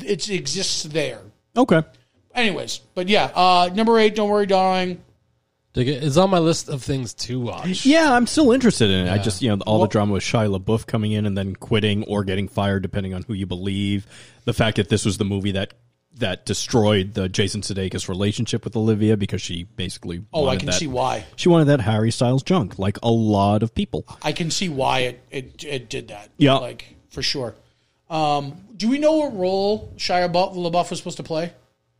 Speaker 4: th- it exists there.
Speaker 3: Okay.
Speaker 4: Anyways, but yeah, uh, number eight. Don't worry, darling.
Speaker 5: Dig it. It's on my list of things to watch.
Speaker 3: Yeah, I'm still interested in it. I just, you know, all the drama with Shia LaBeouf coming in and then quitting or getting fired, depending on who you believe. The fact that this was the movie that that destroyed the Jason Sudeikis relationship with Olivia because she basically
Speaker 4: Oh, I
Speaker 3: wanted
Speaker 4: can
Speaker 3: that-
Speaker 4: see why.
Speaker 3: she wanted that Harry Styles junk, like a lot of people.
Speaker 4: I can see why it it, it did that.
Speaker 3: Yeah.
Speaker 4: like for sure. Um, do we know what role Shia Bu- LaBeouf was supposed to play?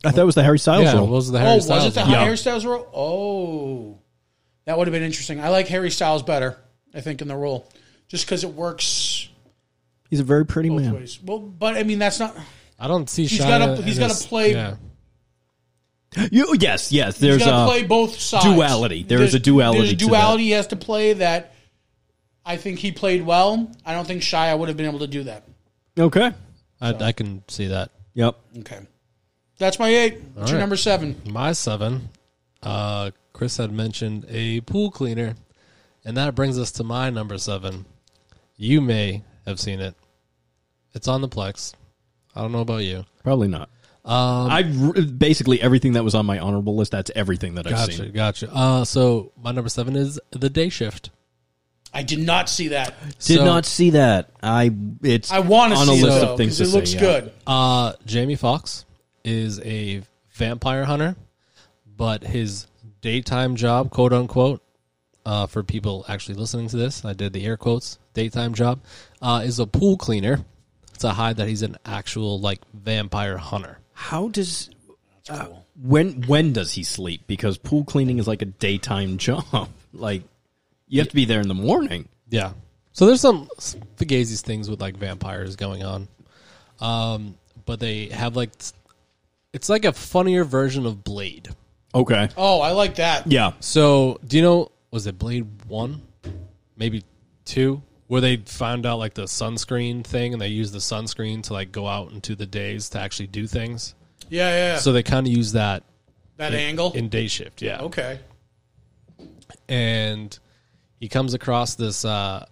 Speaker 3: I thought it was the Harry Styles
Speaker 5: Yeah,
Speaker 3: role.
Speaker 5: was the
Speaker 4: oh,
Speaker 5: Harry
Speaker 4: was
Speaker 5: Styles
Speaker 4: it the
Speaker 5: one.
Speaker 3: Yeah.
Speaker 4: Harry Styles role? Oh, that would have been interesting. I like Harry Styles better, I think, in the role, just because it works
Speaker 3: He's a very pretty
Speaker 4: both
Speaker 3: man.
Speaker 4: ways. Well, but I mean, that's not.
Speaker 5: I don't see.
Speaker 4: He's
Speaker 5: Shia
Speaker 4: gotta-
Speaker 5: in
Speaker 4: he's gotta
Speaker 5: this-
Speaker 4: play-
Speaker 5: Yeah.
Speaker 3: You, yes, yes.
Speaker 4: He's
Speaker 3: There's uh,
Speaker 4: got to
Speaker 3: a
Speaker 4: play both sides.
Speaker 3: duality. There is a duality
Speaker 4: There's a
Speaker 3: to that.
Speaker 4: duality he has to play that. I think he played well. I don't think Shia would have been able to do that.
Speaker 3: okay.
Speaker 5: I, I can see that.
Speaker 3: Yep.
Speaker 4: Okay, that's my eight. What's your
Speaker 5: right.
Speaker 4: number seven?
Speaker 5: My seven. Uh, Chris had mentioned a pool cleaner, and that brings us to my number seven. You may have seen it. It's on the Plex. I don't know about you.
Speaker 3: Probably not. Um, I basically everything that was on my honorable list. That's everything that I've
Speaker 5: Gotcha,
Speaker 3: seen.
Speaker 5: gotcha. Uh, so my number seven is the day shift.
Speaker 4: I did not see that.
Speaker 3: Did
Speaker 5: So-
Speaker 3: not see that. I it's
Speaker 4: I want to
Speaker 3: on
Speaker 4: see
Speaker 3: a list
Speaker 4: it,
Speaker 5: though,
Speaker 4: though,
Speaker 3: of things
Speaker 4: 'cause
Speaker 3: to
Speaker 4: It looks
Speaker 3: see, yeah.
Speaker 4: good.
Speaker 5: Uh, Jamie Foxx is a vampire hunter, but his daytime job, quote unquote, uh, for people actually listening to this, I did the air quotes, daytime job, uh, is a pool cleaner to hide that he's an actual like vampire hunter.
Speaker 3: How does uh, when when does he sleep? Because pool cleaning is like a daytime job. Like you have to be there in the morning.
Speaker 5: Yeah. So there's some some Fugazi's things with like vampires going on. Um, but they have like it's like a funnier version of Blade.
Speaker 3: Okay.
Speaker 4: Oh, I like that.
Speaker 3: Yeah.
Speaker 5: So, do you know? Was it Blade One, maybe two? where they found out like the sunscreen thing, and they used the sunscreen to like go out into the days to actually do things.
Speaker 4: Yeah, yeah.
Speaker 5: So they kind of use that
Speaker 4: that angle.
Speaker 5: in day shift. Yeah.
Speaker 4: okay.
Speaker 5: and he comes across this uh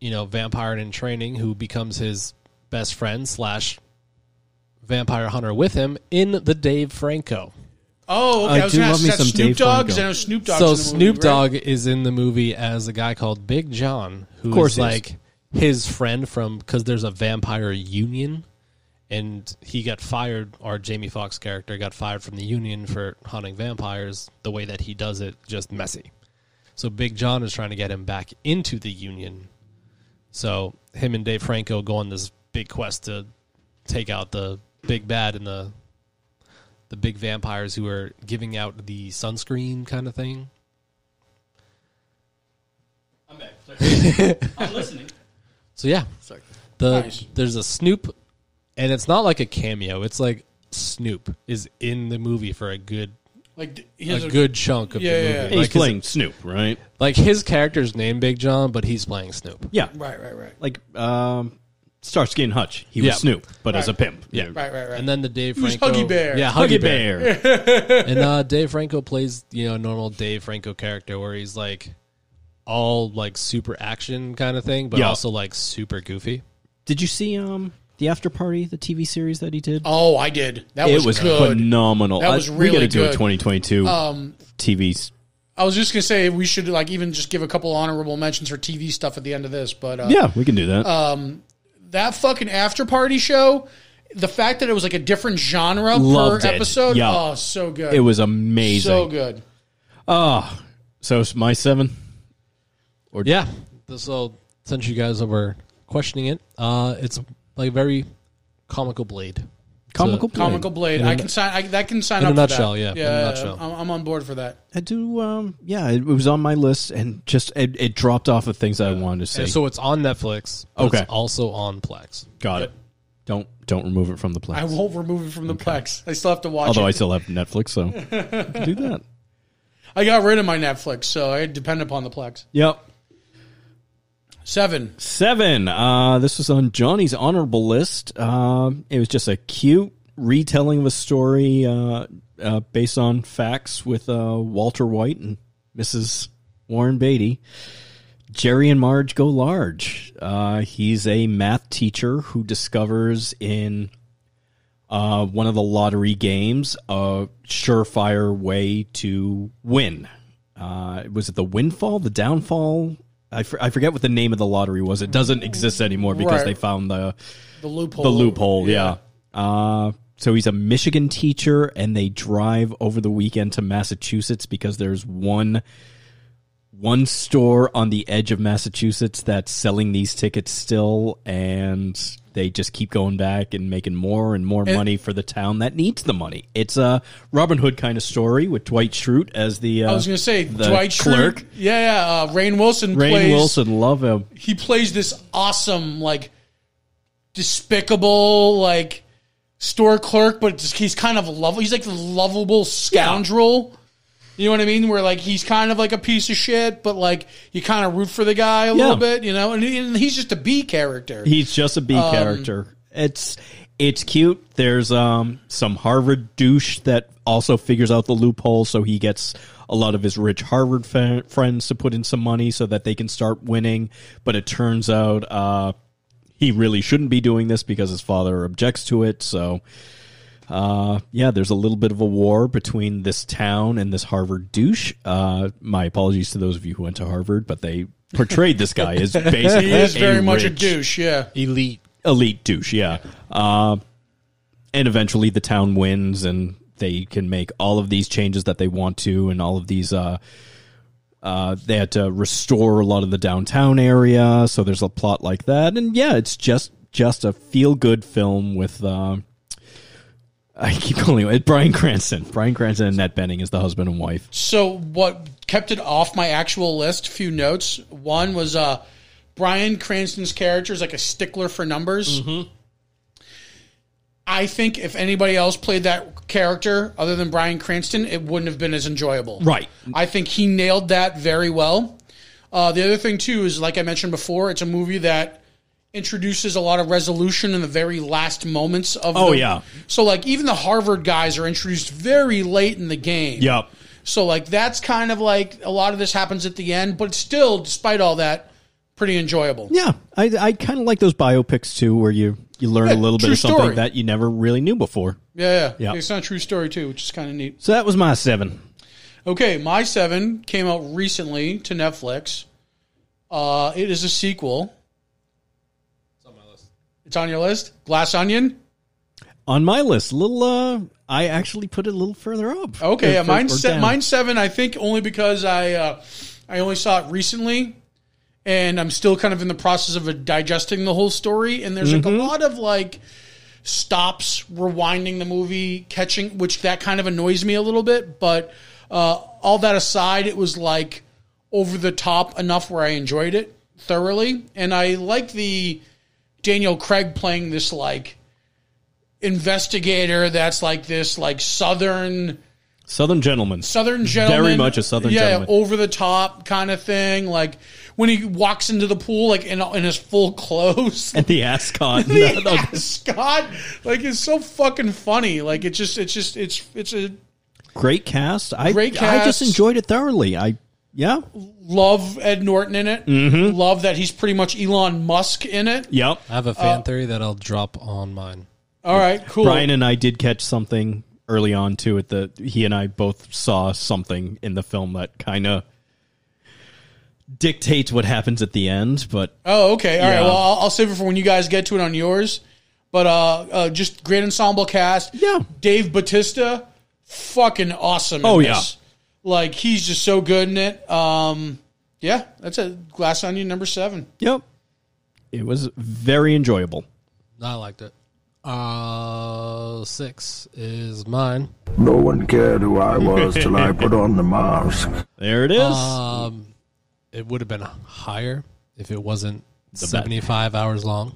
Speaker 5: you know vampire in training who becomes his best friend slash vampire hunter with him in the dave franco
Speaker 4: Oh, okay.
Speaker 3: I
Speaker 4: I, was
Speaker 3: do
Speaker 4: going
Speaker 3: love
Speaker 4: to ask
Speaker 3: me
Speaker 4: that's
Speaker 3: some
Speaker 4: Snoop
Speaker 3: Dave
Speaker 4: Dogg's.
Speaker 3: Franco.
Speaker 4: I know Snoop Dogg's. in
Speaker 5: so
Speaker 4: the movie,
Speaker 5: snoop
Speaker 4: right?
Speaker 5: dogg is in the movie as a guy called big john who's
Speaker 3: course he is.
Speaker 5: like his friend from because there's a vampire union and he got fired or jamie Foxx character got fired from the union for hunting vampires the way that he does it just messy So Big John is trying to get him back into the union. So him and Dave Franco go on this big quest to take out the big bad and the the big vampires who are giving out the sunscreen kind of thing.
Speaker 6: I'm back. I'm listening.
Speaker 5: So yeah, the
Speaker 4: Nice.
Speaker 5: there's a Snoop, and it's not like a cameo. It's like Snoop is in the movie for a good
Speaker 4: Like he
Speaker 5: a,
Speaker 4: has a,
Speaker 5: good chunk of
Speaker 4: Yeah,
Speaker 5: the
Speaker 4: yeah,
Speaker 5: movie.
Speaker 4: yeah.
Speaker 3: He's
Speaker 5: Like, his,
Speaker 3: playing Snoop, right?
Speaker 5: like his character's named Big John, but he's playing Snoop.
Speaker 3: Yeah,
Speaker 4: Right, right, right.
Speaker 3: like um, Starsky and Hutch. He
Speaker 5: Yeah.
Speaker 3: was Snoop, but as a
Speaker 4: Right.
Speaker 3: pimp. Yeah,
Speaker 4: Right, right, right.
Speaker 5: And then the Dave
Speaker 4: Who's
Speaker 5: Franco,
Speaker 4: Huggy Bear?
Speaker 5: yeah,
Speaker 3: Huggy Bear.
Speaker 5: and uh, Dave Franco plays you know a normal Dave Franco character where he's like all like super action kind of thing, but
Speaker 3: Yeah.
Speaker 5: also like super goofy.
Speaker 3: Did you see um the after party, the TV series that he did?
Speaker 4: oh, I did. That was,
Speaker 3: it was
Speaker 4: good.
Speaker 3: phenomenal.
Speaker 4: That
Speaker 3: I-
Speaker 4: was
Speaker 3: we got to
Speaker 4: really
Speaker 3: do
Speaker 4: good. Um,
Speaker 3: a 2022 TVs.
Speaker 4: I was just gonna say we should like even just give a couple honorable mentions for TV stuff at the end of this, but uh,
Speaker 3: Yeah, we can do that.
Speaker 4: that fucking after party show, the fact that it was like a different genre
Speaker 3: Loved
Speaker 4: per
Speaker 3: it.
Speaker 4: episode,
Speaker 3: Yeah.
Speaker 4: oh, so good.
Speaker 3: it was amazing.
Speaker 4: so good.
Speaker 3: Oh, so it's my seven.
Speaker 5: Yeah. So since you guys were questioning it, uh, it's like very comical blade.
Speaker 3: Comical, Blade.
Speaker 4: Comical Blade. I can sign. I, that can sign
Speaker 5: in a
Speaker 4: up. for
Speaker 5: nutshell,
Speaker 4: that.
Speaker 5: yeah, in a
Speaker 4: yeah.
Speaker 5: nutshell.
Speaker 4: I'm, I'm on board for that.
Speaker 3: I do. Um, yeah, it, it was on my list, and just it, it dropped off the things I wanted to say.
Speaker 5: And so it's on Netflix. but
Speaker 3: Okay.
Speaker 5: It's also on Plex.
Speaker 3: Got it. Don't don't remove it from the
Speaker 4: I
Speaker 3: plan.
Speaker 4: won't remove it from the Plex. I still have to watch
Speaker 3: Although I
Speaker 4: it.
Speaker 3: still have Netflix, so I can do that.
Speaker 4: I, got rid of my Netflix, so I depend upon the Plex.
Speaker 3: Yep.
Speaker 4: Seven.
Speaker 3: Seven. Uh, this was on Johnny's honorable list. Um, it was just a cute retelling of a story uh, uh, based on facts with uh, Walter White and Mrs. Warren Beatty. Jerry and Marge go large. Uh, he's a math teacher who discovers in uh, one of the lottery games a surefire way to win. Uh, was it the windfall, the downfall? I for- I forget what the name of the lottery was. It doesn't exist anymore because
Speaker 4: Right.
Speaker 3: they found the
Speaker 4: The loophole.
Speaker 3: the loophole. Yeah. Uh, so he's a Michigan teacher, and they drive over the weekend to Massachusetts because there's one one store on the edge of Massachusetts that's selling these tickets still, and they just keep going back and making more and more money for the town that needs the money. It's a Robin Hood kind of story with Dwight Schrute as the. Uh,
Speaker 4: I was going to say
Speaker 3: the
Speaker 4: Dwight Schrute.
Speaker 3: clerk.
Speaker 4: Yeah, yeah. Uh, Rain Wilson
Speaker 3: Rainn
Speaker 4: plays.
Speaker 3: Wilson, love him.
Speaker 4: He plays this awesome, like, despicable, like, store clerk, but just, he's kind of lovable. He's like the lovable scoundrel. You know what I mean? Where like he's kind of like a piece of shit, but like you kind of root for the guy a little bit, you know. And, he- and he's just a B character.
Speaker 3: He's just a B character. It's it's cute. There's um some Harvard douche that also figures out the loophole, so he gets a lot of his rich Harvard fa- friends to put in some money so that they can start winning. But it turns out uh, he really shouldn't be doing this because his father objects to it. So. Uh, yeah, there's a little bit of a war between this town and this Harvard douche. Uh, my apologies to those of you who went to Harvard, but they portrayed this guy as basically
Speaker 4: He is very
Speaker 3: a
Speaker 4: much a
Speaker 3: rich-
Speaker 4: douche. Yeah,
Speaker 5: Elite.
Speaker 3: elite douche, yeah. Uh, and eventually the town wins and they can make all of these changes that they want to and all of these uh, uh, they had to restore a lot of the downtown area so there's a plot like that and yeah it's just just a feel good film with uh, I keep calling it Brian Cranston Brian Cranston and Nat Benning is the husband and wife
Speaker 4: So what kept it off my actual list? Few notes. One was uh, Brian Cranston's character is like a stickler for numbers.
Speaker 3: Mm-hmm.
Speaker 4: I think if anybody else played that character other than Brian Cranston, it wouldn't have been as enjoyable.
Speaker 3: Right.
Speaker 4: I think he nailed that very well. Uh, the other thing too is, like I mentioned before, it's a movie that introduces a lot of resolution in the very last moments of.
Speaker 3: Oh,
Speaker 4: the-
Speaker 3: yeah.
Speaker 4: So like even the Harvard guys are introduced very late in the game.
Speaker 3: Yep.
Speaker 4: So like that's kind of like a lot of this happens at the end, but it's still, despite all that, pretty enjoyable.
Speaker 3: Yeah, I I kind of like those biopics too, where you you learn
Speaker 4: Yeah,
Speaker 3: a little bit
Speaker 4: true
Speaker 3: of something
Speaker 4: story.
Speaker 3: that you never really knew before.
Speaker 4: Yeah, yeah.
Speaker 3: Yeah.
Speaker 4: It's not a true story too, which is kind of neat.
Speaker 3: So that was my seven.
Speaker 4: Okay, My Seven came out recently to Netflix. Uh, it is a sequel. It's on my list. It's on your list. Glass Onion.
Speaker 3: On my list, little uh, I actually put it a little further up.
Speaker 4: Okay, yeah,
Speaker 3: Or-
Speaker 4: mine
Speaker 3: or
Speaker 4: se-
Speaker 3: down.
Speaker 4: mine seven. I think only because I uh, I only saw it recently, and I'm still kind of in the process of uh, digesting the whole story. And there's like a lot of like stops, rewinding the movie, catching, which that kind of annoys me a little bit. But uh, all that aside, it was like over the top enough where I enjoyed it thoroughly, and I liked the Daniel Craig playing this like investigator that's like this like southern
Speaker 3: Southern gentleman.
Speaker 4: Southern gentleman,
Speaker 3: much a Southern
Speaker 4: yeah,
Speaker 3: gentleman.
Speaker 4: over the top kind of thing. Like when he walks into the pool, like in, in his full clothes,
Speaker 3: and the ascot.
Speaker 4: The Scott, like it's so fucking funny. Like it's just, it's just, it's, it's a
Speaker 3: Great cast. I
Speaker 4: Great
Speaker 3: I just
Speaker 4: cast.
Speaker 3: enjoyed it thoroughly. I yeah.
Speaker 4: love Ed Norton in it.
Speaker 3: Mm-hmm.
Speaker 4: Love that he's pretty much Elon Musk in it.
Speaker 3: Yep.
Speaker 5: I have a fan theory that I'll drop on mine.
Speaker 4: All right, cool.
Speaker 3: Brian and I did catch something early on too. At the he and I both saw something in the film that kind of dictates what happens at the end. But
Speaker 4: Oh, okay. All right.
Speaker 3: Yeah.
Speaker 4: Well, I'll, I'll save it for when you guys get to it on yours. But uh, uh just great ensemble cast.
Speaker 3: Yeah.
Speaker 4: Dave Batista, fucking awesome. in
Speaker 3: Oh,
Speaker 4: this. Like he's just so good in it. Um, yeah, that's a glass onion number seven.
Speaker 3: yep, it was very enjoyable.
Speaker 5: I liked it. Uh, six is mine.
Speaker 7: No one cared who I was till I put on the mask.
Speaker 3: There it is.
Speaker 4: Uh,
Speaker 5: Um, It would have been higher if it wasn't seventy-five hours long. It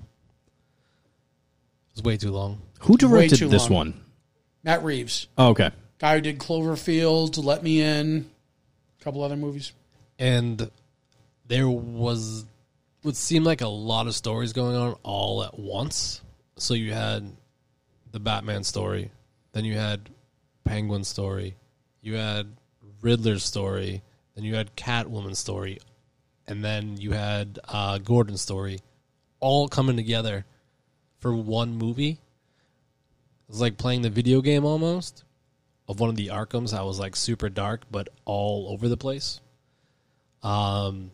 Speaker 5: was way too long.
Speaker 3: Who directed
Speaker 4: too
Speaker 3: this
Speaker 4: long.
Speaker 3: one?
Speaker 4: Matt Reeves,
Speaker 3: Oh, okay.
Speaker 4: guy who did Cloverfield, Let Me In, a couple other movies.
Speaker 5: and there was would seem like a lot of stories going on all at once. So you had the Batman story, then you had Penguin story, you had Riddler's story, then you had Catwoman story, and then you had uh, Gordon's story, all coming together for one movie. It was like playing the video game almost of one of the Arkhams. I was like super dark, but all over the place. Um,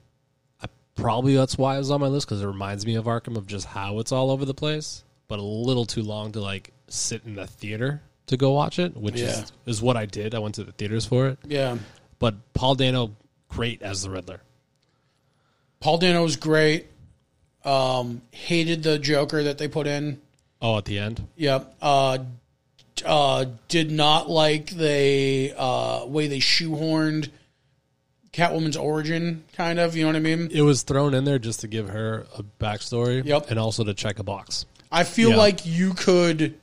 Speaker 5: I probably that's why it was on my list because it reminds me of Arkham of just how it's all over the place, but a little too long to like sit in the theater to go watch it, which
Speaker 4: Yeah.
Speaker 5: is is what I did. I went to the theaters for it.
Speaker 4: Yeah,
Speaker 5: But Paul Dano, great as the Riddler.
Speaker 4: Paul Dano was great. Um, hated the Joker that they put in.
Speaker 5: Oh, at the end,
Speaker 4: Yep. Uh, uh, did not like the uh, way they shoehorned Catwoman's origin, kind of. You know what I mean?
Speaker 5: it was thrown in there just to give her a backstory,
Speaker 4: Yep.
Speaker 5: and also to check a box.
Speaker 4: I feel
Speaker 3: Yeah.
Speaker 4: like you could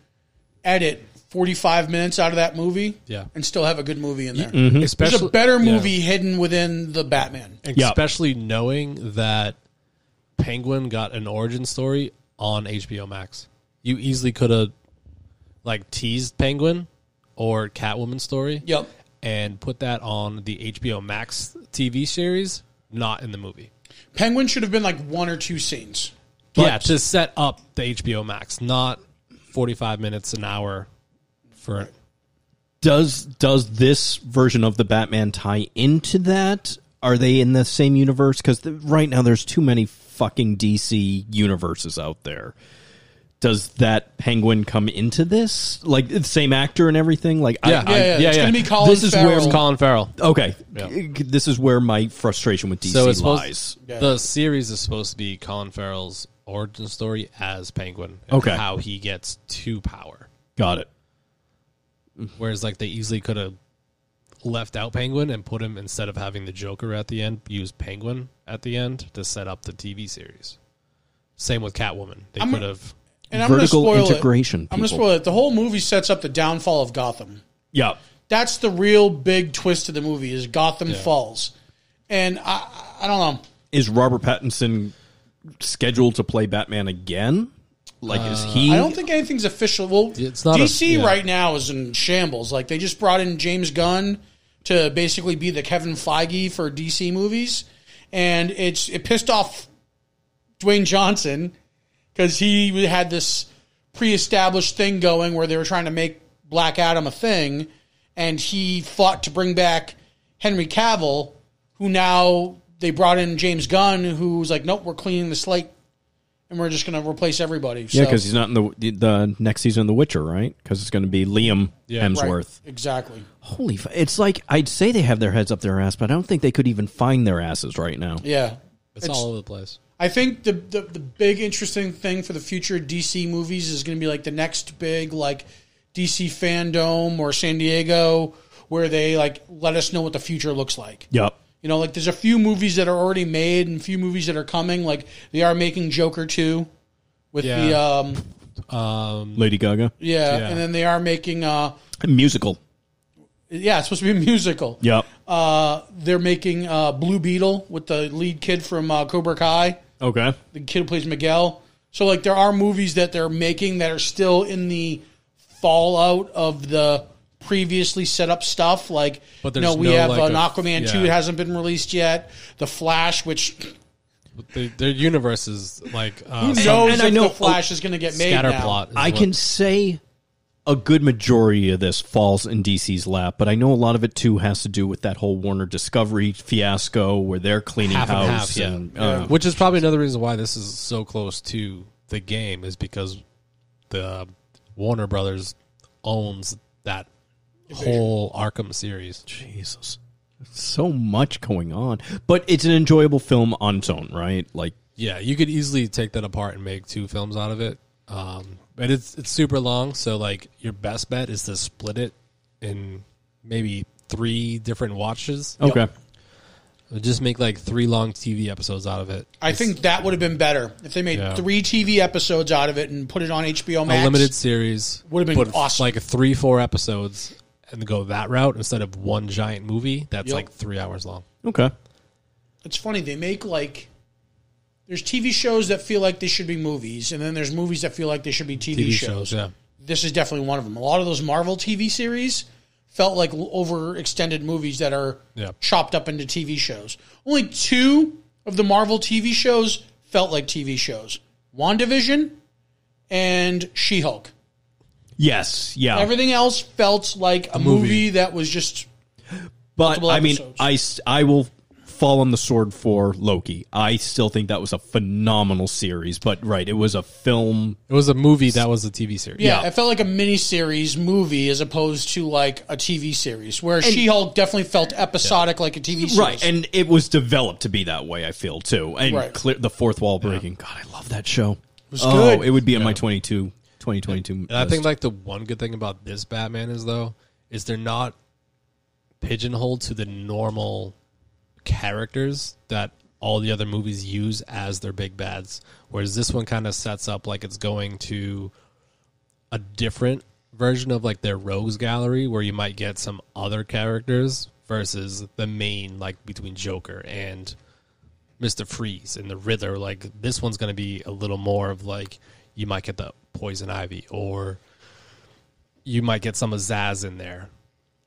Speaker 4: edit 45 minutes out of that movie
Speaker 5: Yeah. mm-hmm.
Speaker 4: and still have a good movie in there.
Speaker 5: Especially
Speaker 4: There's a better
Speaker 5: yeah.
Speaker 4: movie hidden within the Batman.
Speaker 3: Yeah.
Speaker 5: especially knowing that Penguin got an origin story on HBO Max. You easily could have like teased Penguin or Catwoman story
Speaker 4: Yep.
Speaker 5: and put that on the HBO Max TV series, not in the movie.
Speaker 4: Penguin should have been like one or two scenes.
Speaker 5: yeah, to set up the HBO Max, not 45 minutes an hour for
Speaker 3: Does does this version of the Batman tie into that? Are they in the same universe? Because right now there's too many fucking DC universes out there. Does that Penguin come into this? Like the same actor and everything? Like
Speaker 5: Yeah.
Speaker 3: I,
Speaker 4: Yeah, yeah.
Speaker 5: yeah,
Speaker 4: it's
Speaker 5: yeah.
Speaker 4: going to be Colin
Speaker 3: This is where
Speaker 4: Farrell.
Speaker 5: Colin Farrell.
Speaker 3: I okay, this is where my frustration with DC
Speaker 5: So it's supposed,
Speaker 3: lies.
Speaker 5: the series is supposed to be Colin Farrell's origin story as Penguin. and
Speaker 3: Okay.
Speaker 5: how he gets to power.
Speaker 3: Got it.
Speaker 5: Whereas like they easily could have left out Penguin and put him instead of having the Joker at the end, use Penguin at the end to set up the TV series. Same with Catwoman. They could have.
Speaker 4: And I'm
Speaker 3: Vertical
Speaker 4: gonna spoil
Speaker 3: integration,
Speaker 4: It. I'm going to
Speaker 3: people.
Speaker 4: spoil it. The whole movie sets up the downfall of Gotham.
Speaker 3: Yeah.
Speaker 4: that's the real big twist of the movie is Gotham Falls, and I I don't know.
Speaker 3: Is Robert Pattinson scheduled to play Batman again? Like,
Speaker 5: Uh,
Speaker 3: is he?
Speaker 4: I don't think anything's official. Well,
Speaker 5: It's not a-
Speaker 4: DC
Speaker 5: yeah.
Speaker 4: right now is in shambles. Like they just brought in James Gunn to basically be the Kevin Feige for DC movies, and it's it pissed off Dwayne Johnson because he had this pre-established thing going where they were trying to make Black Adam a thing, and he fought to bring back Henry Cavill, who now they brought in James Gunn, who's like, nope, we're cleaning the slate. And we're just going to replace everybody.
Speaker 3: yeah,
Speaker 4: So-
Speaker 3: because he's not in the the next season of The Witcher, right? Because it's going to be Liam
Speaker 4: Right,
Speaker 3: Hemsworth.
Speaker 4: Exactly.
Speaker 3: Holy, f- it's like I'd say they have their heads up their ass, but I don't think they could even find their asses right now.
Speaker 4: Yeah.
Speaker 5: It's, all over the place.
Speaker 4: I think the, the the big interesting thing for the future DC movies is going to be like the next big like DC fandom or San Diego where they like let us know what the future looks like.
Speaker 3: Yep.
Speaker 4: You know, like there's a few movies that are already made and a few movies that are coming. Like they are making Joker 2 with the
Speaker 5: Yeah.
Speaker 4: um
Speaker 5: Um,
Speaker 3: Lady Gaga
Speaker 4: yeah,
Speaker 5: Yeah.
Speaker 4: and then they are making uh
Speaker 3: musical.
Speaker 4: yeah, it's supposed to be a musical.
Speaker 3: Yep.
Speaker 4: Uh they're making uh Blue Beetle with the lead kid from uh, Cobra Kai.
Speaker 3: Okay.
Speaker 4: the kid who plays Miguel. So like there are movies that they're making that are still in the fallout of the previously set up stuff. Like
Speaker 5: But
Speaker 4: you
Speaker 5: there's
Speaker 4: know, we
Speaker 5: no,
Speaker 4: have
Speaker 5: like,
Speaker 4: an
Speaker 5: a-
Speaker 4: Aquaman two
Speaker 5: yeah.
Speaker 4: that hasn't been released yet. The Flash, which
Speaker 5: their, their universe is like uh,
Speaker 4: who
Speaker 5: some
Speaker 4: knows
Speaker 3: and
Speaker 4: if
Speaker 3: I know-
Speaker 4: the Flash is going to get made
Speaker 5: oh, scatter
Speaker 4: now.
Speaker 5: plot. is
Speaker 3: I
Speaker 5: what-
Speaker 3: can say a good majority of this falls in DC's lap, but I know a lot of it too has to do with that whole Warner Discovery fiasco where they're cleaning
Speaker 5: half and
Speaker 3: house.
Speaker 5: half, yeah.
Speaker 3: and, uh,
Speaker 5: Yeah. which is probably another reason why this is so close to the game is because the Warner Brothers owns that whole Arkham series.
Speaker 3: Jesus. So much going on, but it's an enjoyable film on its own, right? Like,
Speaker 5: Yeah, you could easily take that apart and make two films out of it. Um, but it's it's super long, so like your best bet is to split it in maybe three different watches.
Speaker 3: okay,
Speaker 5: Just make like three long TV episodes out of it.
Speaker 4: I think that would have been better if they made
Speaker 5: Yeah.
Speaker 4: three TV episodes out of it and put it on HBO Max.
Speaker 5: a limited series
Speaker 4: Would've been
Speaker 5: but f-
Speaker 4: awesome.
Speaker 5: Like three, four episodes, and go that route instead of one giant movie that's
Speaker 4: Yep.
Speaker 5: like three hours long.
Speaker 3: okay.
Speaker 4: It's funny they make like there's TV shows that feel like they should be movies, and then there's movies that feel like they should be TV,
Speaker 5: TV
Speaker 4: shows.
Speaker 5: shows, yeah.
Speaker 4: this is definitely one of them. A lot of those Marvel TV series felt like l- overextended movies that are
Speaker 5: Yeah.
Speaker 4: chopped up into TV shows. Only two of the Marvel TV shows felt like TV shows WandaVision and She Hulk.
Speaker 3: Yes, yeah.
Speaker 4: Everything else felt like a movie.
Speaker 5: movie.
Speaker 4: that was just.
Speaker 3: But I mean,
Speaker 4: episodes.
Speaker 3: I, s- I will fall on the sword for Loki. I still think that was a phenomenal series, but right, it was a film.
Speaker 5: It was a movie that was a TV series.
Speaker 4: Yeah, it felt like a miniseries movie as opposed to like a TV series, where She Hulk definitely felt episodic like a TV series.
Speaker 3: Right, and it was developed to be that way. I feel too, and
Speaker 4: Right.
Speaker 3: clear, the fourth wall breaking. God, I love that show. It was
Speaker 4: good.
Speaker 3: It would be in my 22, 2022.
Speaker 5: And I think like the one good thing about this Batman is though is they're not pigeonholed to the normal characters that all the other movies use as their big bads. Whereas this one kind of sets up like it's going to a different version of like their rogues gallery where you might get some other characters versus the main like between Joker and Mr. Freeze and the Riddler, like this one's going to be a little more of like you might get the poison ivy or you might get some of Zaz in there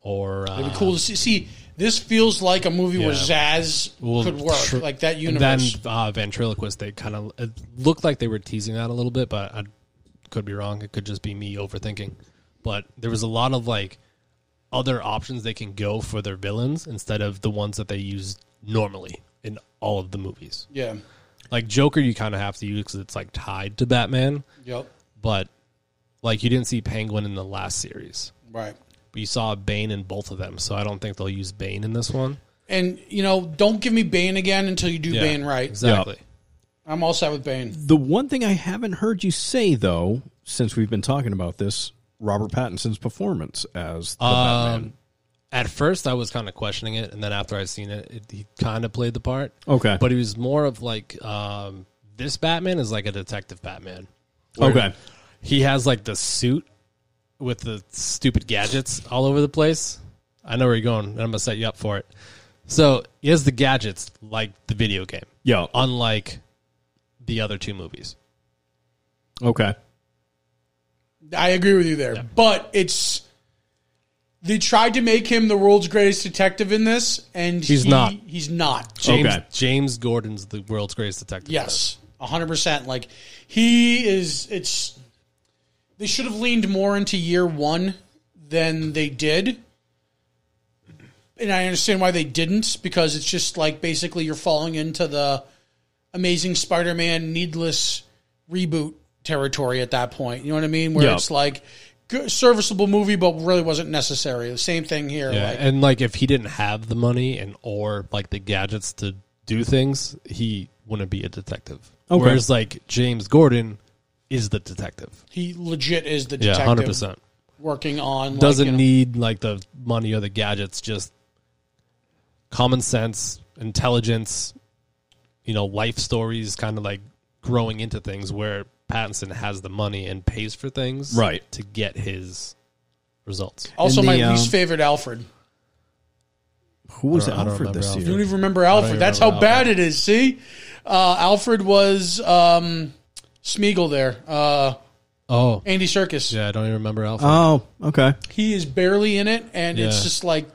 Speaker 5: or uh,
Speaker 4: It'd be cool to see. see this feels like a movie where
Speaker 5: Yeah.
Speaker 4: Zaz
Speaker 5: Well,
Speaker 4: could work,
Speaker 5: tr-
Speaker 4: like that
Speaker 5: and
Speaker 4: universe.
Speaker 5: then uh, ventriloquist. They kind of it looked like they were teasing that a little bit, but I could be wrong. It could just be me overthinking. But there was a lot of like other options they can go for their villains instead of the ones that they use normally in all of the movies.
Speaker 4: Yeah.
Speaker 5: Like Joker, you kind of have to use because it's like tied to Batman.
Speaker 4: Yep.
Speaker 5: but like you didn't see Penguin in the last series.
Speaker 4: Right.
Speaker 5: But you saw Bane in both of them, so I don't think they'll use Bane in this one.
Speaker 4: And you know, don't give me Bane again until you do
Speaker 5: Yeah,
Speaker 4: Bane right.
Speaker 5: Exactly.
Speaker 4: I'm all set with Bane.
Speaker 3: the one thing I haven't heard you say though, since we've been talking about this, Robert Pattinson's performance as the Batman.
Speaker 5: At first, I was kind of questioning it, and then after I seen it, it he kind of played the part.
Speaker 3: Okay.
Speaker 5: but he was more of like um, this Batman is like a detective Batman.
Speaker 3: Okay,
Speaker 5: He has like the suit with the stupid gadgets all over the place. I know where you're going, and I'm gonna set you up for it. So he has the gadgets like the video game.
Speaker 3: Yeah.
Speaker 5: unlike the other two movies.
Speaker 3: Okay.
Speaker 4: I agree with you there, but it's they tried to make him the world's greatest detective in this, and
Speaker 5: He's
Speaker 4: he-
Speaker 5: not.
Speaker 4: He's not.
Speaker 5: James,
Speaker 3: Okay.
Speaker 5: James Gordon's the world's greatest detective.
Speaker 4: Yes, hundred percent. Like he is. It's they should have leaned more into year one than they did, and I understand why they didn't because it's just like basically you're falling into the Amazing Spider-Man needless reboot territory at that point. You know what I mean? Where
Speaker 3: Yeah.
Speaker 4: it's like good, serviceable movie, but really wasn't necessary. The same thing here.
Speaker 5: Yeah,
Speaker 4: like,
Speaker 5: and like if he didn't have the money and or like the gadgets to do things, he wouldn't be a detective.
Speaker 3: Okay.
Speaker 5: Whereas like James Gordon is the detective.
Speaker 4: he legit is the
Speaker 5: Yeah, hundred
Speaker 4: detective
Speaker 5: percent.
Speaker 4: working on like,
Speaker 5: Doesn't
Speaker 4: you know-
Speaker 5: need like the money or the gadgets, just common sense, intelligence, you know, life stories, kind of like growing into things. Where Pattinson has the money and pays for things,
Speaker 3: Right.
Speaker 5: to get his results.
Speaker 4: Also,
Speaker 3: in
Speaker 4: my
Speaker 3: the, um,
Speaker 4: least favorite Alfred.
Speaker 3: Who was
Speaker 5: I don't- I don't
Speaker 3: Alfred
Speaker 5: remember
Speaker 3: this
Speaker 5: Alfred.
Speaker 4: You
Speaker 3: year?
Speaker 4: don't even remember Alfred.
Speaker 5: even
Speaker 4: That's how
Speaker 5: remember
Speaker 4: bad it is. See, uh, Alfred was um, Smeagol there. Uh,
Speaker 5: Oh,
Speaker 4: Andy Circus.
Speaker 5: yeah, I don't even remember Alfred.
Speaker 3: Oh, okay.
Speaker 4: He is barely in it, and it's
Speaker 5: Yeah.
Speaker 4: just like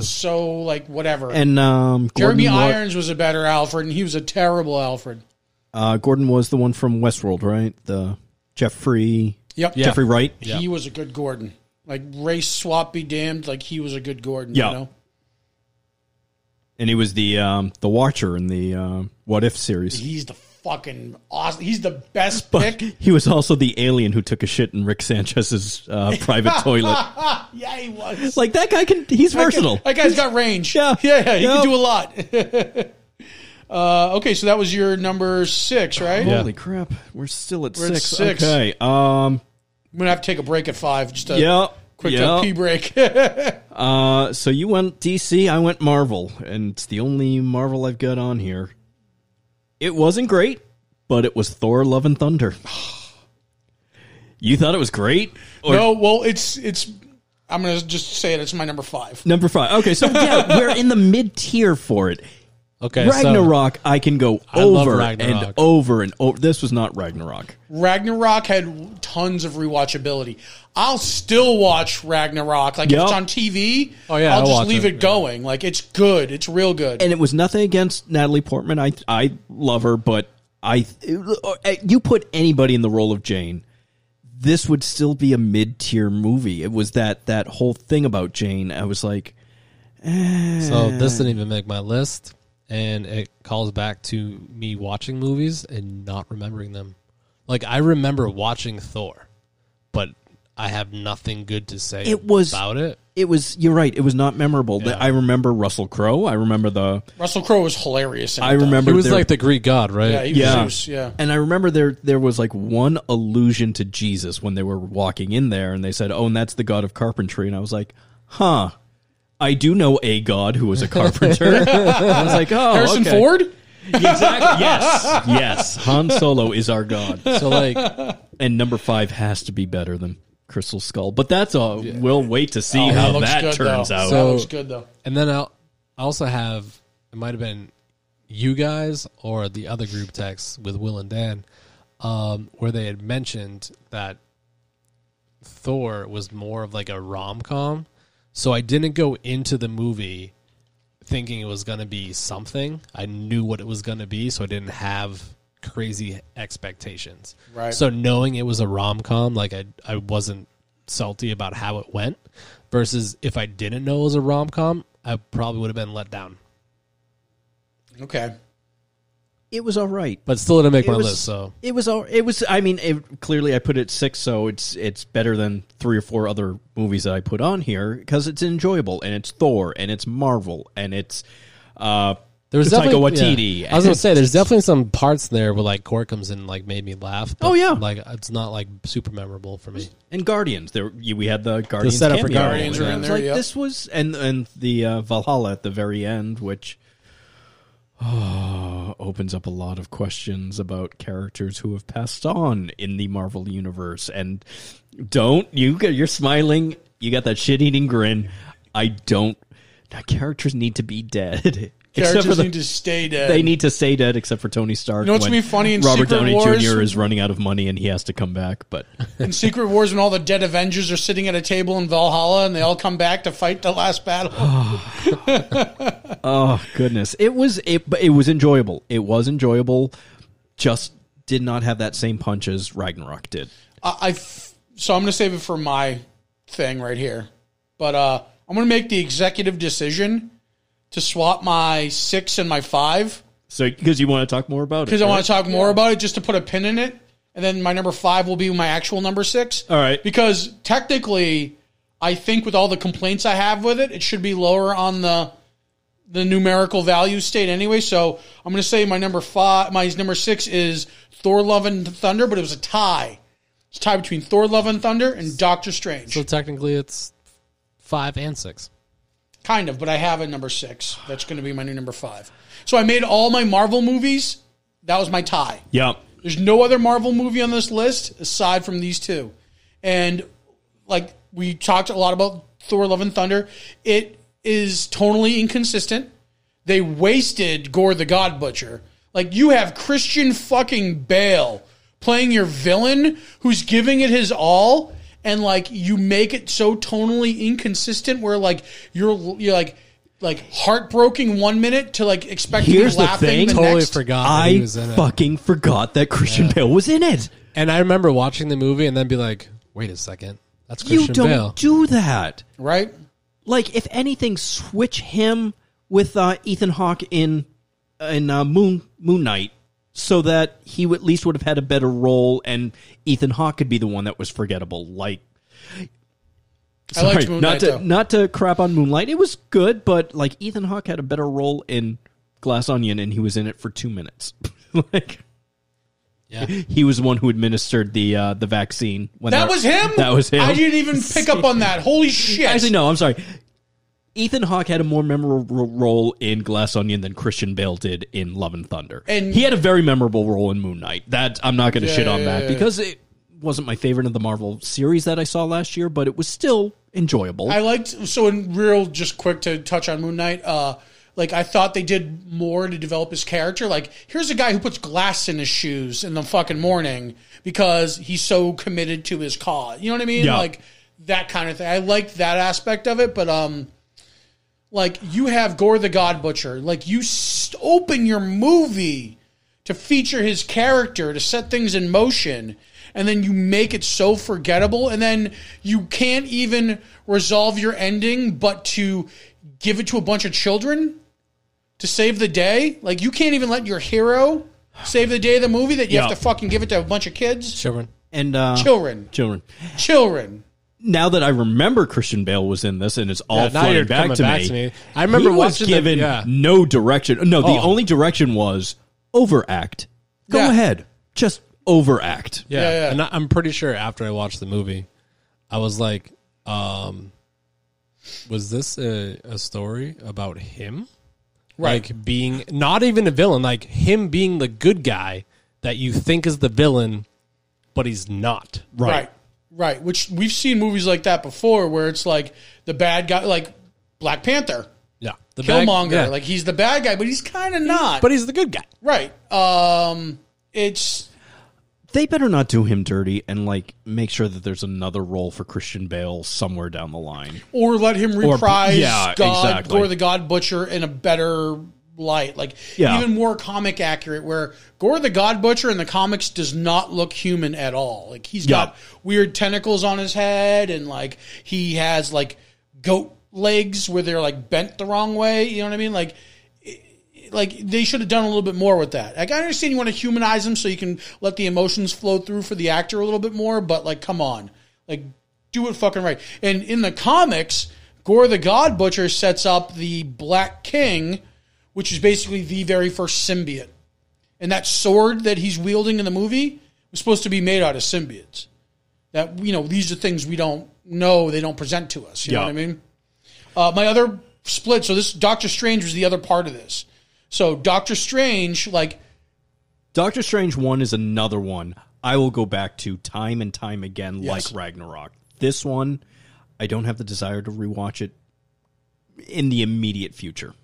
Speaker 4: so like whatever.
Speaker 3: And um, Gordon
Speaker 4: Jeremy
Speaker 3: wa-
Speaker 4: Irons was a better Alfred, and he was a terrible Alfred.
Speaker 3: Uh, Gordon was the one from Westworld, right? The Jeffrey
Speaker 4: Yep.
Speaker 5: Yeah.
Speaker 3: Jeffrey Wright.
Speaker 5: Yeah.
Speaker 4: He was a good Gordon. Like race swap be damned. Like he was a good Gordon.
Speaker 3: Yeah.
Speaker 4: You know.
Speaker 3: and he was the um, the Watcher in the um What If series.
Speaker 4: He's the fucking awesome. He's the best
Speaker 3: But
Speaker 4: pick.
Speaker 3: he was also the alien who took a shit in Rick Sanchez's uh, private toilet.
Speaker 4: yeah, he was.
Speaker 3: Like that guy can. He's
Speaker 4: That guy-
Speaker 3: versatile.
Speaker 4: That guy's got range.
Speaker 3: Yeah.
Speaker 4: Yeah, yeah. He
Speaker 3: Yeah.
Speaker 4: can do a lot. uh, okay, so that was your number six, right?
Speaker 5: Yeah.
Speaker 3: Holy crap! We're still at
Speaker 4: We're at
Speaker 3: six.
Speaker 4: six.
Speaker 3: Okay. Um.
Speaker 4: I'm going to have to take a break at five. Just a
Speaker 3: Yeah.
Speaker 4: quick
Speaker 3: yeah.
Speaker 4: uh, pee break.
Speaker 3: Uh, so you went DC, I went Marvel, and it's the only Marvel I've got on here. It wasn't great, but it was Thor: Love and Thunder. You thought it was great? Or
Speaker 4: no, well, it's it's. I'm going to just say it. It's my number five.
Speaker 3: number five? Okay, so yeah, we're in the mid tier for it.
Speaker 5: Okay, so-
Speaker 3: Ragnarok, I can go
Speaker 5: love
Speaker 3: over and
Speaker 5: Ragnarok.
Speaker 3: over and over. This was not Ragnarok.
Speaker 4: Ragnarok had tons of rewatchability. I'll still watch Ragnarok. Like if
Speaker 3: Yeah.
Speaker 4: it's on TV,
Speaker 5: Oh, yeah,
Speaker 4: I'll
Speaker 5: I'll
Speaker 4: just
Speaker 5: watch
Speaker 4: leave it,
Speaker 5: it,
Speaker 4: going. Like it's good. It's real good.
Speaker 3: and it was nothing against Natalie Portman. I I love her, but I you put anybody in the role of Jane, this would still be a mid tier movie. It was that that whole thing about Jane. I was like,
Speaker 5: So this didn't even make my list, and it calls back to me watching movies and not remembering them. Like I remember watching Thor, but I have nothing good to say
Speaker 3: It was-
Speaker 5: about it.
Speaker 3: it was. You're right. It was not memorable. I remember Russell Crowe. I remember the.
Speaker 4: Russell Crowe was hilarious. In
Speaker 3: I
Speaker 4: it, though.
Speaker 3: remember
Speaker 5: He was
Speaker 3: there-
Speaker 5: like the Greek god, right?
Speaker 4: Yeah, he was
Speaker 3: Yeah.
Speaker 4: Zeus. Yeah.
Speaker 3: And I remember there there was like one allusion to Jesus when they were walking in there, and they said, "Oh, and that's the God of carpentry." And I was like, "Huh." I do know a god who was a carpenter. And I was like, oh,
Speaker 4: Harrison
Speaker 3: okay.
Speaker 4: Ford.
Speaker 3: Exactly. Yes. Yes. Han Solo is our god.
Speaker 5: so like,
Speaker 3: And number five has to be better than Crystal Skull. But that's all. We'll wait to see
Speaker 4: Oh, that
Speaker 3: how
Speaker 4: looks
Speaker 3: that
Speaker 4: good,
Speaker 3: turns
Speaker 4: though.
Speaker 3: out.
Speaker 4: That
Speaker 5: So-
Speaker 4: looks good though.
Speaker 5: and then I'll, I also have it might have been you guys or the other group text with Will and Dan, um, where they had mentioned that Thor was more of like a rom com. So I didn't go into the movie thinking it was going to be something. I knew what it was going to be, so I didn't have crazy expectations.
Speaker 4: Right.
Speaker 5: So knowing it was a rom com, like I, I wasn't salty about how it went. Versus if I didn't know it was a rom com, I probably would have been let down.
Speaker 4: Okay.
Speaker 3: it was all right.
Speaker 5: But still didn't make
Speaker 3: It
Speaker 5: my
Speaker 3: was,
Speaker 5: list. So
Speaker 3: it was all. It was. I mean, it, clearly, I put it six, so it's it's better than three or four other movies that I put on here because it's enjoyable and it's Thor and it's Marvel and it's uh,
Speaker 5: there's
Speaker 3: Taika
Speaker 5: definitely-
Speaker 3: Waititi.
Speaker 5: yeah. I was gonna say there's definitely some parts there where like Core comes in and like made me laugh. but,
Speaker 3: Oh, yeah.
Speaker 5: like it's not like super memorable for me.
Speaker 3: and Guardians. There, you, we had the Guardians.
Speaker 5: setup for
Speaker 3: cameo.
Speaker 5: Guardians
Speaker 4: were in
Speaker 3: It's
Speaker 4: there,
Speaker 3: like,
Speaker 4: yep.
Speaker 3: This was and and the uh, Valhalla at the very end, which oh, opens up a lot of questions about characters who have passed on in the Marvel universe. And don't you? get- You're smiling. You got that shit eating grin. I don't. Now, characters need to be dead. Except for
Speaker 4: Characters
Speaker 3: the-
Speaker 4: need to stay dead.
Speaker 3: They need to stay dead, except for Tony Stark.
Speaker 4: You know what's
Speaker 3: when
Speaker 4: gonna be funny in
Speaker 3: Robert
Speaker 4: Secret
Speaker 3: Downey
Speaker 4: Wars?
Speaker 3: Jr. is running out of money and he has to come back. But
Speaker 4: in Secret Wars when all the dead Avengers are sitting at a table in Valhalla and they all come back to fight the last battle.
Speaker 3: oh goodness, it was it. But it was enjoyable. It was enjoyable. Just did not have that same punch as Ragnarok did.
Speaker 4: I, I f- so I'm gonna save it for my thing right here, but uh, I'm gonna make the executive decision to swap my six and my five
Speaker 3: So because you want to talk more about it,
Speaker 4: because I
Speaker 3: right?
Speaker 4: want to talk more about it just to put a pin in it, and then my number five will be my actual number six.
Speaker 3: All right.
Speaker 4: because technically, I think with all the complaints I have with it, it should be lower on the the numerical value state anyway. So I'm going to say my number five, my number six is Thor: Love and Thunder, but it was a tie. It's a tie between Thor: Love and Thunder and Doctor Strange,
Speaker 5: So technically, it's five and six.
Speaker 4: kind of. But I have a number six. That's going to be my new number five. So I made all my Marvel movies. That was my tie.
Speaker 3: Yep.
Speaker 4: There's no other Marvel movie on this list aside from these two. And like we talked a lot about Thor Love and Thunder, it is totally inconsistent. They wasted Gore the God Butcher. Like you have Christian fucking Bale playing your villain who's giving it his all and like you make it so tonally inconsistent where like you're you're like like heartbroken one minute to like expect
Speaker 3: Here's
Speaker 4: to
Speaker 3: the
Speaker 4: be laughing
Speaker 3: thing.
Speaker 4: the
Speaker 5: Totally
Speaker 4: next.
Speaker 5: forgot that he
Speaker 3: I
Speaker 5: was in it.
Speaker 3: fucking forgot that Christian Bale was in it.
Speaker 5: And I remember watching the movie and then be like, "Wait a second, that's
Speaker 3: You
Speaker 5: Christian
Speaker 3: don't
Speaker 5: Bale."
Speaker 3: do that.
Speaker 4: right?
Speaker 3: Like, if anything, switch him with uh, Ethan Hawke in in uh, Moon Moon Knight, so that he at least would have had a better role, and Ethan Hawke could be the one that was forgettable. Like,
Speaker 4: I liked Moon
Speaker 3: not
Speaker 4: Knight,
Speaker 3: to
Speaker 4: though.
Speaker 3: not to crap on Moonlight, it was good, but like Ethan Hawke had a better role in Glass Onion, and he was in it for two minutes. like,
Speaker 5: Yeah.
Speaker 3: he was the one who administered the uh, the vaccine. When
Speaker 4: That was him.
Speaker 3: That was him.
Speaker 4: I didn't even pick up on that. Holy shit!
Speaker 3: Actually, no, I'm sorry. Ethan Hawke had a more memorable role in Glass Onion than Christian Bale did in Love and Thunder.
Speaker 4: And-
Speaker 3: he had a very memorable role in Moon Knight. That I'm not going to shit on
Speaker 4: yeah,
Speaker 3: that
Speaker 4: yeah, yeah.
Speaker 3: because it wasn't my favorite of the Marvel series that I saw last year, but it was still enjoyable.
Speaker 4: I liked so in real. Just quick to touch on Moon Knight. Uh, like I thought they did more to develop his character. Like here's a guy who puts glass in his shoes in the fucking morning because he's so committed to his cause. You know what I mean?
Speaker 3: Yeah.
Speaker 4: Like that kind of thing. I liked that aspect of it, but um. Like you have Gore the God Butcher. Like you st- open your movie to feature his character to set things in motion and then you make it so forgettable and then you can't even resolve your ending but to give it to a bunch of children to save the day like you can't even let your hero save the day of the movie that you
Speaker 3: Yeah.
Speaker 4: have to fucking give it to a bunch of kids
Speaker 5: Children.
Speaker 3: and uh,
Speaker 4: children
Speaker 3: children.
Speaker 4: children
Speaker 3: Now that I remember Christian Bale was in this, and it's all
Speaker 5: Yeah, now
Speaker 3: flooding
Speaker 5: you're
Speaker 3: back
Speaker 5: coming
Speaker 3: to,
Speaker 5: back
Speaker 3: me,
Speaker 5: to me. I remember
Speaker 3: he was
Speaker 5: watching the-
Speaker 3: given
Speaker 5: yeah.
Speaker 3: no direction. No, the
Speaker 5: Oh.
Speaker 3: only direction was overact. Go
Speaker 4: Yeah.
Speaker 3: ahead, just overact.
Speaker 5: Yeah.
Speaker 4: Yeah, yeah.
Speaker 5: And I, I'm pretty sure after I watched the movie, I was like, um, was this a, a story about him?
Speaker 4: Right.
Speaker 5: Like being not even a villain, like him being the good guy that you think is the villain, but he's not.
Speaker 4: right right, which we've seen movies like that before where it's like the bad guy like black panther
Speaker 5: Yeah. The bad-
Speaker 4: killmonger
Speaker 5: yeah.
Speaker 4: like he's the bad guy but he's kind of not
Speaker 5: but he's the good guy.
Speaker 4: Right. Um, it's
Speaker 3: They better not do him dirty and like make sure that there's another role for Christian Bale somewhere down the line.
Speaker 4: or let him reprise
Speaker 3: yeah,
Speaker 4: God
Speaker 3: exactly.
Speaker 4: Gore the God Butcher in a better light, like
Speaker 3: Yeah.
Speaker 4: even more comic accurate. Where Gore the God Butcher in the comics does not look human at all. Like he's
Speaker 3: Yeah.
Speaker 4: got weird tentacles on his head, and like he has like goat legs where they're like bent the wrong way. You know what I mean? Like like they should have done a little bit more with that. Like I understand you want to humanize them so you can let the emotions flow through for the actor a little bit more, but like come on. Like do it fucking right. And in the comics, Gore the God Butcher sets up the Black King, which is basically the very first symbiote. And that sword that he's wielding in the movie was supposed to be made out of symbiotes. That you know, these are things we don't know, they don't present to us. You know
Speaker 3: Yeah.
Speaker 4: what I mean? Uh, my other split, so this Doctor Strange was the other part of this. So Doctor Strange, like
Speaker 3: Doctor Strange one is another one I will go back to time and time again,
Speaker 4: Yes.
Speaker 3: like Ragnarok. This one, I don't have the desire to rewatch it in the immediate future.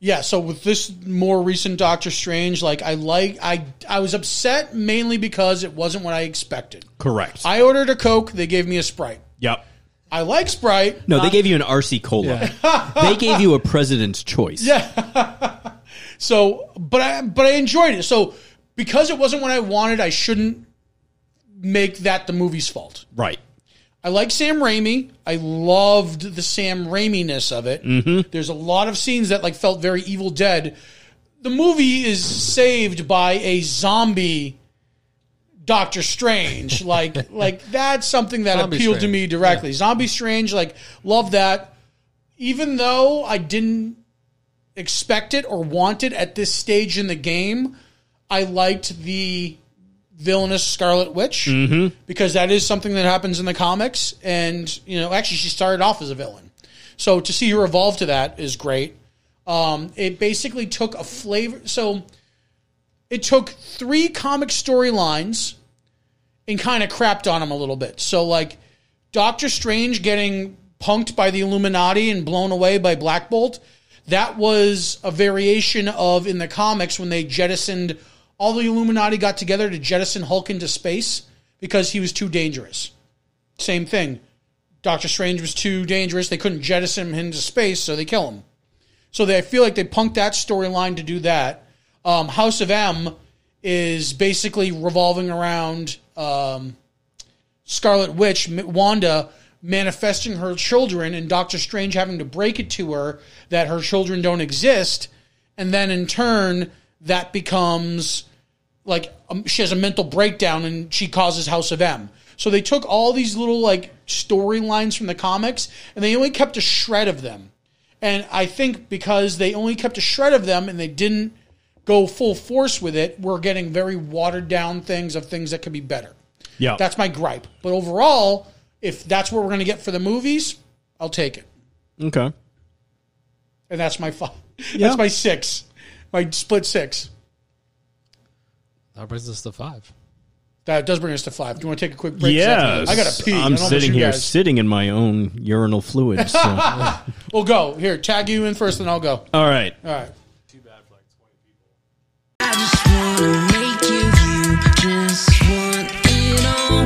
Speaker 4: yeah, so with this more recent Doctor Strange, like I like I I was upset mainly because it wasn't what I expected.
Speaker 3: Correct.
Speaker 4: I ordered a Coke, they gave me a Sprite.
Speaker 3: yep.
Speaker 4: I like Sprite.
Speaker 3: No, they gave you an RC cola. they gave you a president's choice. Yeah.
Speaker 4: So, but I but I enjoyed it. So because it wasn't what I wanted, I shouldn't make that the movie's fault.
Speaker 3: Right.
Speaker 4: I like Sam Raimi. I loved the Sam Raimi-ness of it.
Speaker 5: Mm-hmm.
Speaker 4: There's a lot of scenes that like felt very Evil Dead. The movie is saved by a zombie Doctor Strange. Like like that's something that
Speaker 5: Zombie
Speaker 4: appealed
Speaker 5: Strange.
Speaker 4: to me directly. Zombie Strange, like love that. Even though I didn't expect it or want it at this stage in the game, I liked the villainous Scarlet Witch
Speaker 5: Mm-hmm.
Speaker 4: because that is something that happens in the comics. And you know, actually, she started off as a villain, so to see her evolve to that is great. Um, it basically took a flavor. So it took three comic storylines and kind of crapped on them a little bit. So like Doctor Strange getting punked by the Illuminati and blown away by Black Bolt. That was a variation of in the comics when they jettisoned all the Illuminati got together to jettison Hulk into space because he was too dangerous. Same thing. Doctor Strange was too dangerous. They couldn't jettison him into space, so they kill him. So they I feel like they punked that storyline to do that. Um, House of M is basically revolving around um, Scarlet Witch, M- Wanda, manifesting her children, and Doctor Strange having to break it to her that her children don't exist. And then in turn, that becomes like um, she has a mental breakdown and she causes House of M. So they took all these little like storylines from the comics and they only kept a shred of them. And I think because they only kept a shred of them and they didn't go full force with it, we're getting very watered down things of things that could be better.
Speaker 3: Yeah.
Speaker 4: That's my gripe. But overall, if that's what we're going to get for the movies, I'll take it.
Speaker 3: okay.
Speaker 4: And that's my five.
Speaker 3: Yeah.
Speaker 4: That's my six. My split six.
Speaker 5: That brings us to five.
Speaker 4: That does bring us to five. Do you want to take a quick break?
Speaker 3: Yes.
Speaker 4: I gotta pee. I
Speaker 3: I'm
Speaker 4: don't know about
Speaker 3: sitting
Speaker 4: you
Speaker 3: here,
Speaker 4: guys.
Speaker 3: sitting in my own urinal fluid. So. All
Speaker 4: We'll go here. Tag you in first, then I'll go.
Speaker 3: right.
Speaker 4: All right.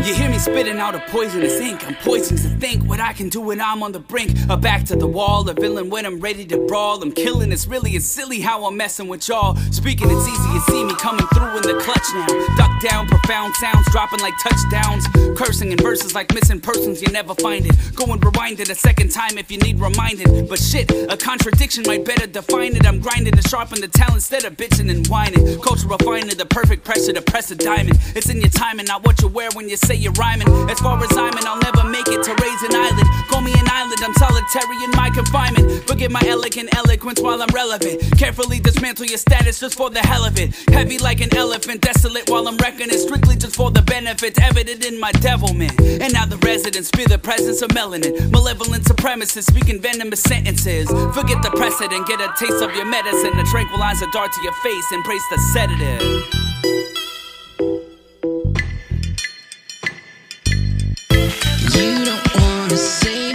Speaker 2: You hear me spitting out a poisonous ink. I'm poisoned to think what I can do when I'm on the brink. A back to the wall, a villain when I'm ready to brawl. I'm killing it's really it's silly how I'm messing with y'all. Speaking it's easy, you see me coming through in the clutch now. Duck down, profound sounds dropping like touchdowns. Cursing in verses like missing persons, you never find it. Go and rewind it a second time if you need reminded. But shit, a contradiction might better define it. I'm grinding to sharpen the talent instead of bitching and whining. Culture refining the perfect pressure to press a diamond. It's in your timing, not what you wear when you say you're rhyming. As far as I'm in, I'll never make it to raise an island. Call me an island, I'm solitary in my confinement. Forget my elegant eloquence while I'm relevant. Carefully dismantle your status just for the hell of it. Heavy like an elephant, desolate while I'm wrecking it. Strictly just for the benefits evident in my devilment. And now the residents fear the presence of melanin. Malevolent supremacists speaking venomous sentences. Forget the precedent, get a taste of your medicine. A tranquilizer dart to your face, embrace the sedative.
Speaker 8: You don't wanna say